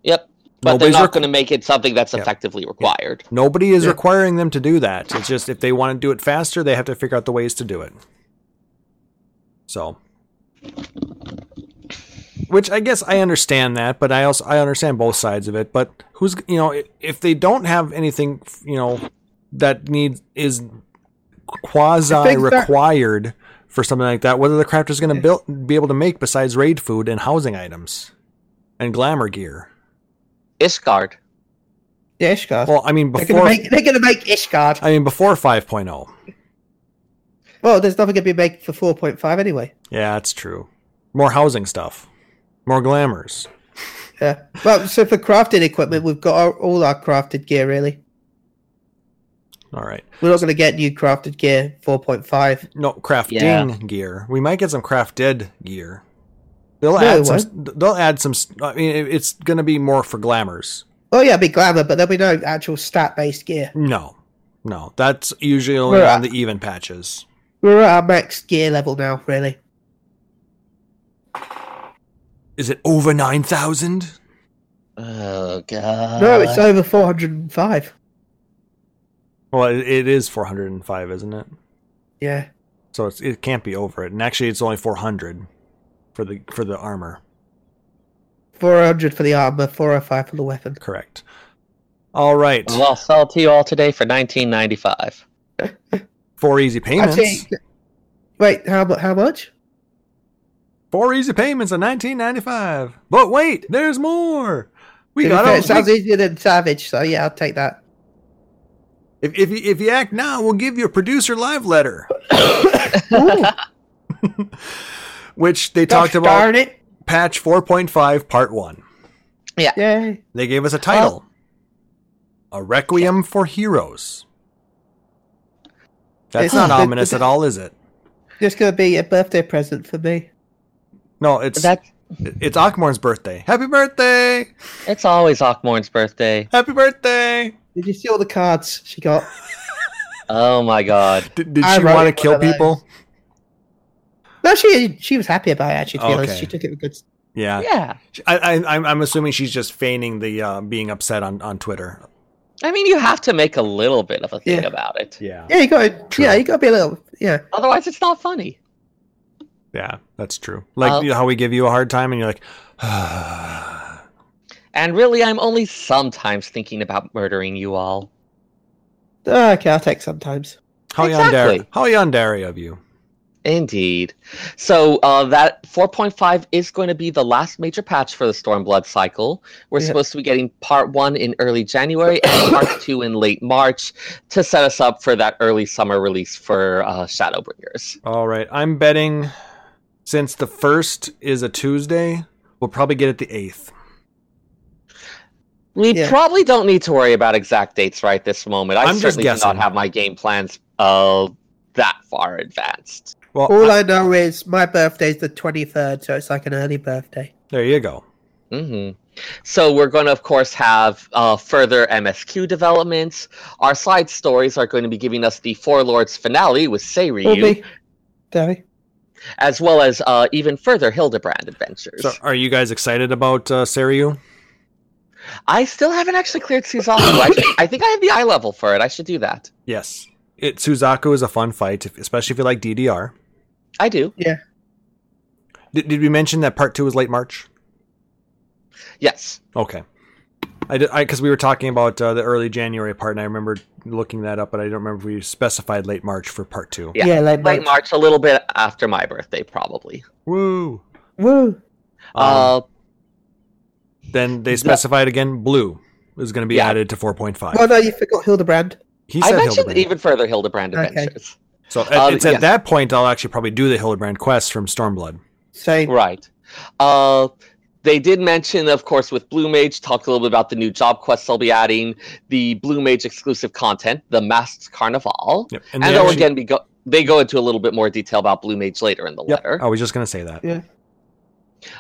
Speaker 3: Yep. But
Speaker 2: Nobody's
Speaker 3: they're not
Speaker 2: requ-
Speaker 3: going to make it something that's
Speaker 2: Yeah.
Speaker 3: effectively required.
Speaker 2: Nobody is
Speaker 4: Yeah.
Speaker 2: requiring them to do that. It's just if they want to do it faster, they have to figure out the ways to do it. So, which I guess I understand that, but I also I understand both sides of it. But who's you know i- if they don't have anything you know that needs is quasi
Speaker 4: things that-
Speaker 2: required for something like that, what are the crafters going to build be able to make besides raid food and housing items and glamour gear?
Speaker 3: Ishgard.
Speaker 4: Yeah, Ishgard.
Speaker 2: Well, I mean
Speaker 4: they're, gonna
Speaker 2: before
Speaker 4: make, they're gonna make Ishgard.
Speaker 2: I mean before oh. 5.0.
Speaker 4: Well, there's nothing gonna be made for four point five anyway.
Speaker 2: Yeah, that's true. more housing stuff, more glamours.
Speaker 4: Yeah. Well, so for crafting equipment, we've got our, all our crafted gear really.
Speaker 2: All right.
Speaker 4: We're not going to get new crafted gear 4.5.
Speaker 2: No crafting
Speaker 3: Yeah.
Speaker 2: gear. We might get some craft dead gear. They'll
Speaker 4: No,
Speaker 2: add
Speaker 4: they
Speaker 2: some. They'll add some. s- I mean, it- it's gonna be more for glamours.
Speaker 4: Oh yeah, it'd be glamour, but there'll be no actual stat-based gear.
Speaker 2: No, no. That's usually only
Speaker 4: We're
Speaker 2: on
Speaker 4: at-
Speaker 2: the even patches.
Speaker 4: We're at our max gear level now, really.
Speaker 2: Is it over nine thousand?
Speaker 3: Oh
Speaker 2: Uh,
Speaker 3: god.
Speaker 4: No, it's over 405.
Speaker 2: Well, it, it is four hundred and five, isn't it?
Speaker 4: Yeah.
Speaker 2: So it's, it can't be over it. And actually, it's only four hundred for the for the armor.
Speaker 4: 400 for the armor, 405 for the weapon.
Speaker 2: Correct. All right.
Speaker 3: Well, I'll sell it to you all today for 1995.
Speaker 2: Four easy payments.
Speaker 4: Actually, wait, how, mu- how much?
Speaker 2: Four easy payments of nineteen ninety five. But wait, there's more. We
Speaker 4: To be
Speaker 2: got
Speaker 4: fair,
Speaker 2: our-
Speaker 4: it sounds
Speaker 2: we-
Speaker 4: easier than Savage, so yeah, I'll take that.
Speaker 2: If if you, if you act now, we'll give you a producer live letter,
Speaker 4: [coughs] Ooh,
Speaker 2: which they
Speaker 4: gosh
Speaker 2: talked about
Speaker 4: darn it.
Speaker 2: patch 4.5 part 1.
Speaker 4: Yay.
Speaker 2: They gave us a title. A Requiem for Heroes. That's
Speaker 4: It's-
Speaker 2: not
Speaker 4: the-
Speaker 2: ominous
Speaker 4: the-
Speaker 2: at all, is it?
Speaker 4: Just going to be a birthday present for me.
Speaker 2: No, it's
Speaker 3: That
Speaker 2: it's Ockmorn's birthday. Happy birthday!
Speaker 3: it's always Ockmorn's birthday.
Speaker 2: Happy birthday!
Speaker 4: Did you see all the cards she got?
Speaker 3: Oh my god.
Speaker 2: Did, did
Speaker 4: I
Speaker 2: she
Speaker 4: wrote
Speaker 2: want to
Speaker 4: one
Speaker 2: kill
Speaker 4: of those.
Speaker 2: people?
Speaker 4: No, she she was happy about it, actually, to be honest.
Speaker 2: Okay.
Speaker 4: She took it with good...
Speaker 2: Yeah,
Speaker 3: Yeah.
Speaker 2: I, I, I'm I'm assuming she's just feigning the uh, being upset on, on Twitter.
Speaker 3: I mean, you have to make a little bit of a thing
Speaker 4: Yeah.
Speaker 3: about it.
Speaker 2: Yeah,
Speaker 4: Yeah, you got to,
Speaker 2: True.
Speaker 4: yeah, you got to be a little... Yeah.
Speaker 3: Otherwise, it's not funny.
Speaker 2: yeah, that's true. Like
Speaker 3: Well-
Speaker 2: you know how we give you a hard time, and you're [sighs] like,
Speaker 3: And really, I'm only sometimes thinking about murdering you all.
Speaker 4: Oh, okay, I'll take sometimes.
Speaker 2: How yandere,
Speaker 3: Exactly.
Speaker 2: how yandere of you.
Speaker 3: Indeed. So uh, that 4.5 is going to be the last major patch for the Stormblood cycle. We're
Speaker 4: Yeah.
Speaker 3: supposed to be getting part one in early January and
Speaker 2: [coughs]
Speaker 3: part two in late March to set us up for that early summer release for uh, Shadowbringers.
Speaker 2: All right, I'm betting since the first is a Tuesday, we'll probably get it the eighth.
Speaker 3: We
Speaker 4: Yeah.
Speaker 3: probably don't need to worry about exact dates right this moment. I
Speaker 2: I'm just
Speaker 3: certainly do not
Speaker 2: guessing.
Speaker 3: have my game plans uh, that far advanced.
Speaker 2: Well,
Speaker 4: All
Speaker 2: I-
Speaker 4: I know is my birthday's the 23rd, so it's like an early birthday.
Speaker 2: there you go.
Speaker 3: hmm So we're going to, of course, have uh, further MSQ developments. Our side stories are going to be giving us the Four Lords finale with
Speaker 4: Will
Speaker 3: Seiryu,
Speaker 4: be. Sorry.
Speaker 3: as well as uh, even further Hildebrand adventures.
Speaker 2: So, are you guys excited about uh, Seryu?
Speaker 3: I still haven't actually cleared Suzaku. I, should- I think I have the eye level for it. I should do that.
Speaker 2: Yes. It Suzaku is a fun fight, if, especially if you like DDR.
Speaker 3: I do.
Speaker 2: Did, did we mention that part two is late March?
Speaker 3: Yes.
Speaker 2: Okay. I did because we were talking about uh, the early January part, and I remember looking that up, but I don't remember if we specified late March for part two.
Speaker 3: Yeah.
Speaker 4: late
Speaker 3: Late March, a little bit after my birthday, probably.
Speaker 2: Woo!
Speaker 4: Woo.
Speaker 2: Um,
Speaker 3: uh,
Speaker 2: then they specified again blue is going to be
Speaker 3: Yeah.
Speaker 2: added to 4.5.
Speaker 4: Oh, no, you forgot Hildebrand.
Speaker 2: He
Speaker 3: I
Speaker 2: said
Speaker 3: mentioned
Speaker 2: Hildebrand.
Speaker 3: even further Hildebrand
Speaker 4: Okay.
Speaker 3: adventures.
Speaker 2: so at-
Speaker 3: um,
Speaker 2: it's at
Speaker 3: yes.
Speaker 2: that point I'll actually probably do the Hildebrand quest from Stormblood.
Speaker 4: Same.
Speaker 3: Right. Uh, they did mention, of course, with Blue Mage, talk a little bit about the new job quests they'll be adding, the Blue Mage exclusive content, the Masked Carnival.
Speaker 2: Yep.
Speaker 3: And,
Speaker 2: they
Speaker 3: they'll
Speaker 2: actually-
Speaker 3: again be go- they go into a little bit more detail about Blue Mage later in the
Speaker 2: Yep,
Speaker 3: letter.
Speaker 2: I was just going to say that.
Speaker 4: Yeah.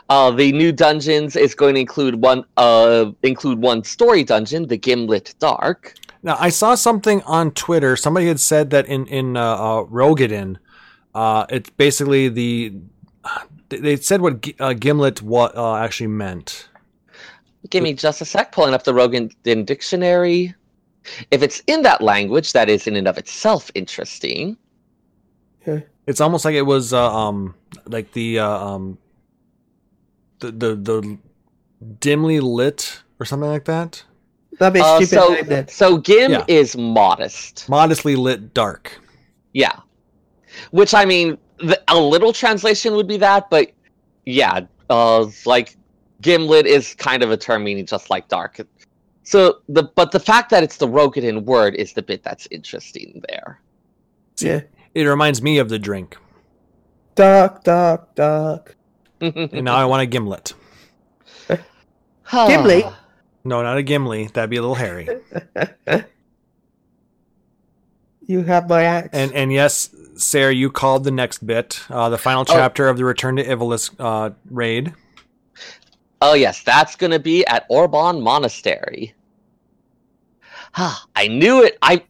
Speaker 3: Uh, the new dungeons is going to include one uh, include one story dungeon, the Gimlet Dark.
Speaker 2: Now I saw something on Twitter. Somebody had said that in in uh, uh, Rogadin, uh, it's basically the they- they said what G- uh, Gimlet what uh, actually meant.
Speaker 3: Give me just a sec, pulling up the Rogan Din dictionary. If it's in that language, that is in and of itself interesting.
Speaker 2: It's almost like it was uh, um like the uh, um the, the the dimly lit or something like that.
Speaker 4: That'd be a
Speaker 3: Uh,
Speaker 4: stupid
Speaker 3: so,
Speaker 4: name then.
Speaker 3: so Gim
Speaker 2: Yeah.
Speaker 3: is modest.
Speaker 2: Modestly lit dark.
Speaker 3: Yeah. Which I mean, the, a little translation would be that, but yeah, uh, like Gimlet is kind of a term meaning just like dark. So the but the fact that it's the Rogadin word is the bit that's interesting there. [laughs]
Speaker 4: Yeah.
Speaker 2: It reminds me of the drink.
Speaker 4: Dark, dark, dark.
Speaker 2: and now I want a gimlet.
Speaker 4: Gimli?
Speaker 2: No, not a gimli. That'd be a little hairy.
Speaker 4: You have my axe.
Speaker 2: And and yes, Sarah, you called the next bit, uh, the final chapter of the Return to Ivalis uh, raid.
Speaker 3: Oh yes, that's going to be at Orban Monastery. [sighs] Ah, I knew it. I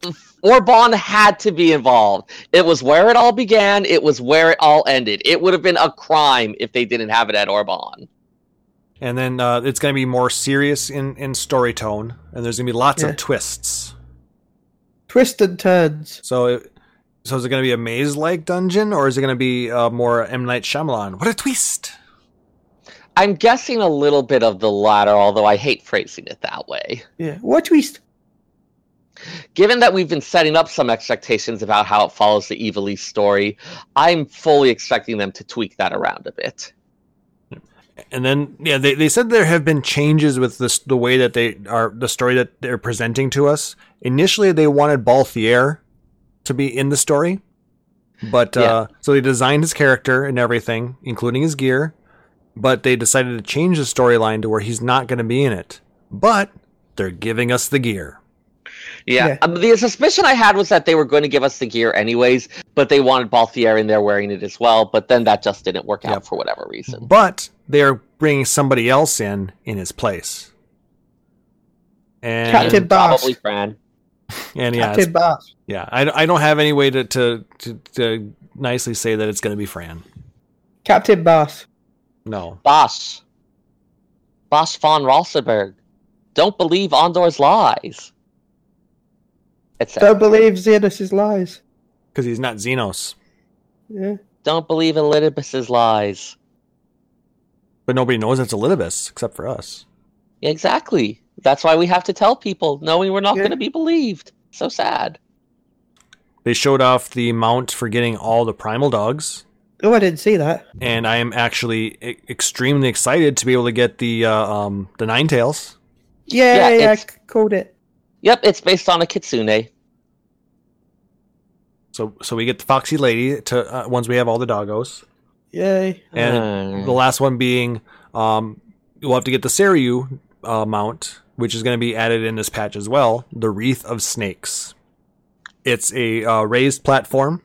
Speaker 3: Orban had to be involved. It was where it all began. It was where it all ended. It would have been a crime if they didn't have it at Orban.
Speaker 2: And then uh, it's going to be more serious in, in story tone, and there's going to be lots
Speaker 4: Yeah.
Speaker 2: of twists.
Speaker 4: Twists and turns.
Speaker 2: So, it, so is it going to be a maze like dungeon, or is it going to be uh, more M Night Shyamalan? What a twist!
Speaker 3: I'm guessing a little bit of the latter, although I hate phrasing it that way.
Speaker 4: Yeah. What twist?
Speaker 3: Given that we've been setting up some expectations about how it follows the Evil East story, I'm fully expecting them to tweak that around a bit.
Speaker 2: And then, yeah, they, they said there have been changes with this the way that they are the story that they're presenting to us. Initially, they wanted Balthier to be in the story, but uh, so they designed his character and everything, including his gear. But they decided to change the storyline to where he's not going to be in it. But they're giving us the gear.
Speaker 3: Yeah.
Speaker 4: Yeah.
Speaker 3: Um, the suspicion I had was that they were going to give us the gear anyways, but they wanted Balthier in there wearing it as well, but then that just didn't work out
Speaker 2: Yep.
Speaker 3: for whatever reason.
Speaker 2: But they're bringing somebody else in in his place. And
Speaker 4: Captain Bast.
Speaker 3: Probably Fran.
Speaker 2: and yeah, it's
Speaker 4: Captain Bast.
Speaker 2: Yeah, I, I don't have any way to, to, to, to nicely say that it's going to be Fran.
Speaker 4: Captain Bast.
Speaker 2: No.
Speaker 3: Bosch. Bosch von Rosselberg. Don't believe Andor's lies. Etc.
Speaker 4: Don't believe Xenos' lies.
Speaker 2: Because he's not Xenos.
Speaker 4: Yeah.
Speaker 3: Don't believe Elidibus's lies.
Speaker 2: But nobody knows it's Elidibus except for us.
Speaker 3: Exactly. That's why we have to tell people, knowing we're not
Speaker 4: Yeah.
Speaker 3: going to be believed. So sad.
Speaker 2: They showed off the mount for getting all the primal dogs.
Speaker 4: Oh, I didn't see that.
Speaker 2: And I am actually e- extremely excited to be able to get the uh, um, the nine tails.
Speaker 4: Yeah,
Speaker 3: Yeah,
Speaker 4: yeah, I
Speaker 3: it's-
Speaker 4: c- called it.
Speaker 3: Yep, it's based on a kitsune.
Speaker 2: So so we get the foxy lady to uh, once we have all the doggos,
Speaker 4: Yay.
Speaker 2: and
Speaker 3: Uh,
Speaker 2: the last one being um, we'll have to get the Seryu uh, mount, which is going to be added in this patch as well. The Wreath of Snakes. It's a uh, raised platform,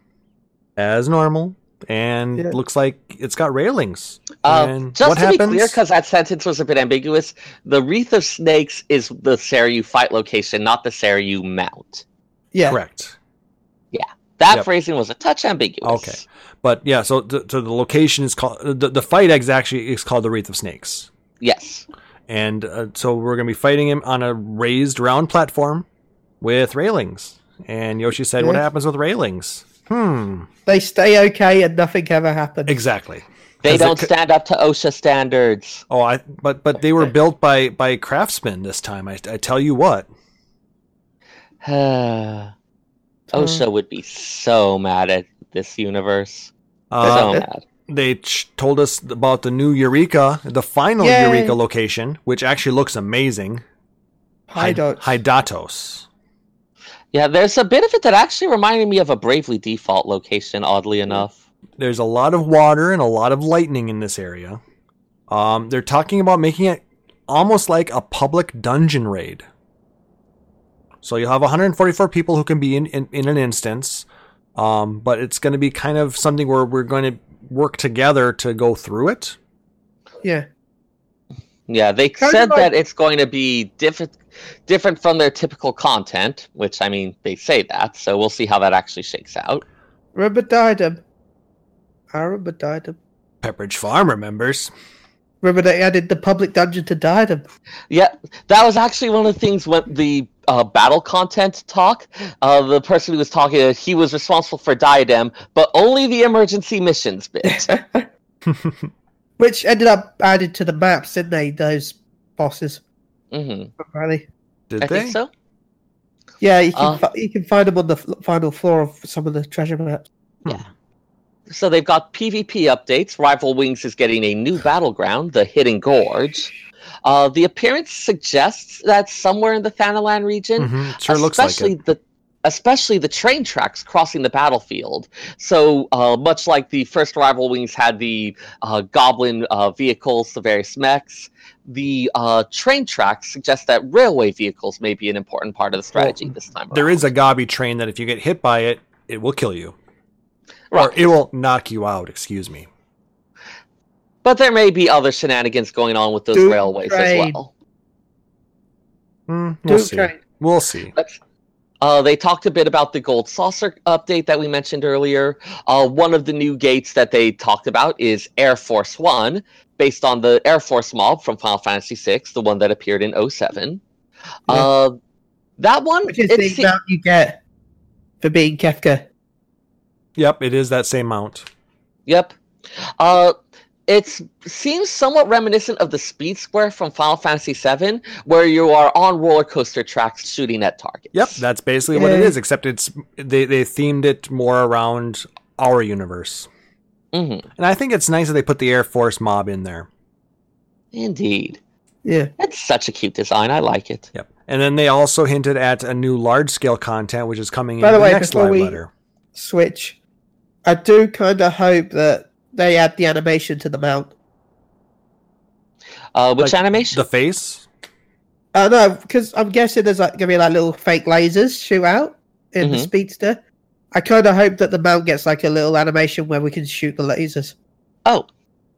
Speaker 2: as normal, and
Speaker 4: Yeah.
Speaker 2: looks like it's got railings.
Speaker 3: Uh,
Speaker 2: And
Speaker 3: just
Speaker 2: what
Speaker 3: to
Speaker 2: happens?
Speaker 3: be clear, because that sentence was a bit ambiguous, the Wreath of Snakes is the Seryu fight location, not the Seryu mount.
Speaker 4: Yeah.
Speaker 2: Correct.
Speaker 3: That
Speaker 2: Yep.
Speaker 3: phrasing was a touch ambiguous.
Speaker 2: Okay. But yeah, so the, so the location is called the, the fight ex actually is called the Wreath of Snakes,
Speaker 3: Yes.
Speaker 2: and uh, so we're going to be fighting him on a raised round platform with railings. And Yoshi said, "What
Speaker 4: Yeah.
Speaker 2: happens with railings?" Hmm.
Speaker 4: They stay okay and nothing ever happens.
Speaker 2: Exactly. 'Cause
Speaker 3: They don't
Speaker 2: cou-
Speaker 3: stand up to OSHA standards. [sighs]
Speaker 2: Oh, I but but they were built by by craftsmen this time. I, I tell you what.
Speaker 3: OSHA
Speaker 4: Uh,
Speaker 3: would be so mad at this universe. so
Speaker 2: Uh,
Speaker 3: mad.
Speaker 2: they ch- told us about the new Eureka, the final
Speaker 4: Yay.
Speaker 2: Eureka location, which actually looks amazing.
Speaker 4: I don't.
Speaker 2: Hy- Hydatos.
Speaker 3: Yeah, there's a bit of it that actually reminded me of a Bravely Default location, oddly enough.
Speaker 2: There's a lot of water and a lot of lightning in this area. Um, they're talking about making it almost like a public dungeon raid. So you'll have 144 people who can be in, in, in an instance, um, but it's going to be kind of something where we're going to work together to go through it.
Speaker 4: yeah.
Speaker 3: Yeah, they
Speaker 4: Kinda
Speaker 3: said
Speaker 4: like-
Speaker 3: that it's going to be different different from their typical content, which I mean, they say that, so we'll see how that actually shakes out.
Speaker 4: Remember Diadem? I remember Diadem.
Speaker 2: Pepperidge Farm remembers. [laughs]
Speaker 4: Remember they added the public dungeon to Diadem?
Speaker 3: Yeah, that was actually one of the things when the uh, battle content talk, uh, the person who was talking, uh, he was responsible for Diadem, but only the emergency missions
Speaker 4: [laughs]
Speaker 3: bit. Mm-hmm.
Speaker 4: Which ended up added to the maps, didn't they? Those bosses,
Speaker 3: hmm
Speaker 4: apparently.
Speaker 2: Did
Speaker 3: I
Speaker 2: they?
Speaker 3: think so.
Speaker 4: Yeah, you can,
Speaker 3: Uh.
Speaker 4: fi- you can find them on the f- final floor of some of the treasure maps.
Speaker 3: So they've got PvP updates. Rival Wings is getting a new battleground, the Hidden Gorge. Uh, the appearance suggests that somewhere in the Thanalan region,
Speaker 2: Mhm, it sure looks like
Speaker 3: especially
Speaker 2: it.
Speaker 3: the especially the train tracks crossing the battlefield. So, uh, much like the first rival wings had the uh, goblin uh, vehicles, the various mechs, the uh, train tracks suggest that railway vehicles may be an important part of the strategy this time.
Speaker 2: There
Speaker 3: around.
Speaker 2: is a Gabi train that if you get hit by it, it will kill you. Or
Speaker 3: Right.
Speaker 2: it will knock you out, excuse me.
Speaker 3: but there may be other shenanigans going on with those
Speaker 4: Doom
Speaker 3: railways
Speaker 4: train.
Speaker 3: as well.
Speaker 2: Hmm, we'll
Speaker 4: Doom
Speaker 2: see.
Speaker 4: train.
Speaker 2: We'll see.
Speaker 3: Uh, they talked a bit about the gold saucer update that we mentioned earlier. Uh, one of the new gates that they talked about is Air Force One, based on the Air Force mob from Final Fantasy VI, the one that appeared in 07. Uh, that one,
Speaker 4: Which is
Speaker 3: it
Speaker 4: the
Speaker 3: se-
Speaker 4: amount you get for being Kefka.
Speaker 2: Yep, it is that same mount.
Speaker 3: yep. Uh, it seems somewhat reminiscent of the Speed Square from Final Fantasy VII, where you are on roller coaster tracks shooting at targets.
Speaker 2: Yep, that's basically what it
Speaker 4: Yay.
Speaker 2: is, except it's they, they themed it more around our universe.
Speaker 3: hmm
Speaker 2: And I think it's nice that they put the Air Force mob in there.
Speaker 3: Indeed.
Speaker 4: Yeah.
Speaker 3: It's such a cute design. I like it.
Speaker 2: Yep. And then they also hinted at a new large scale content, which is coming
Speaker 4: By
Speaker 2: in
Speaker 4: the
Speaker 2: the
Speaker 4: way,
Speaker 2: next
Speaker 4: before
Speaker 2: live
Speaker 4: we-
Speaker 2: letter.
Speaker 4: Switch. I do kind of hope that they add the animation to the mount.
Speaker 3: Uh, which
Speaker 2: Like,
Speaker 3: animation?
Speaker 2: The face?
Speaker 4: Uh, no, because I'm guessing there's like gonna be like little fake lasers shoot out in the
Speaker 3: Mhm.
Speaker 4: speedster. I kind of hope that the mount gets like a little animation where we can shoot the lasers.
Speaker 3: Oh,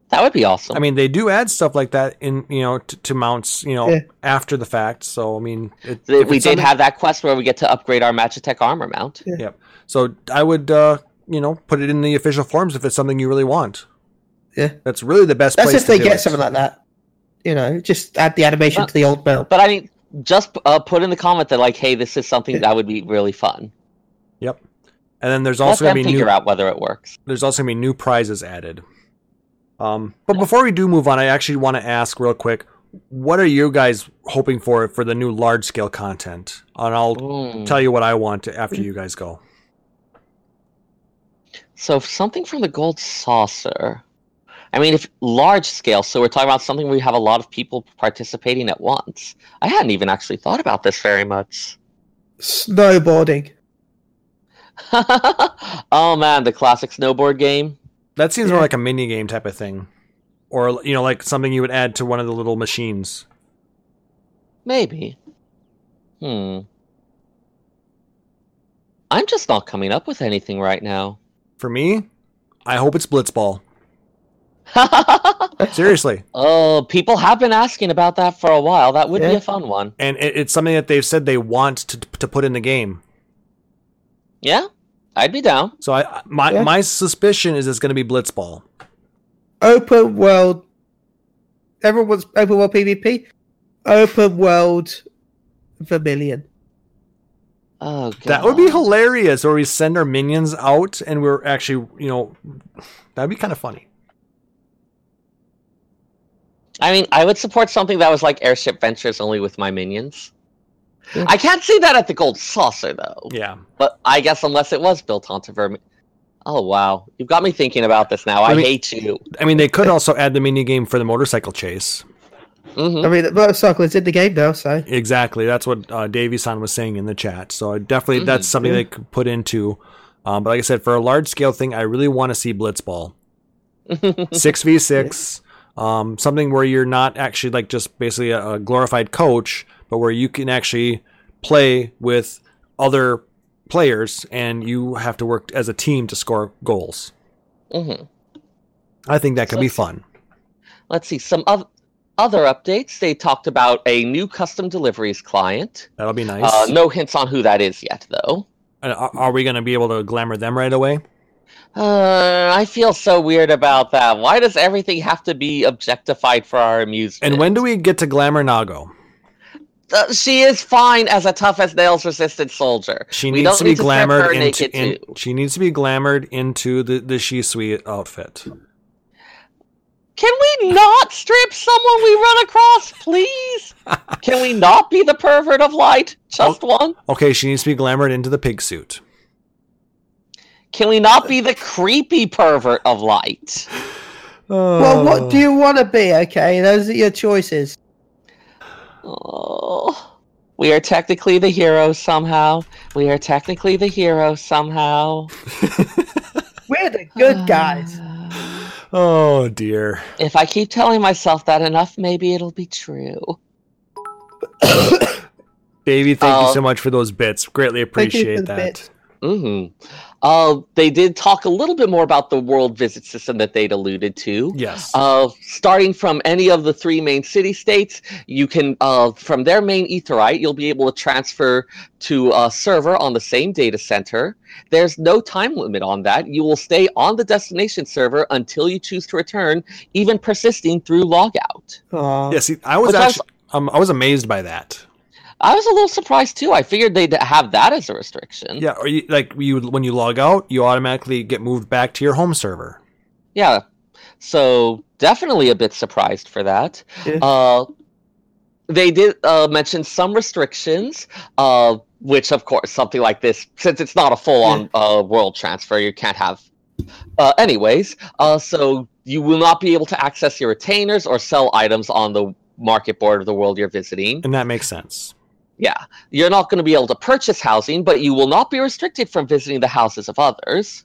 Speaker 3: that would be awesome.
Speaker 2: I mean, they do add stuff like that in, you know, t- to mounts, you know,
Speaker 4: Yeah.
Speaker 2: after the fact. So, I mean, it,
Speaker 3: Th-
Speaker 2: if
Speaker 3: we
Speaker 2: it's
Speaker 3: did
Speaker 2: something-
Speaker 3: have that quest where we get to upgrade our Magitech armor mount.
Speaker 2: So I would, uh, you know, put it in the official forms if it's something you really want.
Speaker 4: Yeah.
Speaker 2: That's really the best
Speaker 4: That's
Speaker 2: place
Speaker 4: if
Speaker 2: to
Speaker 4: they
Speaker 2: do
Speaker 4: get
Speaker 2: it.
Speaker 4: something like that. You know, just add the animation
Speaker 3: Well-
Speaker 4: to the old mount.
Speaker 3: But I mean, just uh, put in the comment that like, hey, this is something that would be really fun.
Speaker 2: Yep. And then there's
Speaker 3: Let
Speaker 2: also
Speaker 3: them
Speaker 2: going to be
Speaker 3: figure
Speaker 2: new,
Speaker 3: out whether it works.
Speaker 2: there's also going to be new prizes added. Um, but before we do move on, I actually want to ask real quick, what are you guys hoping for for the new large scale content? And I'll
Speaker 3: Mm.
Speaker 2: tell you what I want after you guys go.
Speaker 3: So something from the gold saucer. I mean, if large scale, so we're talking about something where you have a lot of people participating at once. I hadn't even actually thought about this very much. [laughs]
Speaker 4: Snowboarding.
Speaker 3: oh man, the classic snowboard game.
Speaker 2: That seems
Speaker 4: Yeah.
Speaker 2: more like a mini game type of thing, or you know, like something you would add to one of the little machines.
Speaker 3: Maybe. Hmm. I'm just not coming up with anything right now. [laughs]
Speaker 2: For me, I hope it's
Speaker 4: [laughs]
Speaker 2: Blitzball. Seriously,
Speaker 3: oh, people have been asking about that for a while. That would be
Speaker 4: Yeah.
Speaker 3: a fun one.
Speaker 2: and it, it's something that they've said they want to to put in the game.
Speaker 3: Yeah, I'd be down.
Speaker 2: So I my
Speaker 4: Yeah.
Speaker 2: my suspicion is it's going to be Blitzball.
Speaker 4: Open world. Everyone's open world PvP. Open world Vermilion.
Speaker 3: Oh, God.
Speaker 2: That would be hilarious. Where we send our minions out, and we're actually you know, that'd be kind of funny.
Speaker 3: I mean, I would support something that was like Airship Ventures only with my minions.
Speaker 4: Yeah.
Speaker 3: I can't see that at the Gold Saucer though.
Speaker 2: Yeah,
Speaker 3: But I guess unless it was built onto vermin. Oh wow, you've got me thinking about this now.
Speaker 2: I
Speaker 3: I,
Speaker 2: mean-
Speaker 3: hate you.
Speaker 2: I mean they could also add the mini game for the motorcycle chase.
Speaker 3: hmm
Speaker 4: I mean, the motorcycle is in the game now, so
Speaker 2: Exactly. That's what uh, Davey San was saying in the chat. So I definitely,
Speaker 3: Mhm.
Speaker 2: that's something they could put into. Um, but like I said, for a large scale thing, I really want to see Blitzball. 6v6, um, something where you're not actually like just basically a, a glorified coach, but where you can actually play with other players and you have to work as a team to score goals.
Speaker 3: hmm
Speaker 2: I think that could
Speaker 3: So-
Speaker 2: be fun.
Speaker 3: let's see some oth- other updates they talked about a new custom deliveries client
Speaker 2: That'll be nice.
Speaker 3: uh, no hints on who that is yet though
Speaker 2: And are, are we going to be able to glamour them right away?
Speaker 3: uh, i feel so weird about that why does everything have to be objectified for our amusement
Speaker 2: And when do we get to glamour Nago?
Speaker 3: Uh, she is fine as a tough as nails resistant soldier
Speaker 2: She
Speaker 3: We
Speaker 2: needs
Speaker 3: don't
Speaker 2: to be
Speaker 3: need to strip her
Speaker 2: glamored into.
Speaker 3: naked,
Speaker 2: In,
Speaker 3: too.
Speaker 2: she needs to be glamored into the the she sweet outfit.
Speaker 3: can we not strip someone we run across
Speaker 2: [laughs]
Speaker 3: please can we not be the pervert of light just
Speaker 2: Oh.
Speaker 3: one
Speaker 2: Okay, she needs to be glamored into the pig suit.
Speaker 3: can we not be the creepy pervert of light
Speaker 4: Well,
Speaker 2: Oh,
Speaker 4: what do you want to be? Okay, those are your choices.
Speaker 3: Oh, we We are technically the heroes somehow. We are technically the heroes somehow.
Speaker 4: We're the good guys.
Speaker 3: Uh,
Speaker 2: Oh dear.
Speaker 3: If I keep telling myself that enough, maybe it'll be true.
Speaker 2: Davey, thank you
Speaker 3: Oh.
Speaker 2: so much for those bits. Greatly
Speaker 4: Thank you for
Speaker 2: appreciate
Speaker 4: the
Speaker 2: that.
Speaker 4: bits.
Speaker 3: Mm-hmm. Uh, they did talk a little bit more about the world visit system that they'd alluded to.
Speaker 2: Yes.
Speaker 3: Uh, starting from any of the three main city states, you can, uh, from their main Etherite, you'll be able to transfer to a server on the same data center. There's no time limit on that. You will stay on the destination server until you choose to return, even persisting through logout.
Speaker 4: Aw.
Speaker 2: yeah, see, I was
Speaker 3: Which I was-
Speaker 2: actually um, I was amazed by that.
Speaker 3: I was a little surprised too. I figured they'd have that as a restriction.
Speaker 2: Yeah, or you, like you when you log out, you automatically get moved back to your home server.
Speaker 3: Yeah. So definitely a bit surprised for that.
Speaker 4: Yeah.
Speaker 3: Uh, they did uh, mention some restrictions, uh, which of course something like this, since it's not a full-on uh, world transfer, you can't have. Uh, anyways, uh, so you will not be able to access your retainers or sell items on the market board of the world you're visiting.
Speaker 2: And that makes sense.
Speaker 3: Yeah, you're not going to be able to purchase housing, but you will not be restricted from visiting the houses of others.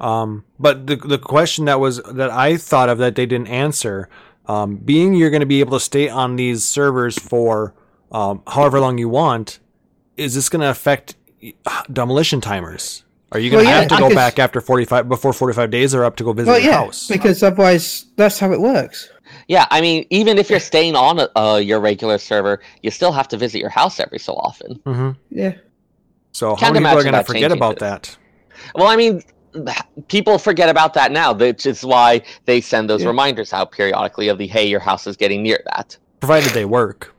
Speaker 2: Um, but the the question that was that I thought of that they didn't answer, um, being you're going to be able to stay on these servers for um, however long you want, is this going to affect uh, demolition timers? Are you going to
Speaker 4: Well, yeah,
Speaker 2: have to go
Speaker 4: because-
Speaker 2: back after 45 before 45 days are up to go visit
Speaker 4: Well,
Speaker 2: your
Speaker 4: yeah,
Speaker 2: house?
Speaker 4: because otherwise that's how it works.
Speaker 3: Yeah, I mean, even if you're staying on a, uh, your regular server, you still have to visit your house every so often.
Speaker 2: hmm
Speaker 4: Yeah.
Speaker 2: So how
Speaker 3: Can't
Speaker 2: many people are
Speaker 3: imagine
Speaker 2: going to
Speaker 3: that
Speaker 2: forget
Speaker 3: changing
Speaker 2: about
Speaker 3: this.
Speaker 2: that?
Speaker 3: Well, I mean, people forget about that now, which is why they send those
Speaker 4: Yeah.
Speaker 3: reminders out periodically of the hey, your house is getting near that.
Speaker 2: Provided they work.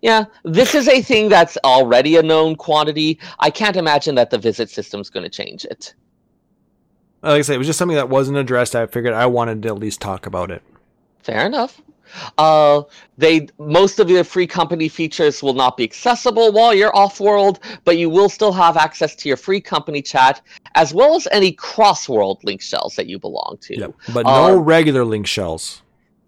Speaker 3: Yeah, this is a thing that's already a known quantity. I can't imagine that the visit system's going to change it.
Speaker 2: Like I said, it was just something that wasn't addressed. I figured I wanted to at least talk about it.
Speaker 3: Fair enough. Uh, they most of the free company features will not be accessible while you're off world, but you will still have access to your free company chat as well as any cross world link shells that you belong to.
Speaker 2: Yep. But no
Speaker 3: Uh,
Speaker 2: regular link shells.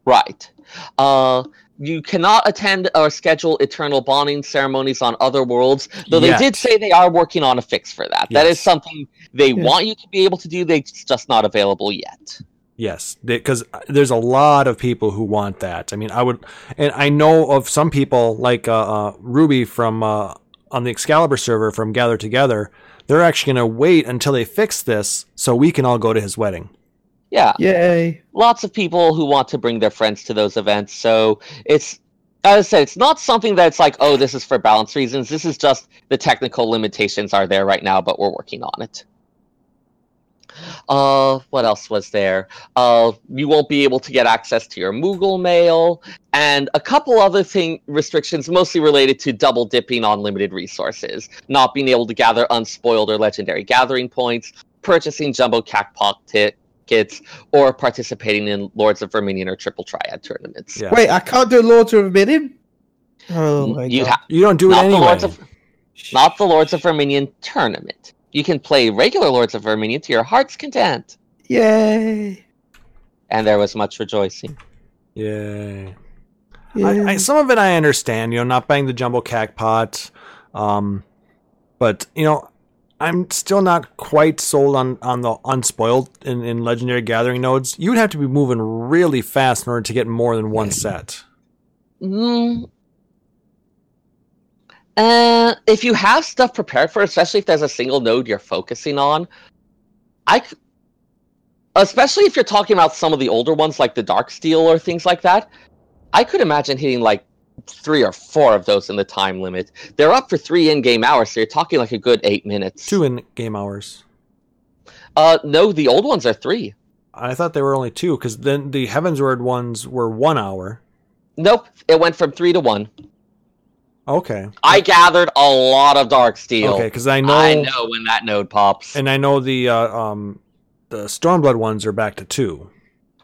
Speaker 3: Right. Uh, you cannot attend or schedule eternal bonding ceremonies on other worlds, though
Speaker 2: Yet.
Speaker 3: they did say they are working on a fix for that. That
Speaker 2: Yes.
Speaker 3: is something they
Speaker 4: Yeah.
Speaker 3: want you to be able to do. They it's just not available yet.
Speaker 2: Yes, because there's a lot of people who want that. I mean, I would, and I know of some people like uh, uh, Ruby from uh, on the Excalibur server from Gather Together. They're actually going to wait until they fix this so we can all go to his wedding.
Speaker 3: Yeah.
Speaker 2: Ah.
Speaker 4: Yay.
Speaker 3: lots of people who want to bring their friends to those events. So it's, as I said, it's not something that's like, oh, this is for balance reasons. This is just the technical limitations are there right now, but we're working on it. Uh, what else was there? Uh, you won't be able to get access to your Moogle mail and a couple other thing restrictions, mostly related to double dipping on limited resources, not being able to gather unspoiled or legendary gathering points, purchasing jumbo cackpot tickets, or participating in Lords of Verminion or Triple Triad tournaments.
Speaker 2: Yeah.
Speaker 4: Wait, I can't do Lords of Dominion? Oh my
Speaker 3: you
Speaker 4: god.
Speaker 3: ha-
Speaker 2: You don't do it
Speaker 3: not the
Speaker 2: anyway.
Speaker 3: Lords of not the Lords of Verminion tournament. You can play regular Lords of Verminion to your heart's content.
Speaker 4: Yay.
Speaker 3: And there was much rejoicing.
Speaker 2: Yay.
Speaker 4: Yay.
Speaker 2: I, I, some of it I understand, you know, not buying the jumbo cacpot, um, but you know, I'm still not quite sold on on the unspoiled in, in legendary gathering nodes. You'd have to be moving really fast in order to get more than one set.
Speaker 3: Mm. Uh, if you have stuff prepared for, it, especially if there's a single node you're focusing on, I. c- Especially if you're talking about some of the older ones like the Dark Steel or things like that, I could imagine hitting like three or four of those in the time limit. They're up for three in-game hours, so you're talking like a good eight minutes.
Speaker 2: Two in game hours.
Speaker 3: Uh, no, the old ones are three.
Speaker 2: I thought they were only two because then the Heavensward ones were one hour.
Speaker 3: Nope, it went from three to one.
Speaker 2: Okay,
Speaker 3: I gathered a lot of dark steel.
Speaker 2: okay, because I know,
Speaker 3: I know when that node pops.
Speaker 2: and I know the uh, um the Stormblood ones are back to two.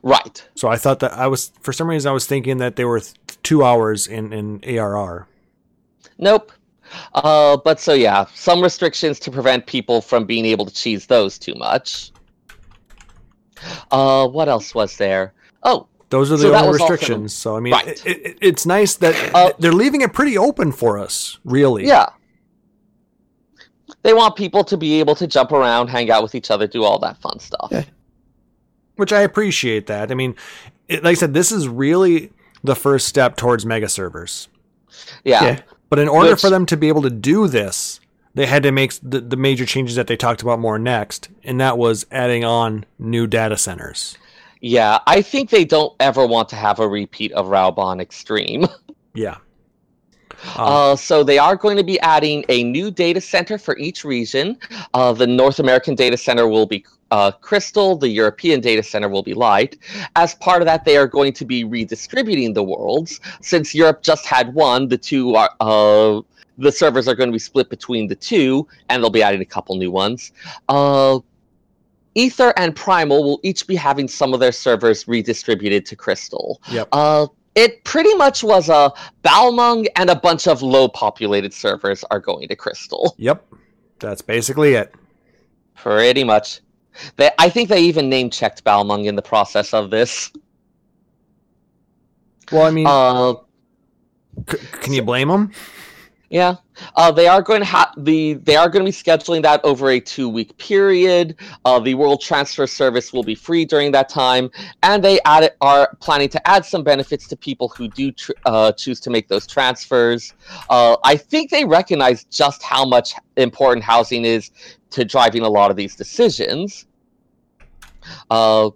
Speaker 3: right.
Speaker 2: So I thought that I was for some reason I was thinking that they were th- two hours in in ARR.
Speaker 3: Nope. Uh, but so yeah, some restrictions to prevent people from being able to cheese those too much. Uh, what else was there? Oh,
Speaker 2: Those are the
Speaker 3: So that
Speaker 2: only
Speaker 3: was also-
Speaker 2: restrictions. So I mean,
Speaker 3: Right.
Speaker 2: it, it, it's nice that
Speaker 3: [laughs] Uh,
Speaker 2: they're leaving it pretty open for us, really.
Speaker 3: Yeah. They want people to be able to jump around, hang out with each other, do all that fun stuff.
Speaker 4: Yeah.
Speaker 2: Which I appreciate that. I mean, it, like I said, this is really the first step towards mega servers.
Speaker 3: Yeah.
Speaker 4: Yeah.
Speaker 2: But in order
Speaker 3: Which-
Speaker 2: for them to be able to do this, they had to make the, the major changes that they talked about more next, and that was adding on new data centers.
Speaker 3: Yeah, I think they don't ever want to have a repeat of Raubon Extreme.
Speaker 2: Yeah. Um,
Speaker 3: Uh, so they are going to be adding a new data center for each region. Uh, the North American data center will be uh, Crystal. The European data center will be Light. As part of that, they are going to be redistributing the worlds. Since Europe just had one, the two are. Uh, the servers are going to be split between the two, and they'll be adding a couple new ones. Uh, Ether and Primal will each be having some of their servers redistributed to Crystal.
Speaker 2: Yep.
Speaker 3: Uh, it pretty much was a Balmung and a bunch of low populated servers are going to Crystal.
Speaker 2: yep. That's basically it.
Speaker 3: Pretty much. They, I think they even name checked Balmung in the process of this.
Speaker 2: Well, I mean,
Speaker 3: Uh,
Speaker 2: c- can you blame them?
Speaker 3: Yeah, uh, they are going to have the they are going to be scheduling that over a two week period. Uh, the World Transfer Service will be free during that time, and they add, are planning to add some benefits to people who do tr- uh, choose to make those transfers. Uh, I think they recognize just how much important housing is to driving a lot of these decisions. Uh,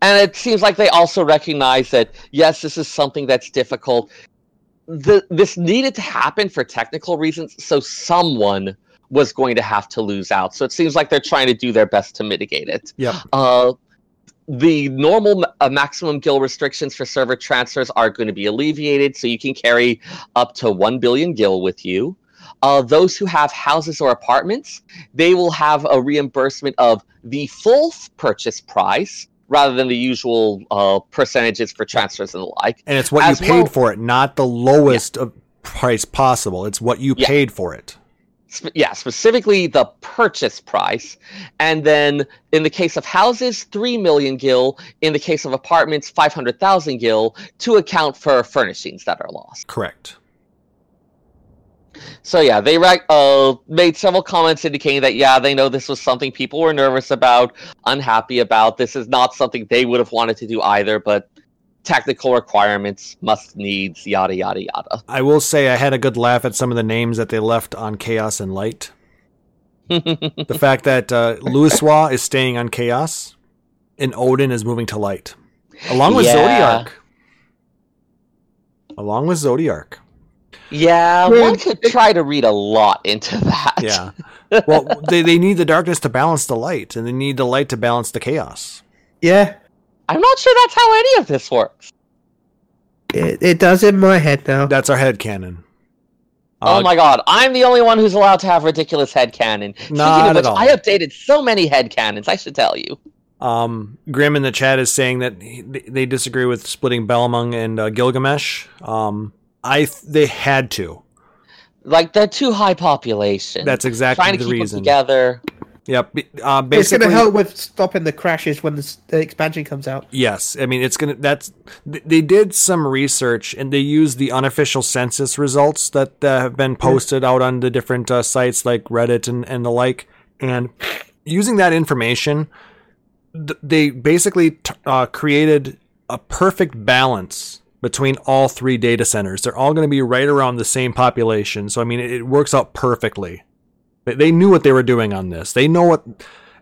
Speaker 3: and it seems like they also recognize that yes, this is something that's difficult the, this needed to happen for technical reasons, so someone was going to have to lose out. So it seems like they're trying to do their best to mitigate it.
Speaker 2: Yep.
Speaker 3: Uh, the normal ma- uh, maximum gil restrictions for server transfers are going to be alleviated, so you can carry up to 1 billion gil with you. Uh, those who have houses or apartments, they will have a reimbursement of the full f- purchase price rather than the usual uh, percentages for transfers and the like.
Speaker 2: And it's what
Speaker 3: As
Speaker 2: you paid
Speaker 3: well-
Speaker 2: for it, not the lowest of price possible. It's what you
Speaker 3: Yeah.
Speaker 2: paid for it.
Speaker 3: sp- yeah, specifically the purchase price. And then in the case of houses, 3 million gil. In the case of apartments, 500,000 gil to account for furnishings that are lost.
Speaker 2: Correct.
Speaker 3: So, yeah, they rec- uh, made several comments indicating that, yeah, they know this was something people were nervous about, unhappy about. This is not something they would have wanted to do either, but technical requirements, must needs, yada, yada, yada.
Speaker 2: I will say I had a good laugh at some of the names that they left on Chaos and Light.
Speaker 3: [laughs]
Speaker 2: the fact that uh, Lewiswa is staying on Chaos and Odin is moving to Light. Along with
Speaker 3: Yeah.
Speaker 2: Zodiac. Along with Zodiac.
Speaker 3: yeah,
Speaker 4: Well,
Speaker 3: one could try to read a lot into that.
Speaker 2: Yeah. [laughs] well, they, they need the darkness to balance the light, and they need the light to balance the chaos.
Speaker 4: Yeah,
Speaker 3: I'm not sure that's how any of this works.
Speaker 4: it, it does in my head now.
Speaker 2: That's our Um, head cannon. Uh,
Speaker 3: oh my god, I'm the only one who's allowed to have ridiculous headcanon. Speaking
Speaker 2: Not
Speaker 3: of
Speaker 2: at
Speaker 3: which,
Speaker 2: all.
Speaker 3: I updated so many headcanons, I should tell you.
Speaker 2: Um, Grim in the chat is saying that he, they disagree with splitting Belmung and uh, Gilgamesh. Um, I th- they had to.
Speaker 3: Like, they're too high population.
Speaker 2: That's exactly
Speaker 3: Trying to
Speaker 2: the
Speaker 3: keep
Speaker 2: reason.
Speaker 3: them together.
Speaker 2: Yep. b- Uh,
Speaker 4: it's going
Speaker 2: basically,
Speaker 4: to help with stopping the crashes when the, s- the expansion comes out.
Speaker 2: Yes, I mean it's gonna. That's th- they did some research and they used the unofficial census results that uh, have been posted out on the different uh, sites like Reddit and and the like, and using that information, th- they basically t- uh, created a perfect balance between all three data centers. They're all going to be right around the same population, so I mean it, it works out perfectly. They, they knew what they were doing on this. They know what.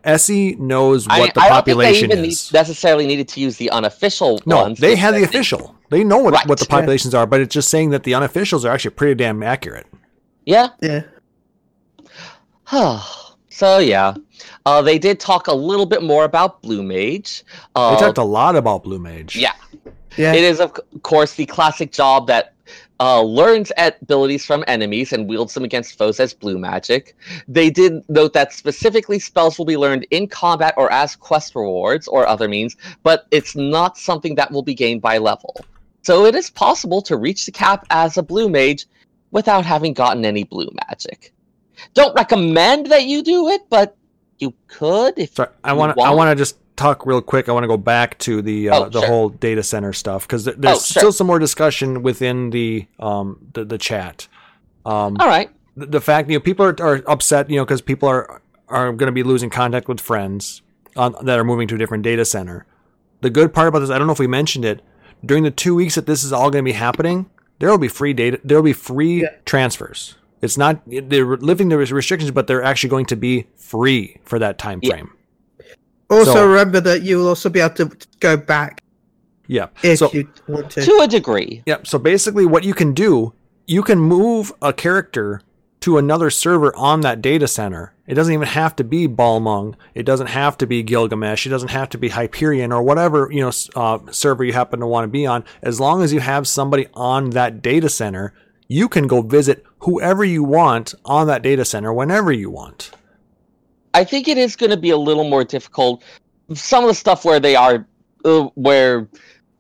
Speaker 2: SE knows what
Speaker 3: I, mean,
Speaker 2: the
Speaker 3: I don't think they
Speaker 2: population
Speaker 3: even
Speaker 2: is.
Speaker 3: need, necessarily needed to use the unofficial
Speaker 2: No,
Speaker 3: ones.
Speaker 2: they
Speaker 3: It's
Speaker 2: had the
Speaker 3: that-
Speaker 2: official. They know what,
Speaker 3: Right.
Speaker 2: what the populations are, but it's just saying that the unofficials are actually pretty damn accurate.
Speaker 3: Yeah,
Speaker 4: Yeah.
Speaker 3: so yeah. Uh, they did talk a little bit more about Blue Mage.
Speaker 2: They
Speaker 3: Uh,
Speaker 2: talked a lot about Blue Mage.
Speaker 3: yeah.
Speaker 4: Yeah.
Speaker 3: It is, of c- course, the classic job that uh, learns at- abilities from enemies and wields them against foes as blue magic. They did note that specifically spells will be learned in combat or as quest rewards or other means, but it's not something that will be gained by level. So it is possible to reach the cap as a blue mage without having gotten any blue magic. Don't recommend that you do it, but you could if
Speaker 2: Sorry, I want to. I
Speaker 3: Wow.
Speaker 2: want to just talk real quick. I want to go back to the uh,
Speaker 3: Oh,
Speaker 2: the
Speaker 3: sure. Oh,
Speaker 2: whole data center stuff because th- there's
Speaker 3: sure.
Speaker 2: still some more discussion within the um the, the chat. Um,
Speaker 3: All right.
Speaker 2: the, the fact you know people are, are upset you know because people are are going to be losing contact with friends on, that are moving to a different data center. The good part about this, I don't know if we mentioned it during the two weeks that this is all going to be happening. There will be free data. There will be free
Speaker 4: Yeah.
Speaker 2: transfers. It's not they're lifting the restrictions, but they're actually going to be free for that time
Speaker 3: Yeah.
Speaker 2: frame.
Speaker 4: Also,
Speaker 2: So-
Speaker 4: remember that you will also be able to go back
Speaker 2: Yeah.
Speaker 4: if
Speaker 2: so,
Speaker 4: you want to.
Speaker 3: To a degree.
Speaker 2: Yeah. So basically, what you can do, you can move a character to another server on that data center. It doesn't even have to be Balmung. It doesn't have to be Gilgamesh. It doesn't have to be Hyperion or whatever you know s- uh, server you happen to want to be on. As long as you have somebody on that data center, you can go visit whoever you want on that data center whenever you want.
Speaker 3: I think it is going to be a little more difficult. Some of the stuff where they are, uh, where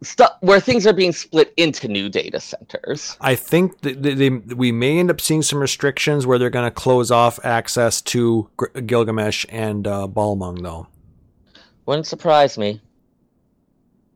Speaker 3: stuff where things are being split into new data centers.
Speaker 2: I think that they, they, we may end up seeing some restrictions where they're going to close off access to Gr- Gilgamesh and uh, Balmung, though.
Speaker 3: Wouldn't surprise me.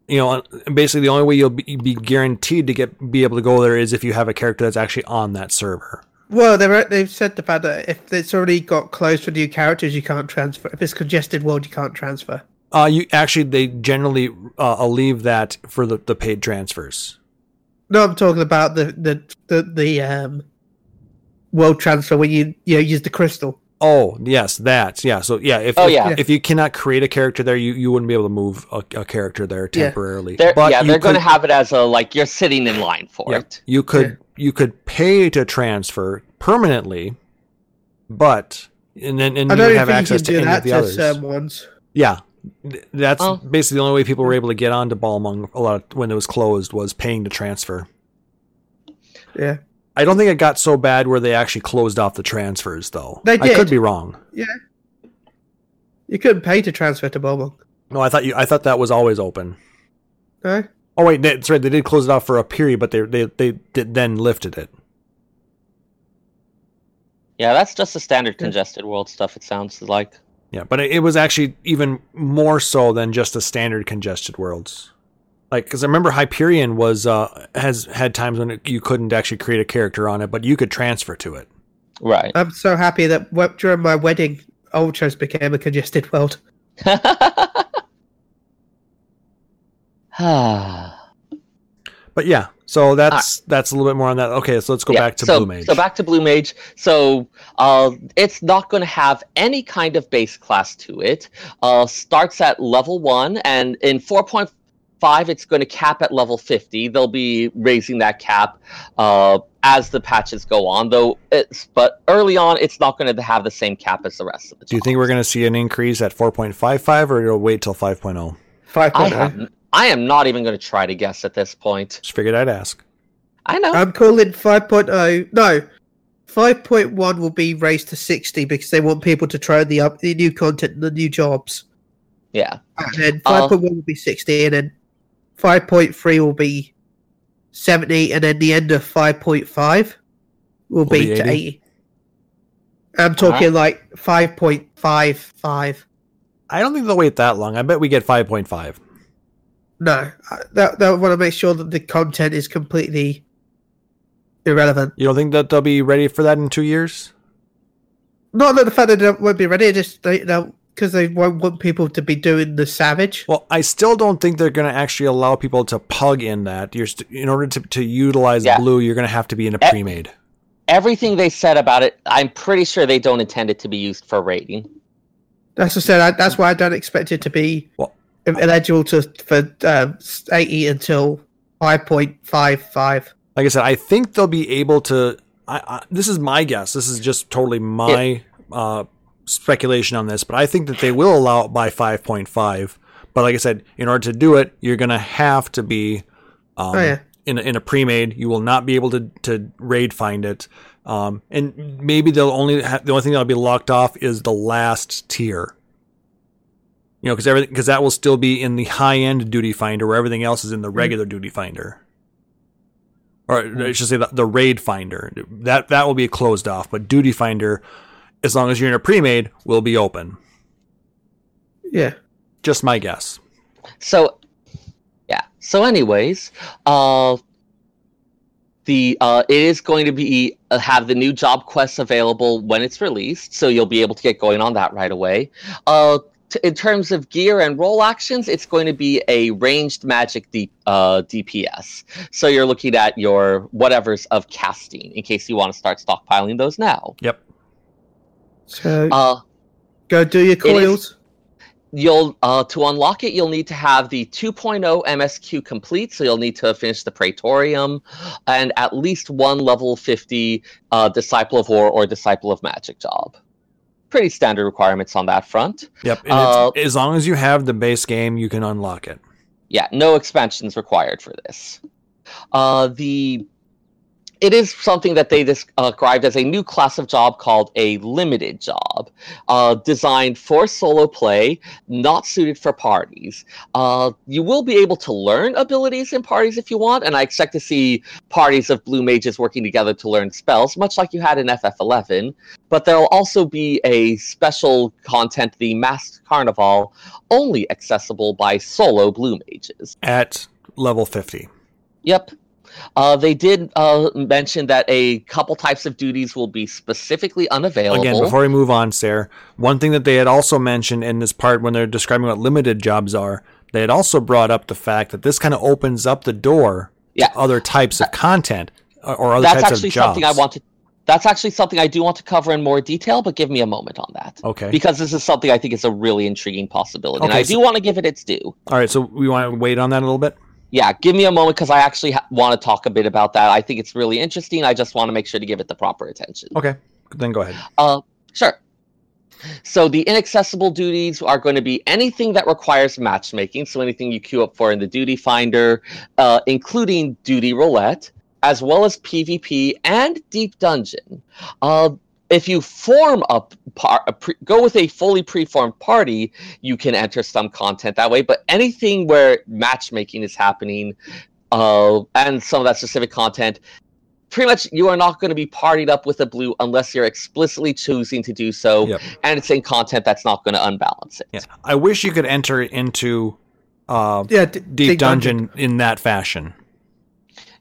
Speaker 2: you know, basically the only way you'll be, be guaranteed to get be able to go there is if you have a character that's actually on that server.
Speaker 4: Well, they've they've said the fact that if it's already got closed for new characters, you can't transfer. If it's congested world, you can't transfer.
Speaker 2: Uh, you actually they generally uh, leave that for the, the paid transfers.
Speaker 4: No, I'm talking about the the the, the um world transfer where you you know, use the crystal.
Speaker 2: Oh yes, that yeah. So yeah, if
Speaker 3: Oh,
Speaker 2: if,
Speaker 3: yeah.
Speaker 2: if you cannot create a character there, you, you wouldn't be able to move a, a character there
Speaker 4: Yeah.
Speaker 2: temporarily.
Speaker 3: They're, yeah,
Speaker 2: you
Speaker 3: they're going to
Speaker 2: could-
Speaker 3: have it as a like you're sitting in line for
Speaker 2: yeah,
Speaker 3: it.
Speaker 2: You could you could pay to transfer permanently, but and then and
Speaker 4: I
Speaker 2: you
Speaker 4: don't
Speaker 2: would
Speaker 4: even
Speaker 2: have
Speaker 4: think
Speaker 2: access
Speaker 4: you
Speaker 2: to
Speaker 4: can do
Speaker 2: any
Speaker 4: that
Speaker 2: of the
Speaker 4: to
Speaker 2: others.
Speaker 4: certain ones.
Speaker 2: Yeah, Th- that's
Speaker 3: Oh.
Speaker 2: basically the only way people were able to get onto Balmung a lot of, when it was closed was paying to transfer.
Speaker 4: Yeah,
Speaker 2: I don't think it got so bad where they actually closed off the transfers though.
Speaker 4: They
Speaker 2: I could
Speaker 4: did.
Speaker 2: be wrong.
Speaker 4: you couldn't pay to transfer to Bulbong.
Speaker 2: No, I thought you. I thought that was always open.
Speaker 4: No,
Speaker 2: Oh wait, that's right. They did close it off for a period, but they they they did then lifted it.
Speaker 3: Yeah, that's just the standard
Speaker 4: Yeah.
Speaker 3: congested world stuff. It sounds like.
Speaker 2: Yeah, but it, it was actually even more so than just the standard congested worlds. Like, because I remember Hyperion was uh has had times when it, you couldn't actually create a character on it, but you could transfer to it.
Speaker 3: Right. [laughs]
Speaker 4: I'm so happy that we- during my wedding, Ultras became a congested world.
Speaker 2: Uh.
Speaker 3: [sighs]
Speaker 2: [sighs] But yeah, so that's that's a little bit more on that. Okay, so let's go
Speaker 3: Uh, Yeah,
Speaker 2: back to
Speaker 3: so,
Speaker 2: Blue Mage.
Speaker 3: So back to Blue Mage. So uh, it's not going to have any kind of base class to it. Uh, starts at level one, and in 4.5, it's going to cap at level 50. They'll be raising that cap uh, as the patches go on, though. It's but early on, it's not going to have the same cap as the rest of the.
Speaker 2: Do you think we're going to see an increase at 4.55 or it'll wait till 5.0?
Speaker 4: Five
Speaker 3: I
Speaker 4: point oh.
Speaker 2: eh?
Speaker 3: have. I am not even going to try to guess at this point.
Speaker 2: Just figured I'd ask.
Speaker 3: I know.
Speaker 2: Uh,
Speaker 4: I'm calling 5.0. No, 5.1 will be raised to 60 because they want people to try the up the new content, and the new jobs.
Speaker 3: yeah.
Speaker 4: And then
Speaker 3: Uh,
Speaker 4: 5.1 will be 60, and then 5.3 will be 70, and then the end of 5.5 will be,
Speaker 2: be
Speaker 4: to
Speaker 2: 80.
Speaker 4: 80. I'm talking like 5.55.
Speaker 2: I don't think they'll wait that long. I bet we get 5.5.
Speaker 4: No, I- that that want to make sure that the content is completely irrelevant.
Speaker 2: You don't think that they'll be ready for that in two years?
Speaker 4: Not that the fact that they won't be ready, just they because they won't want people to be doing the savage.
Speaker 2: Well, I still don't think they're going to actually allow people to plug in that. You're st- in order to, to utilize
Speaker 3: Yeah.
Speaker 2: Blue, you're going to have to be in a
Speaker 3: Eh.
Speaker 2: pre-made.
Speaker 3: Everything they said about it, I'm pretty sure they don't intend it to be used for rating.
Speaker 4: That's what I said. I, that's why I don't expect it to be
Speaker 2: Well,
Speaker 4: eligible to for um, eighty until five point five five.
Speaker 2: like I said, I think they'll be able to. I, I, this is my guess. This is just totally my uh, speculation on this, but I think that they will allow it by 5.5. But like I said, in order to do it, you're gonna have to be um,
Speaker 4: Oh, yeah.
Speaker 2: in a, in a pre-made. You will not be able to to raid find it. Um, and maybe they'll only ha- the only thing that'll be locked off is the last tier. You know, because everything because that will still be in the high end duty finder, where everything else is in the regular duty finder or I should say the, the raid finder that that will be closed off, but duty finder, as long as you're in a pre-made, will be open.
Speaker 4: Yeah,
Speaker 2: Just my guess.
Speaker 3: So, yeah. So, anyways, uh, the uh, it is going to be uh, have the new job quests available when it's released, so you'll be able to get going on that right away. Uh, t- in terms of gear and roll actions, it's going to be a ranged magic D- uh, DPS. So you're looking at your whatever's of casting in case you want to start stockpiling those now.
Speaker 2: Yep.
Speaker 4: So
Speaker 3: Uh,
Speaker 4: go do your coils.
Speaker 3: you'll uh, to unlock it you'll need to have the 2.0 msq complete so you'll need to finish the praetorium and at least one level 50 uh, disciple of war or disciple of magic job pretty standard requirements on that front
Speaker 2: Yep. And
Speaker 3: Uh,
Speaker 2: it's, as long as you have the base game, you can unlock it.
Speaker 3: yeah no expansions required for this uh the it is something that they dis- uh, described as a new class of job called a limited job uh, designed for solo play not suited for parties uh, you will be able to learn abilities in parties if you want and i expect to see parties of blue mages working together to learn spells much like you had in ff11 but there will also be a special content the masked carnival only accessible by solo blue mages.
Speaker 2: At level 50.
Speaker 3: Yep. Uh, they did uh, mention that a couple types of duties will be specifically unavailable.
Speaker 2: Again, before we move on, Sarah, one thing that they had also mentioned in this part when they're describing what limited jobs are, they had also brought up the fact that this kind of opens up the door
Speaker 3: Yeah.
Speaker 2: to other types of content or- or other
Speaker 3: that's
Speaker 2: types
Speaker 3: actually
Speaker 2: of jobs.
Speaker 3: something I want to. That's actually something I do want to cover in more detail, but give me a moment on that
Speaker 2: Okay.
Speaker 3: because this is something I think is a really intriguing possibility, and
Speaker 2: Okay,
Speaker 3: I
Speaker 2: so-
Speaker 3: do want to give it its due.
Speaker 2: All right, so we want to wait on that a little bit.
Speaker 3: Yeah, give me a moment because I actually ha- want to talk a bit about that. I think it's really interesting. I just want to make sure to give it the proper attention.
Speaker 2: Okay. Then go ahead.
Speaker 3: Uh, sure. So the inaccessible duties are going to be anything that requires matchmaking. So anything you queue up for in the duty finder, uh, including duty roulette, as well as PvP and deep dungeon. Uh, if you form a par- a pre- go with a fully preformed party, you can enter some content that way. But anything where matchmaking is happening, uh, and some of that specific content pretty much you are not going to be partied up with a blue unless you're explicitly choosing to do so
Speaker 2: Yep.
Speaker 3: and it's in content that's not going to unbalance it
Speaker 2: Yeah. I wish you could enter into uh,
Speaker 4: Yeah, d-
Speaker 2: Deep, dungeon, in that fashion.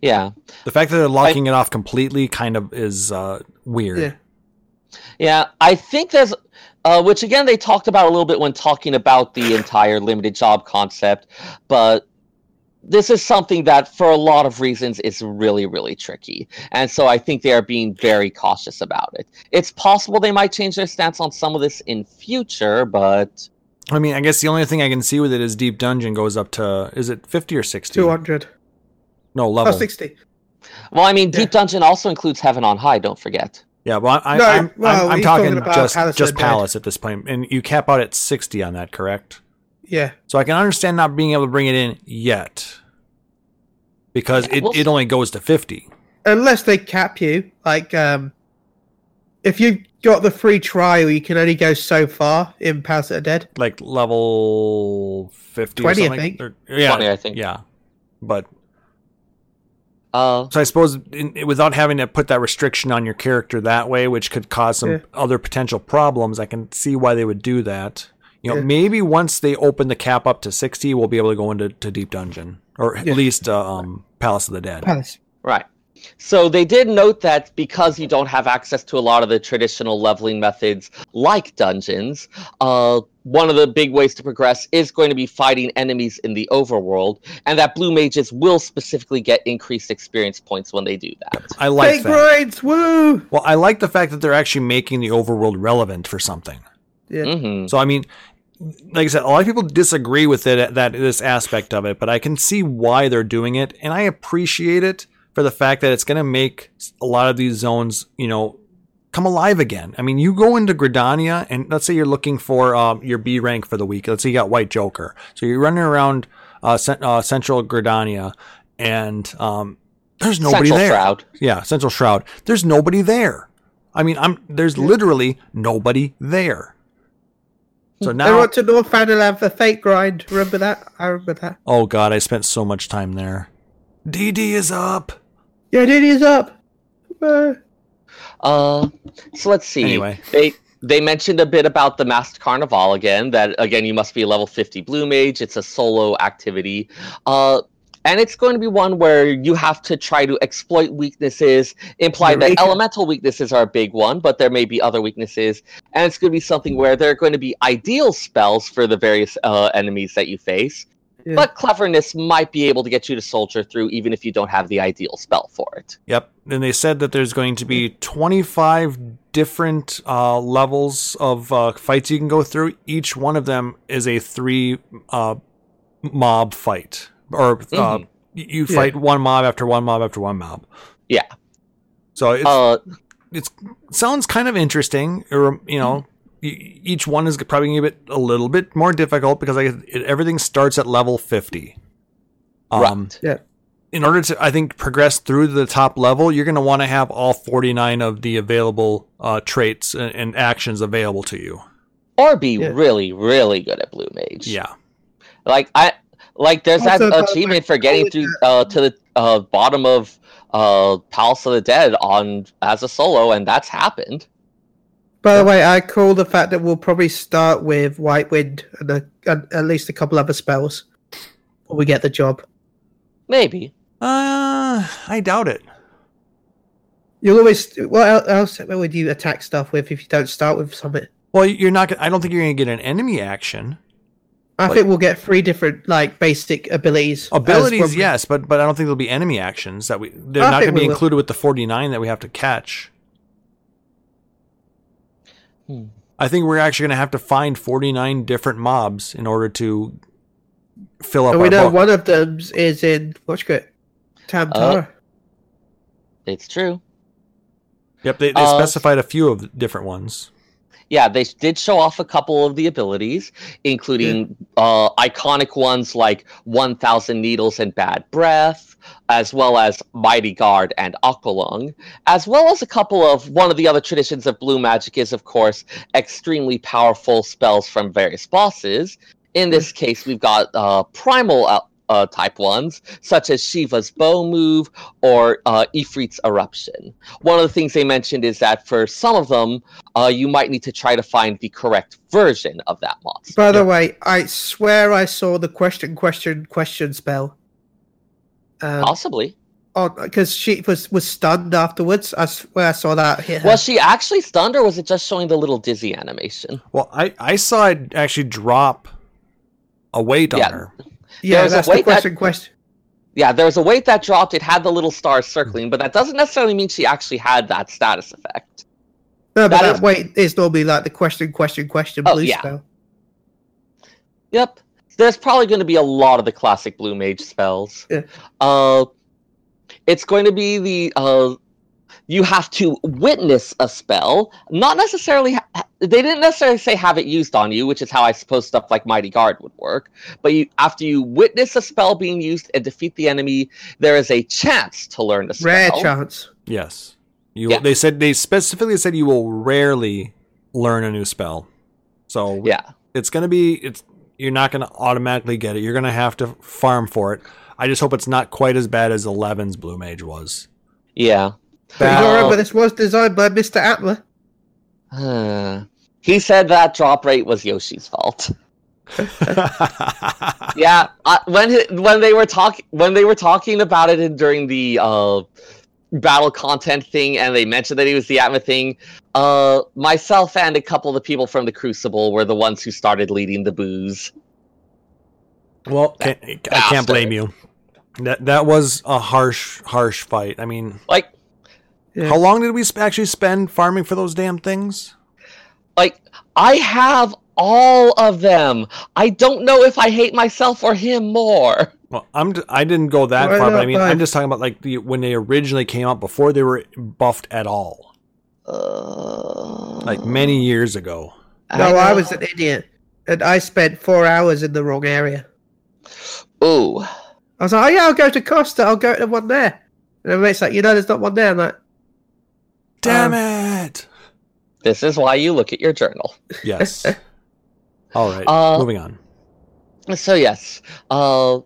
Speaker 3: yeah
Speaker 2: The fact that they're locking it off completely kind of is uh, weird.
Speaker 4: Yeah.
Speaker 3: yeah i think there's uh, which again they talked about a little bit when talking about the entire limited job concept but this is something that for a lot of reasons is really really tricky and so i think they are being very cautious about it it's possible they might change their stance on some of this in future but
Speaker 2: I mean, I guess the only thing I can see with it is Deep Dungeon goes up to is it fifty or sixty?
Speaker 4: Two hundred.
Speaker 2: No
Speaker 4: Oh,
Speaker 2: level.
Speaker 4: 60.
Speaker 3: well i mean
Speaker 4: Yeah.
Speaker 3: deep dungeon also includes heaven on high don't forget
Speaker 2: Yeah, well, I,
Speaker 4: No,
Speaker 2: I'm,
Speaker 4: well,
Speaker 2: I'm, I'm
Speaker 4: he's
Speaker 2: talking,
Speaker 4: talking about
Speaker 2: just
Speaker 4: Palace
Speaker 2: just
Speaker 4: of the Dead.
Speaker 2: Palace at this point, and you cap out at sixty on that, correct?
Speaker 4: Yeah.
Speaker 2: So I can understand not being able to bring it in yet, because
Speaker 3: Yeah,
Speaker 2: it,
Speaker 3: well-
Speaker 2: it only goes to fifty.
Speaker 4: Unless they cap you, like um, if you got the free trial, you can only go so far in Pass of the Dead.
Speaker 2: like level 50 or
Speaker 4: 20, I
Speaker 2: something.
Speaker 4: think.
Speaker 2: Or- yeah,
Speaker 3: 20, I think.
Speaker 2: Yeah. But
Speaker 3: uh,
Speaker 2: so I suppose in, without having to put that restriction on your character that way, which could cause some
Speaker 4: Yeah.
Speaker 2: other potential problems, I can see why they would do that. You know,
Speaker 4: Yeah.
Speaker 2: maybe once they open the cap up to 60, we'll be able to go into to Deep Dungeon or at
Speaker 4: Yeah.
Speaker 2: least uh, um, Palace of the Dead.
Speaker 4: Palace.
Speaker 3: Right. So they did note that because you don't have access to a lot of the traditional leveling methods like dungeons, uh, one of the big ways to progress is going to be fighting enemies in the overworld, and that blue mages will specifically get increased experience points when they do that.
Speaker 2: I like
Speaker 4: Big
Speaker 2: that.
Speaker 4: grinds, woo!
Speaker 2: Well, I like the fact that they're actually making the overworld relevant for something. Mm,
Speaker 3: hmm
Speaker 2: So I mean, like I said, a lot of people disagree with it that this aspect of it, but I can see why they're doing it, and I appreciate it for the fact that it's going to make a lot of these zones, you know, come alive again. I mean, you go into Gridania, and let's say you're looking for um, your B rank for the week. Let's say you got White Joker, so you're running around uh, cent- uh, central Gridania, and um, there's nobody
Speaker 3: Central
Speaker 2: there.
Speaker 3: Shroud.
Speaker 2: Yeah, Central Shroud. There's nobody there. I mean, I'm there's literally nobody there. So
Speaker 4: I
Speaker 2: now,
Speaker 4: went to North Fanland for fake grind. Remember that? I remember that.
Speaker 2: oh god, I spent so much time there. DD is up.
Speaker 4: Yeah, dude, he's up. Uh,
Speaker 3: Uh, so let's see.
Speaker 2: Anyway.
Speaker 3: They They mentioned a bit about the Masked Carnival again. That again, you must be a level fifty blue mage. It's a solo activity, uh, and it's going to be one where you have to try to exploit weaknesses. Imply that
Speaker 4: Duration.
Speaker 3: elemental weaknesses are a big one, but there may be other weaknesses, and it's going to be something where there are going to be ideal spells for the various uh, enemies that you face.
Speaker 4: Yeah.
Speaker 3: But cleverness might be able to get you to soldier through, even if you don't have the ideal spell for it.
Speaker 2: Yep. And they said that there's going to be 25 different uh, levels of uh, fights you can go through. Each one of them is a three uh, mob fight, or uh,
Speaker 3: Mhm.
Speaker 2: y- you
Speaker 4: Yeah.
Speaker 2: fight one mob after one mob after one mob.
Speaker 3: Yeah.
Speaker 2: So it
Speaker 3: Uh,
Speaker 2: sounds kind of interesting. Or you know, e- each one is probably going to be a little bit more difficult because I, it, everything starts at level 50. um,
Speaker 3: right.
Speaker 2: in order to i think progress through the top level you're going to want to have all 49 of the available uh, traits and, and actions available to you
Speaker 3: or be
Speaker 4: Yeah.
Speaker 3: really really good at blue mage
Speaker 2: yeah
Speaker 3: like i like there's
Speaker 4: Also, by the
Speaker 3: that achievement for getting
Speaker 4: only
Speaker 3: through uh, to the uh, bottom of uh, palace of the dead on as a solo and that's happened
Speaker 4: By the way, I call the fact that we'll probably start with White Wind and, a, and at least a couple other spells when we get the job.
Speaker 3: maybe
Speaker 2: uh, i doubt it
Speaker 4: You'll always what el- else would you attack stuff with if you don't start with something?
Speaker 2: well you're not gonna, i don't think you're going to get an enemy action
Speaker 4: I
Speaker 2: Like-
Speaker 4: think we'll get three different like basic abilities. as
Speaker 2: abilities
Speaker 4: one-
Speaker 2: yes but but i don't think there'll be enemy actions that we they're
Speaker 4: I
Speaker 2: not
Speaker 4: think
Speaker 2: going to be
Speaker 4: we will.
Speaker 2: included with the 49 that we have to catch
Speaker 3: Hmm.
Speaker 2: i think we're actually going to have to find 49 different mobs in order to fill up
Speaker 4: And
Speaker 2: our
Speaker 4: we know
Speaker 2: book.
Speaker 4: one of them is in what's good,
Speaker 2: Uh,
Speaker 4: Tamtara.
Speaker 3: it's true
Speaker 2: Yep, they, they
Speaker 3: Uh,
Speaker 2: specified a few of the different ones.
Speaker 3: yeah they s- did show off a couple of the abilities including uh, iconic ones like 1000 needles and bad breath as well as mighty guard and aqualung as well as a couple of one of the other traditions of blue magic is of course extremely powerful spells from various bosses in this case we've got uh, primal uh, uh, type ones such as Shiva's bow move or uh, Ifrit's eruption. One of the things they mentioned is that for some of them, uh, you might need to try to find the correct version of that monster.
Speaker 4: By the way, I swear I saw the question, question, question spell. Um,
Speaker 3: Possibly.
Speaker 4: because she was was stunned afterwards. I swear I saw that hit her.
Speaker 3: Was she actually stunned, or was it just showing the little dizzy animation?
Speaker 2: Well, I, I saw it actually drop a weight
Speaker 3: Yeah.
Speaker 2: on her.
Speaker 4: yeah,
Speaker 3: was a
Speaker 4: that's
Speaker 3: way
Speaker 4: the
Speaker 3: that-
Speaker 4: question, question.
Speaker 3: Yeah, there was a weight that dropped. It had the little stars circling, but that doesn't necessarily mean she actually had that status effect.
Speaker 4: No, but
Speaker 3: That
Speaker 4: that
Speaker 3: is-
Speaker 4: wait is normally like the question, question, question
Speaker 3: Oh,
Speaker 4: blue
Speaker 3: yeah.
Speaker 4: spell.
Speaker 3: Yep. There's probably going to be a lot of the classic blue mage spells.
Speaker 4: Yeah.
Speaker 3: Uh, it's going to be the uh, you have to witness a spell, not necessarily. Ha- they didn't necessarily say have it used on you, which is how I suppose stuff like Mighty Guard would work. But you, after you witness a spell being used and defeat the enemy, there is a chance to learn the spell.
Speaker 4: Rare chance.
Speaker 2: Yes. You
Speaker 3: Yeah.
Speaker 2: they said they specifically said you will rarely learn a new spell. So
Speaker 3: Yeah.
Speaker 2: it's gonna be it's you're not gonna automatically get it. You're gonna have to farm for it. I just hope it's not quite as bad as Eleven's Blue Mage
Speaker 4: [laughs]
Speaker 2: was.
Speaker 3: Yeah.
Speaker 4: But you
Speaker 2: Bad-
Speaker 4: gotta
Speaker 3: Uh,
Speaker 4: remember, this was designed by Mr. Atler.
Speaker 3: Uh, [sighs] he said that drop rate was Yoshi's fault. yeah uh, when he- when they were talking when they were talking about it in, during the uh battle content thing and they mentioned that he was the atma thing uh myself and a couple of the people from the crucible were the ones who started leading the booze
Speaker 2: well, can, I can't
Speaker 3: Bastard.
Speaker 2: blame you. That that was a harsh harsh fight. I mean,
Speaker 3: like
Speaker 4: Yeah.
Speaker 2: How long did we sp- actually spend farming for those damn things?
Speaker 3: like i have all of them i don't know if i hate myself or him more
Speaker 2: Well, I'm d- I didn't go that
Speaker 4: Why
Speaker 2: far, but I
Speaker 4: not
Speaker 2: mean,
Speaker 4: five?
Speaker 2: I'm just talking about like the, when they originally came out before they were buffed at all,
Speaker 3: uh,
Speaker 2: like many years ago.
Speaker 4: No, I
Speaker 3: know.
Speaker 4: was an idiot, and I spent four hours in the wrong area.
Speaker 3: ooh
Speaker 4: I was like, oh yeah, I'll go to Costa. I'll go to the one there. And my mate's like, you know, there's not one there. I'm like,
Speaker 2: Damn
Speaker 4: Um,
Speaker 2: it!
Speaker 3: this is why you look at your journal
Speaker 2: Yes. [laughs] all right,
Speaker 3: Uh,
Speaker 2: moving on.
Speaker 3: So yes, uh,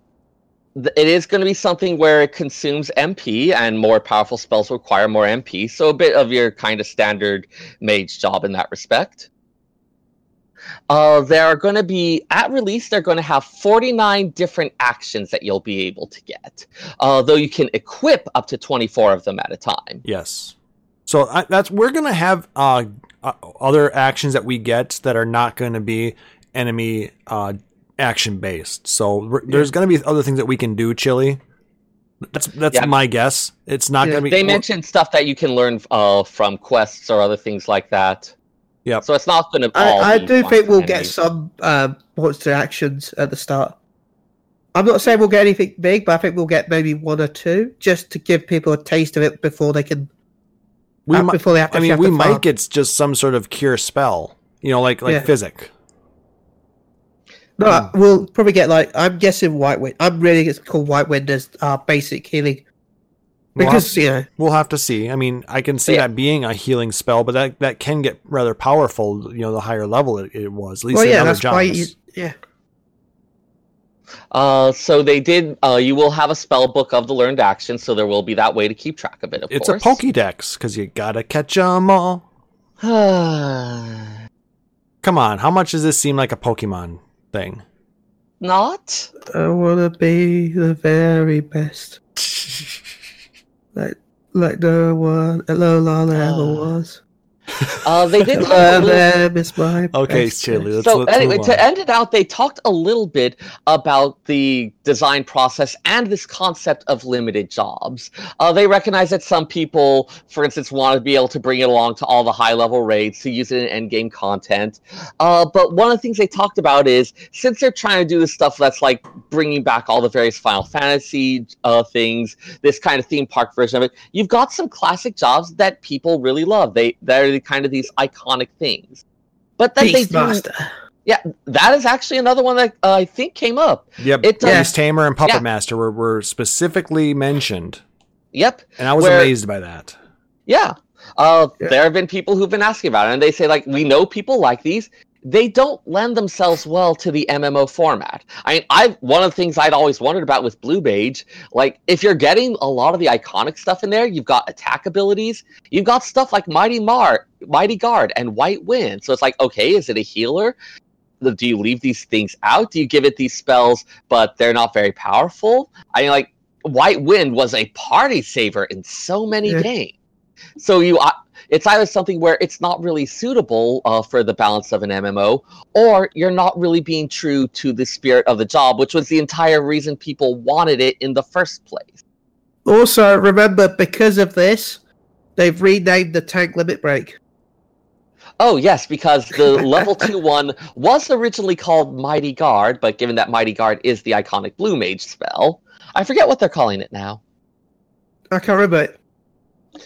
Speaker 3: th- it is going to be something where it consumes MP, and more powerful spells require more MP. So a bit of your kind of standard mage job in that respect. Uh, there are going to be at release. They're going to have forty nine different actions that you'll be able to get, uh, though you can equip up to twenty four of them at a time.
Speaker 2: Yes. So I, that's we're gonna have uh, uh, other actions that we get that are not going to be enemy uh, action based. So we're, there's going to be other things that we can do, Chili. That's that's
Speaker 3: Yeah.
Speaker 2: my guess. It's not
Speaker 4: Yeah.
Speaker 2: going to be.
Speaker 3: They mentioned stuff that you can learn uh, from quests or other things like that.
Speaker 2: Yep.
Speaker 3: So it's not going to.
Speaker 4: I, I do think we'll get some um, monster actions at the start. I'm not saying we'll get anything big, but I think we'll get maybe one or two just to give people a taste of it before they can.
Speaker 2: we
Speaker 4: uh,
Speaker 2: mi-
Speaker 4: before they have to
Speaker 2: I mean,
Speaker 4: shut
Speaker 2: we
Speaker 4: the farm.
Speaker 2: might get just some sort of cure spell. You know, like like
Speaker 4: Yeah.
Speaker 2: physic.
Speaker 4: No, we'll probably get like I'm guessing white wind. I'm really it's called white wind as our basic healing
Speaker 2: We'll have-
Speaker 4: because you know
Speaker 2: We'll have to see. I mean, I can see
Speaker 3: Yeah.
Speaker 2: that being a healing spell, but that, that can get rather powerful. You know, the higher level it, it was. At least
Speaker 4: well
Speaker 2: in
Speaker 4: yeah
Speaker 2: other
Speaker 4: that's why you,
Speaker 2: genres.
Speaker 4: yeah
Speaker 3: Uh, so they did. Uh, you will have a spell book of the learned action, so there will be that way to keep track of it. Of
Speaker 2: it's a
Speaker 3: course,
Speaker 2: Pokédex because you gotta catch 'em all. Come on, how much does this seem like a Pokemon thing?
Speaker 3: [sighs] Not.
Speaker 4: I wanna be the
Speaker 2: [laughs]
Speaker 4: very best like like no one Lola ever
Speaker 3: Ah.
Speaker 4: was
Speaker 3: Uh,
Speaker 2: [laughs]
Speaker 3: they did. have
Speaker 4: love
Speaker 3: a little-
Speaker 4: them is my
Speaker 2: Okay,
Speaker 4: best
Speaker 2: Chili,
Speaker 4: gift.
Speaker 2: let's,
Speaker 3: so
Speaker 2: let's
Speaker 3: anyway,
Speaker 2: move
Speaker 3: to
Speaker 2: on.
Speaker 3: end it out, they talked a little bit about the design process and this concept of limited jobs. Uh, they recognize that some people, for instance, want to be able to bring it along to all the high level raids to use it in endgame content. Uh, but one of the things they talked about is since they're trying to do this stuff that's like bringing back all the various Final Fantasy uh, things, this kind of theme park version of it, you've got some classic jobs that people really love. They they're the kind of these iconic things. But then they do
Speaker 4: Beastmaster.
Speaker 3: that is actually another one that uh, I think came up.
Speaker 2: Yep,
Speaker 3: it does-
Speaker 2: Beast Tamer and Puppet
Speaker 3: Yeah.
Speaker 2: Master were, were specifically mentioned,
Speaker 3: Yep.
Speaker 2: and I was
Speaker 3: Where-
Speaker 2: amazed by that.
Speaker 3: Yeah. Uh,
Speaker 4: Yeah.
Speaker 3: There have been people who've been asking about it, and they say, like, we know people like these. They don't lend themselves well to the MMO format. I mean, I one of the things I'd always wondered about with Blue Mage, like if you're getting a lot of the iconic stuff in there, you've got attack abilities, you've got stuff like Mighty Mar, Mighty Guard, and White Wind. So it's like, okay, is it a healer? Do you leave these things out? Do you give it these spells, but they're not very powerful? I mean, like White Wind was a party saver in so many
Speaker 4: Yeah.
Speaker 3: games. So you, uh, it's either something where it's not really suitable uh, for the balance of an MMO, or you're not really being true to the spirit of the job, which was the entire reason people wanted it in the first place.
Speaker 4: also remember because of this they've renamed the tank limit break
Speaker 3: Oh yes, because the level two one was originally called Mighty Guard, but given that Mighty Guard is the iconic Blue Mage spell, I forget what they're calling it now.
Speaker 4: I can't remember it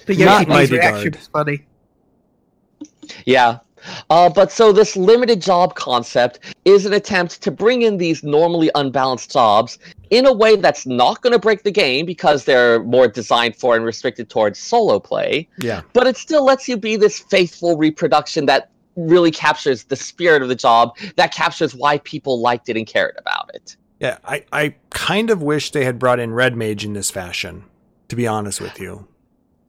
Speaker 4: but
Speaker 2: Not
Speaker 4: Yoshi's
Speaker 2: Mighty
Speaker 4: reaction
Speaker 2: Guard.
Speaker 4: was funny
Speaker 3: Yeah. Uh, but so this limited job concept is an attempt to bring in these normally unbalanced jobs in a way that's not going to break the game because they're more designed for and restricted towards solo play,
Speaker 2: Yeah,
Speaker 3: but it still lets you be this faithful reproduction that really captures the spirit of the job, that captures why people liked it and cared about it.
Speaker 2: yeah. I, I kind of wish they had brought in Red Mage in this fashion. To be honest with you,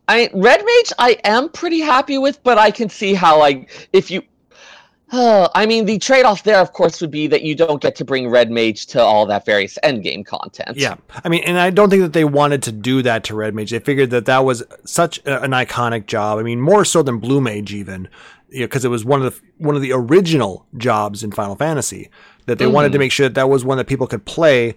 Speaker 3: I Red Mage I am pretty happy with, but I can see how like if you [sighs] uh, I mean the trade-off there of course would be that you don't get to bring Red Mage to all that various endgame content.
Speaker 2: yeah. I mean, and I don't think that they wanted to do that to Red Mage. They figured that that was such a, an iconic job. I mean, more so than Blue Mage even, because it was one of the one of the original jobs in Final Fantasy. That they wanted to
Speaker 3: Mhm.
Speaker 2: make sure that that was one that people could play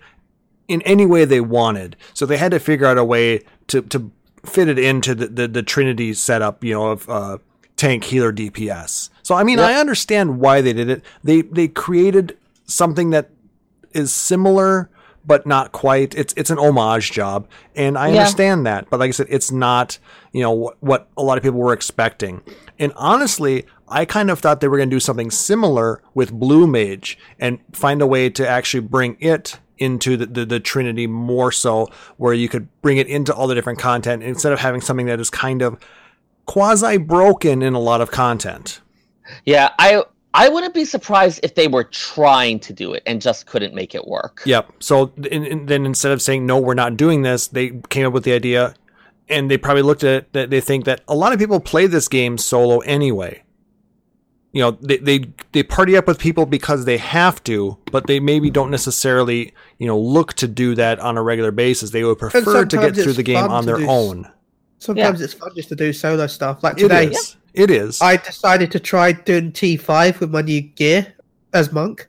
Speaker 2: in any way they wanted. So they had to figure out a way to to fit it into the the, the Trinity setup, you know, of uh, tank healer DPS. So I mean,
Speaker 3: Yep.
Speaker 2: I understand why they did it. They they created something that is similar but not quite. It's it's an homage job, and I
Speaker 3: Yeah.
Speaker 2: understand that. But like I said, it's not you know what, what a lot of people were expecting. And honestly, I kind of thought they were going to do something similar with Blue Mage and find a way to actually bring it into the, the, the Trinity more so, where you could bring it into all the different content instead of having something that is kind of quasi broken in a lot of content.
Speaker 3: Yeah, I I wouldn't be surprised if they were trying to do it and just couldn't make it work.
Speaker 2: Yep. So in, in, then instead of saying no, we're not doing this, they came up with the idea, and they probably looked at it that they think that a lot of people play this game solo anyway. You know, they they they party up with people because they have to, but they maybe don't necessarily you know look to do that on a regular basis. They would prefer to get
Speaker 4: sometimes
Speaker 2: through
Speaker 4: it's
Speaker 2: the game
Speaker 4: fun
Speaker 2: on
Speaker 4: to
Speaker 2: their
Speaker 4: do s-
Speaker 2: own.
Speaker 4: Sometimes it's fun just to do solo stuff. Like
Speaker 2: It
Speaker 4: today,
Speaker 2: is. It is.
Speaker 4: I decided to try doing T5 with my new gear as monk.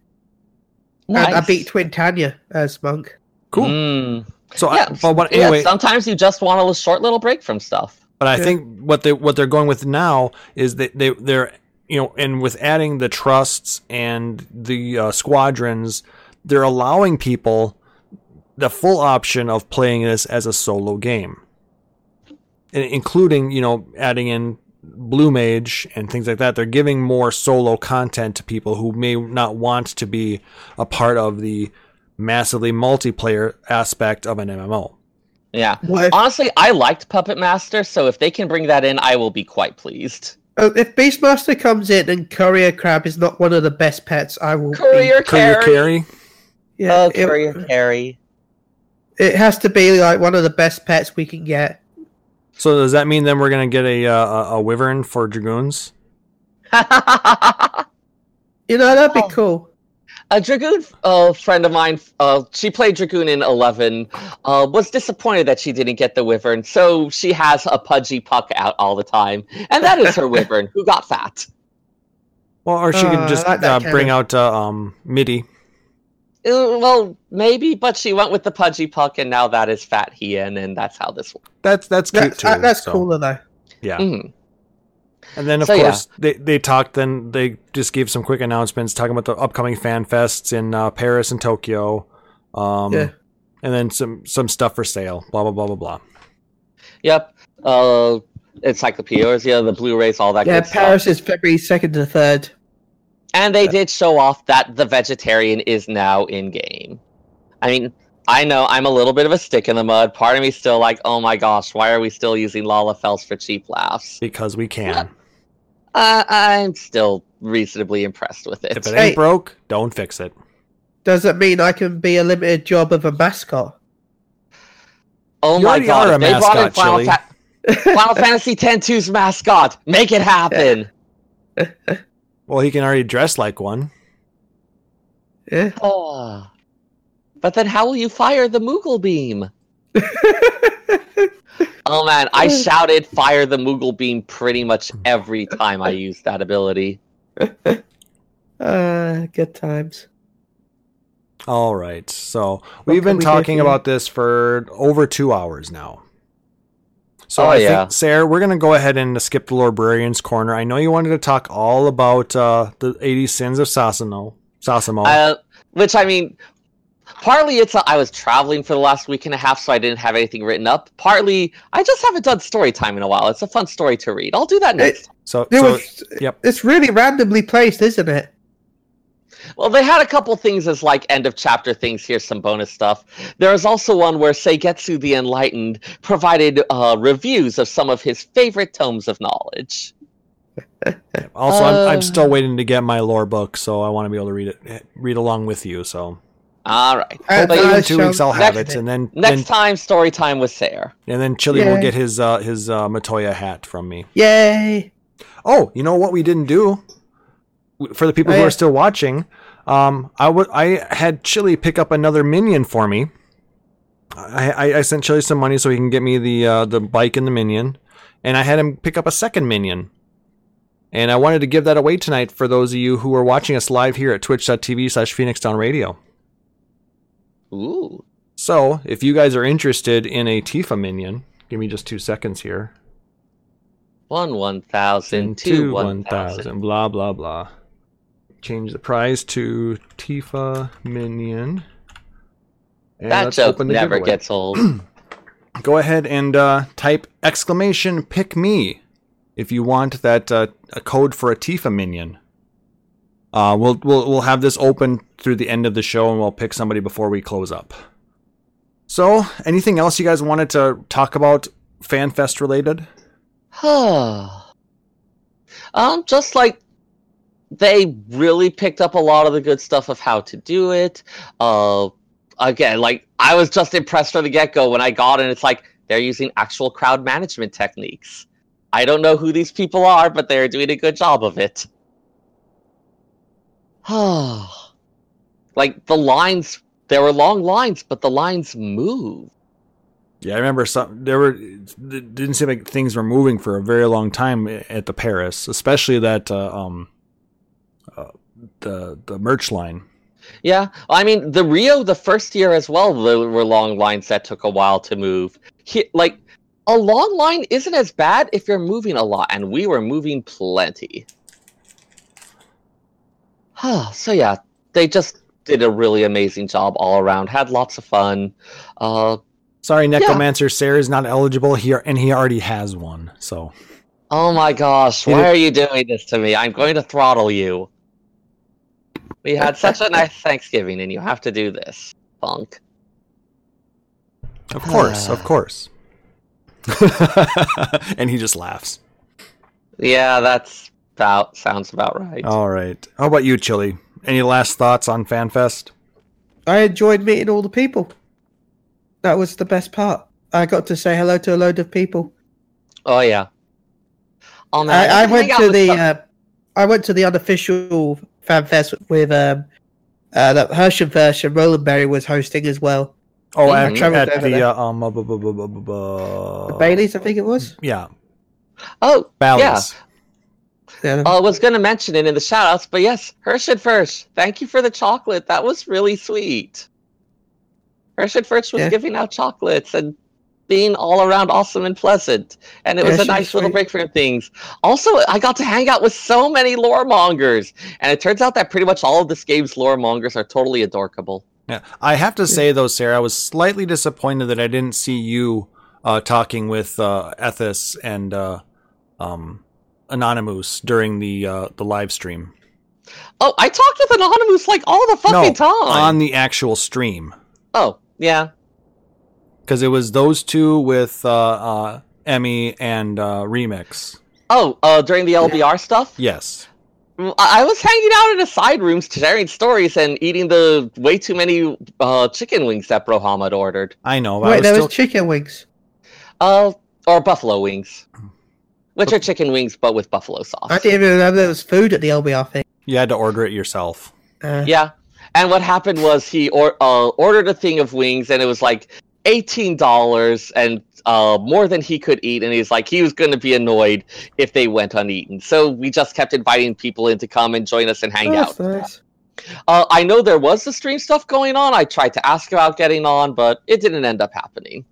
Speaker 4: And I
Speaker 3: Nice.
Speaker 4: beat Twin Tanya as monk.
Speaker 2: cool.
Speaker 3: Mm.
Speaker 2: so,
Speaker 3: Yeah,
Speaker 2: I, but what, anyway,
Speaker 3: yeah, sometimes you just want a short little break from stuff.
Speaker 2: But I
Speaker 4: Yeah.
Speaker 2: think what they what they're going with now is that they they're you know, and with adding the trusts and the uh, squadrons, they're allowing people the full option of playing this as a solo game, and including you know adding in blue mage and things like that. They're giving more solo content to people who may not want to be a part of the massively multiplayer aspect of an MMO.
Speaker 3: Yeah.
Speaker 4: What if,
Speaker 3: Honestly, I liked Puppet Master, so if they can bring that in, I will be quite pleased.
Speaker 4: oh, if Beastmaster comes in and Courier Crab is not one of the best pets, I will. be-
Speaker 3: Courier
Speaker 2: Courier
Speaker 3: Carry.
Speaker 2: carry.
Speaker 4: Yeah,
Speaker 3: Oh,
Speaker 4: it- [laughs]
Speaker 3: Courier Carry. [laughs]
Speaker 4: it has to be like one of the best pets we can get.
Speaker 2: So does that mean then we're gonna get a uh, a- a wyvern for dragoons?
Speaker 3: a
Speaker 4: You know, that'd
Speaker 3: Oh.
Speaker 4: be cool.
Speaker 3: dragoon uh, friend of mine, uh, she played dragoon in eleven. Uh, was disappointed that she didn't get the wyvern, so she has a pudgy puck out all the time, and that is her wyvern who got fat.
Speaker 2: Well, or she
Speaker 4: Uh,
Speaker 2: could just
Speaker 4: I like that
Speaker 2: uh,
Speaker 4: kind
Speaker 2: bring
Speaker 4: of-
Speaker 2: out uh, um midi.
Speaker 3: Uh, Well, maybe, but she went with the pudgy puck, and now that is fat Ian, and that's how this works.
Speaker 2: That's that's cute
Speaker 4: That,
Speaker 2: too.
Speaker 4: that- that's
Speaker 2: so,
Speaker 4: cooler though.
Speaker 2: Yeah,
Speaker 3: Mhm.
Speaker 2: and then of
Speaker 3: So, yeah.
Speaker 2: course they they talked. Then they just gave some quick announcements talking about the upcoming fan fests in uh, Paris and Tokyo. Um,
Speaker 4: Yeah.
Speaker 2: and then some some stuff for sale. Blah blah blah blah blah.
Speaker 3: Yep. Uh, encyclopedias, yeah, the Blu-rays, all that.
Speaker 4: Yeah,
Speaker 3: good stuff.
Speaker 4: Paris is February second to third.
Speaker 3: And they did show off that the vegetarian is now in game. I mean, I know I'm a little bit of a stick in the mud. Part of me's still like, oh my gosh, why are we still using Lala Fels for cheap laughs?
Speaker 2: Because we can.
Speaker 3: Uh, I'm still reasonably impressed with
Speaker 2: If it
Speaker 3: it.
Speaker 2: ain't
Speaker 4: Hey.
Speaker 2: broke, don't fix it.
Speaker 4: Does that mean I can be a limited job of a mascot?
Speaker 3: Oh
Speaker 2: You
Speaker 3: my
Speaker 2: already
Speaker 3: god,
Speaker 2: are a
Speaker 3: if they brought in
Speaker 2: mascot,
Speaker 3: Final,
Speaker 2: Chili. [laughs]
Speaker 3: Fa- Final Fantasy X-2's mascot. Make it happen.
Speaker 2: Well, he can already dress like one.
Speaker 4: Yeah.
Speaker 3: Ah. But then how will you fire the Moogle beam? Oh man, I shouted fire the Moogle beam pretty much every time I used that ability.
Speaker 4: uh, good times.
Speaker 2: All right. So we've
Speaker 4: can
Speaker 2: been
Speaker 4: we do
Speaker 2: talking
Speaker 4: here?
Speaker 2: about this for over two hours now. So
Speaker 3: Oh,
Speaker 2: I
Speaker 3: yeah.
Speaker 2: think, Sarah, we're going to go ahead and skip the Librarian's Corner. I know you wanted to talk all about uh, the 80 Sins of Sasamo. Sasamo.
Speaker 3: Uh, which I mean, partly it's uh, I was traveling for the last week and a half, so I didn't have anything written up. Partly I just haven't done story time in a while. It's a fun story to read. I'll do that next.
Speaker 2: so,
Speaker 4: It
Speaker 2: so
Speaker 4: was,
Speaker 2: yep.
Speaker 4: It's really randomly placed, isn't it?
Speaker 3: Well, they had a couple things as like end of chapter things. Here's some bonus stuff. There is also one where Seigetsu the Enlightened provided uh, reviews of some of his favorite tomes of knowledge.
Speaker 2: also, I'm,
Speaker 3: uh,
Speaker 2: I'm still waiting to get my lore book, so I want to be able to read it, read along with you. So
Speaker 3: All right.
Speaker 4: Uh,
Speaker 3: But
Speaker 2: hopefully
Speaker 4: I
Speaker 2: in two
Speaker 4: shall-
Speaker 2: weeks I'll have
Speaker 4: next-
Speaker 2: it, and then
Speaker 3: Next
Speaker 2: then,
Speaker 3: time, story time with Sayre.
Speaker 2: and then Chili
Speaker 4: Yeah.
Speaker 2: will get his uh, his uh, Matoya hat from me.
Speaker 4: Yay!
Speaker 2: Oh, you know what we didn't do W- for the people
Speaker 4: Oh,
Speaker 2: who
Speaker 4: yeah.
Speaker 2: are still watching. Um, I would I had Chili pick up another minion for me. I, I, I sent Chili some money so he can get me the uh, the bike and the minion, and I had him pick up a second minion. And I wanted to give that away tonight for those of you who are watching us live here at twitch.tv slash Phoenix Down Radio.
Speaker 3: Ooh.
Speaker 2: So if you guys are interested in a Tifa minion, give me just two seconds here.
Speaker 3: One one thousand, two one thousand.
Speaker 2: blah blah blah. Change the prize to Tifa Minion. And
Speaker 3: That
Speaker 2: let's
Speaker 3: joke
Speaker 2: open the
Speaker 3: never
Speaker 2: giveaway.
Speaker 3: gets old.
Speaker 2: Go ahead and uh, type exclamation pick me if you want that uh, a code for a Tifa minion. Uh, we'll we'll we'll have this open through the end of the show, and we'll pick somebody before we close up. So, anything else you guys wanted to talk about FanFest related?
Speaker 3: um, just like they really picked up a lot of the good stuff of how to do it. Uh, again, like I was just impressed from the get go when I got in. It's like they're using actual crowd management techniques. I don't know who these people are, but they're doing a good job of it. [sighs] like the lines, there were long lines, but the lines moved.
Speaker 2: Yeah, I remember some. There were it didn't seem like things were moving for a very long time at the Paris, especially that uh, um, uh, the the merch line.
Speaker 3: Yeah, I mean the Rio the first year as well. There were long lines that took a while to move. He, like a long line isn't as bad if you're moving a lot, and we were moving plenty. [sighs] so yeah, they just did a really amazing job all around. Had lots of fun. Uh,
Speaker 2: Sorry, Necromancer Sarah is not eligible here, and he already has one. So,
Speaker 3: oh my gosh, why are you doing this to me? I'm going to throttle you. We had such a nice Thanksgiving, and you have to do this, punk.
Speaker 2: Of course, of course. [laughs] and he just laughs.
Speaker 3: Yeah, that's about sounds about right.
Speaker 4: Oh.
Speaker 2: All right. How about you, Chili? Any last thoughts on FanFest?
Speaker 4: I enjoyed meeting all the people. That was the best part. I got to say hello to a load of people.
Speaker 3: Oh yeah. Oh, man,
Speaker 4: I, I
Speaker 3: hang
Speaker 4: went
Speaker 3: out
Speaker 4: to
Speaker 3: with
Speaker 4: the
Speaker 3: some-
Speaker 4: uh, I went to the unofficial fan fest with um, uh, that Hirschenfest and Roland Berry was hosting as well.
Speaker 2: Oh,
Speaker 3: Mhm.
Speaker 2: at,
Speaker 4: Traveled
Speaker 2: at
Speaker 4: over
Speaker 2: the
Speaker 4: there.
Speaker 2: uh, um, uh, bu- bu- bu- bu- bu- bu-
Speaker 4: Bailey's, I think it was.
Speaker 2: yeah,
Speaker 4: uh,
Speaker 3: oh
Speaker 2: Bally's.
Speaker 4: Yeah.
Speaker 3: I was going to mention it in the shout outs, but yes, Hirsch and Firsch, thank you for the chocolate. That was really sweet. Hirsch and Firsch was
Speaker 4: Yeah.
Speaker 3: giving out chocolates and being all around awesome and pleasant. And it
Speaker 4: Yeah,
Speaker 3: was a
Speaker 4: she was
Speaker 3: nice little
Speaker 4: sweet.
Speaker 3: break from things. Also, I got to hang out with so many loremongers. And it turns out that pretty much all of this game's loremongers are totally adorkable.
Speaker 2: Yeah. I have to say though, Sarah, I was slightly disappointed that I didn't see you uh, talking with uh, Ethis and uh, um, Anonymous during the uh, the live stream.
Speaker 3: Oh, I talked with Anonymous like all the fucking
Speaker 2: no,
Speaker 3: time.
Speaker 2: on the actual stream
Speaker 3: oh, yeah.
Speaker 2: because it was those two with uh, uh, Emmy and uh, Remix.
Speaker 3: Oh, uh, during the LBR stuff?
Speaker 2: Yes.
Speaker 3: I I was hanging out in a side room sharing stories and eating the way too many uh, chicken wings that Bro Hamad ordered.
Speaker 2: I know. but I
Speaker 4: Wait,
Speaker 2: was
Speaker 4: there
Speaker 2: still-
Speaker 4: was chicken wings.
Speaker 3: Uh, or buffalo wings. Which are chicken wings but with buffalo sauce.
Speaker 4: I didn't even remember there was food at the LBR thing.
Speaker 2: you had to order it yourself.
Speaker 4: Uh,
Speaker 3: Yeah. And what happened was he or, uh, ordered a thing of wings and it was like $18 and uh, more than he could eat. And he's like, he was going to be annoyed if they went uneaten. So we just kept inviting people in to come and join us and hang
Speaker 4: oh,
Speaker 3: out.
Speaker 4: that's nice.
Speaker 3: Uh, I know there was the stream stuff going on. I tried to ask about getting on, but it didn't end up happening.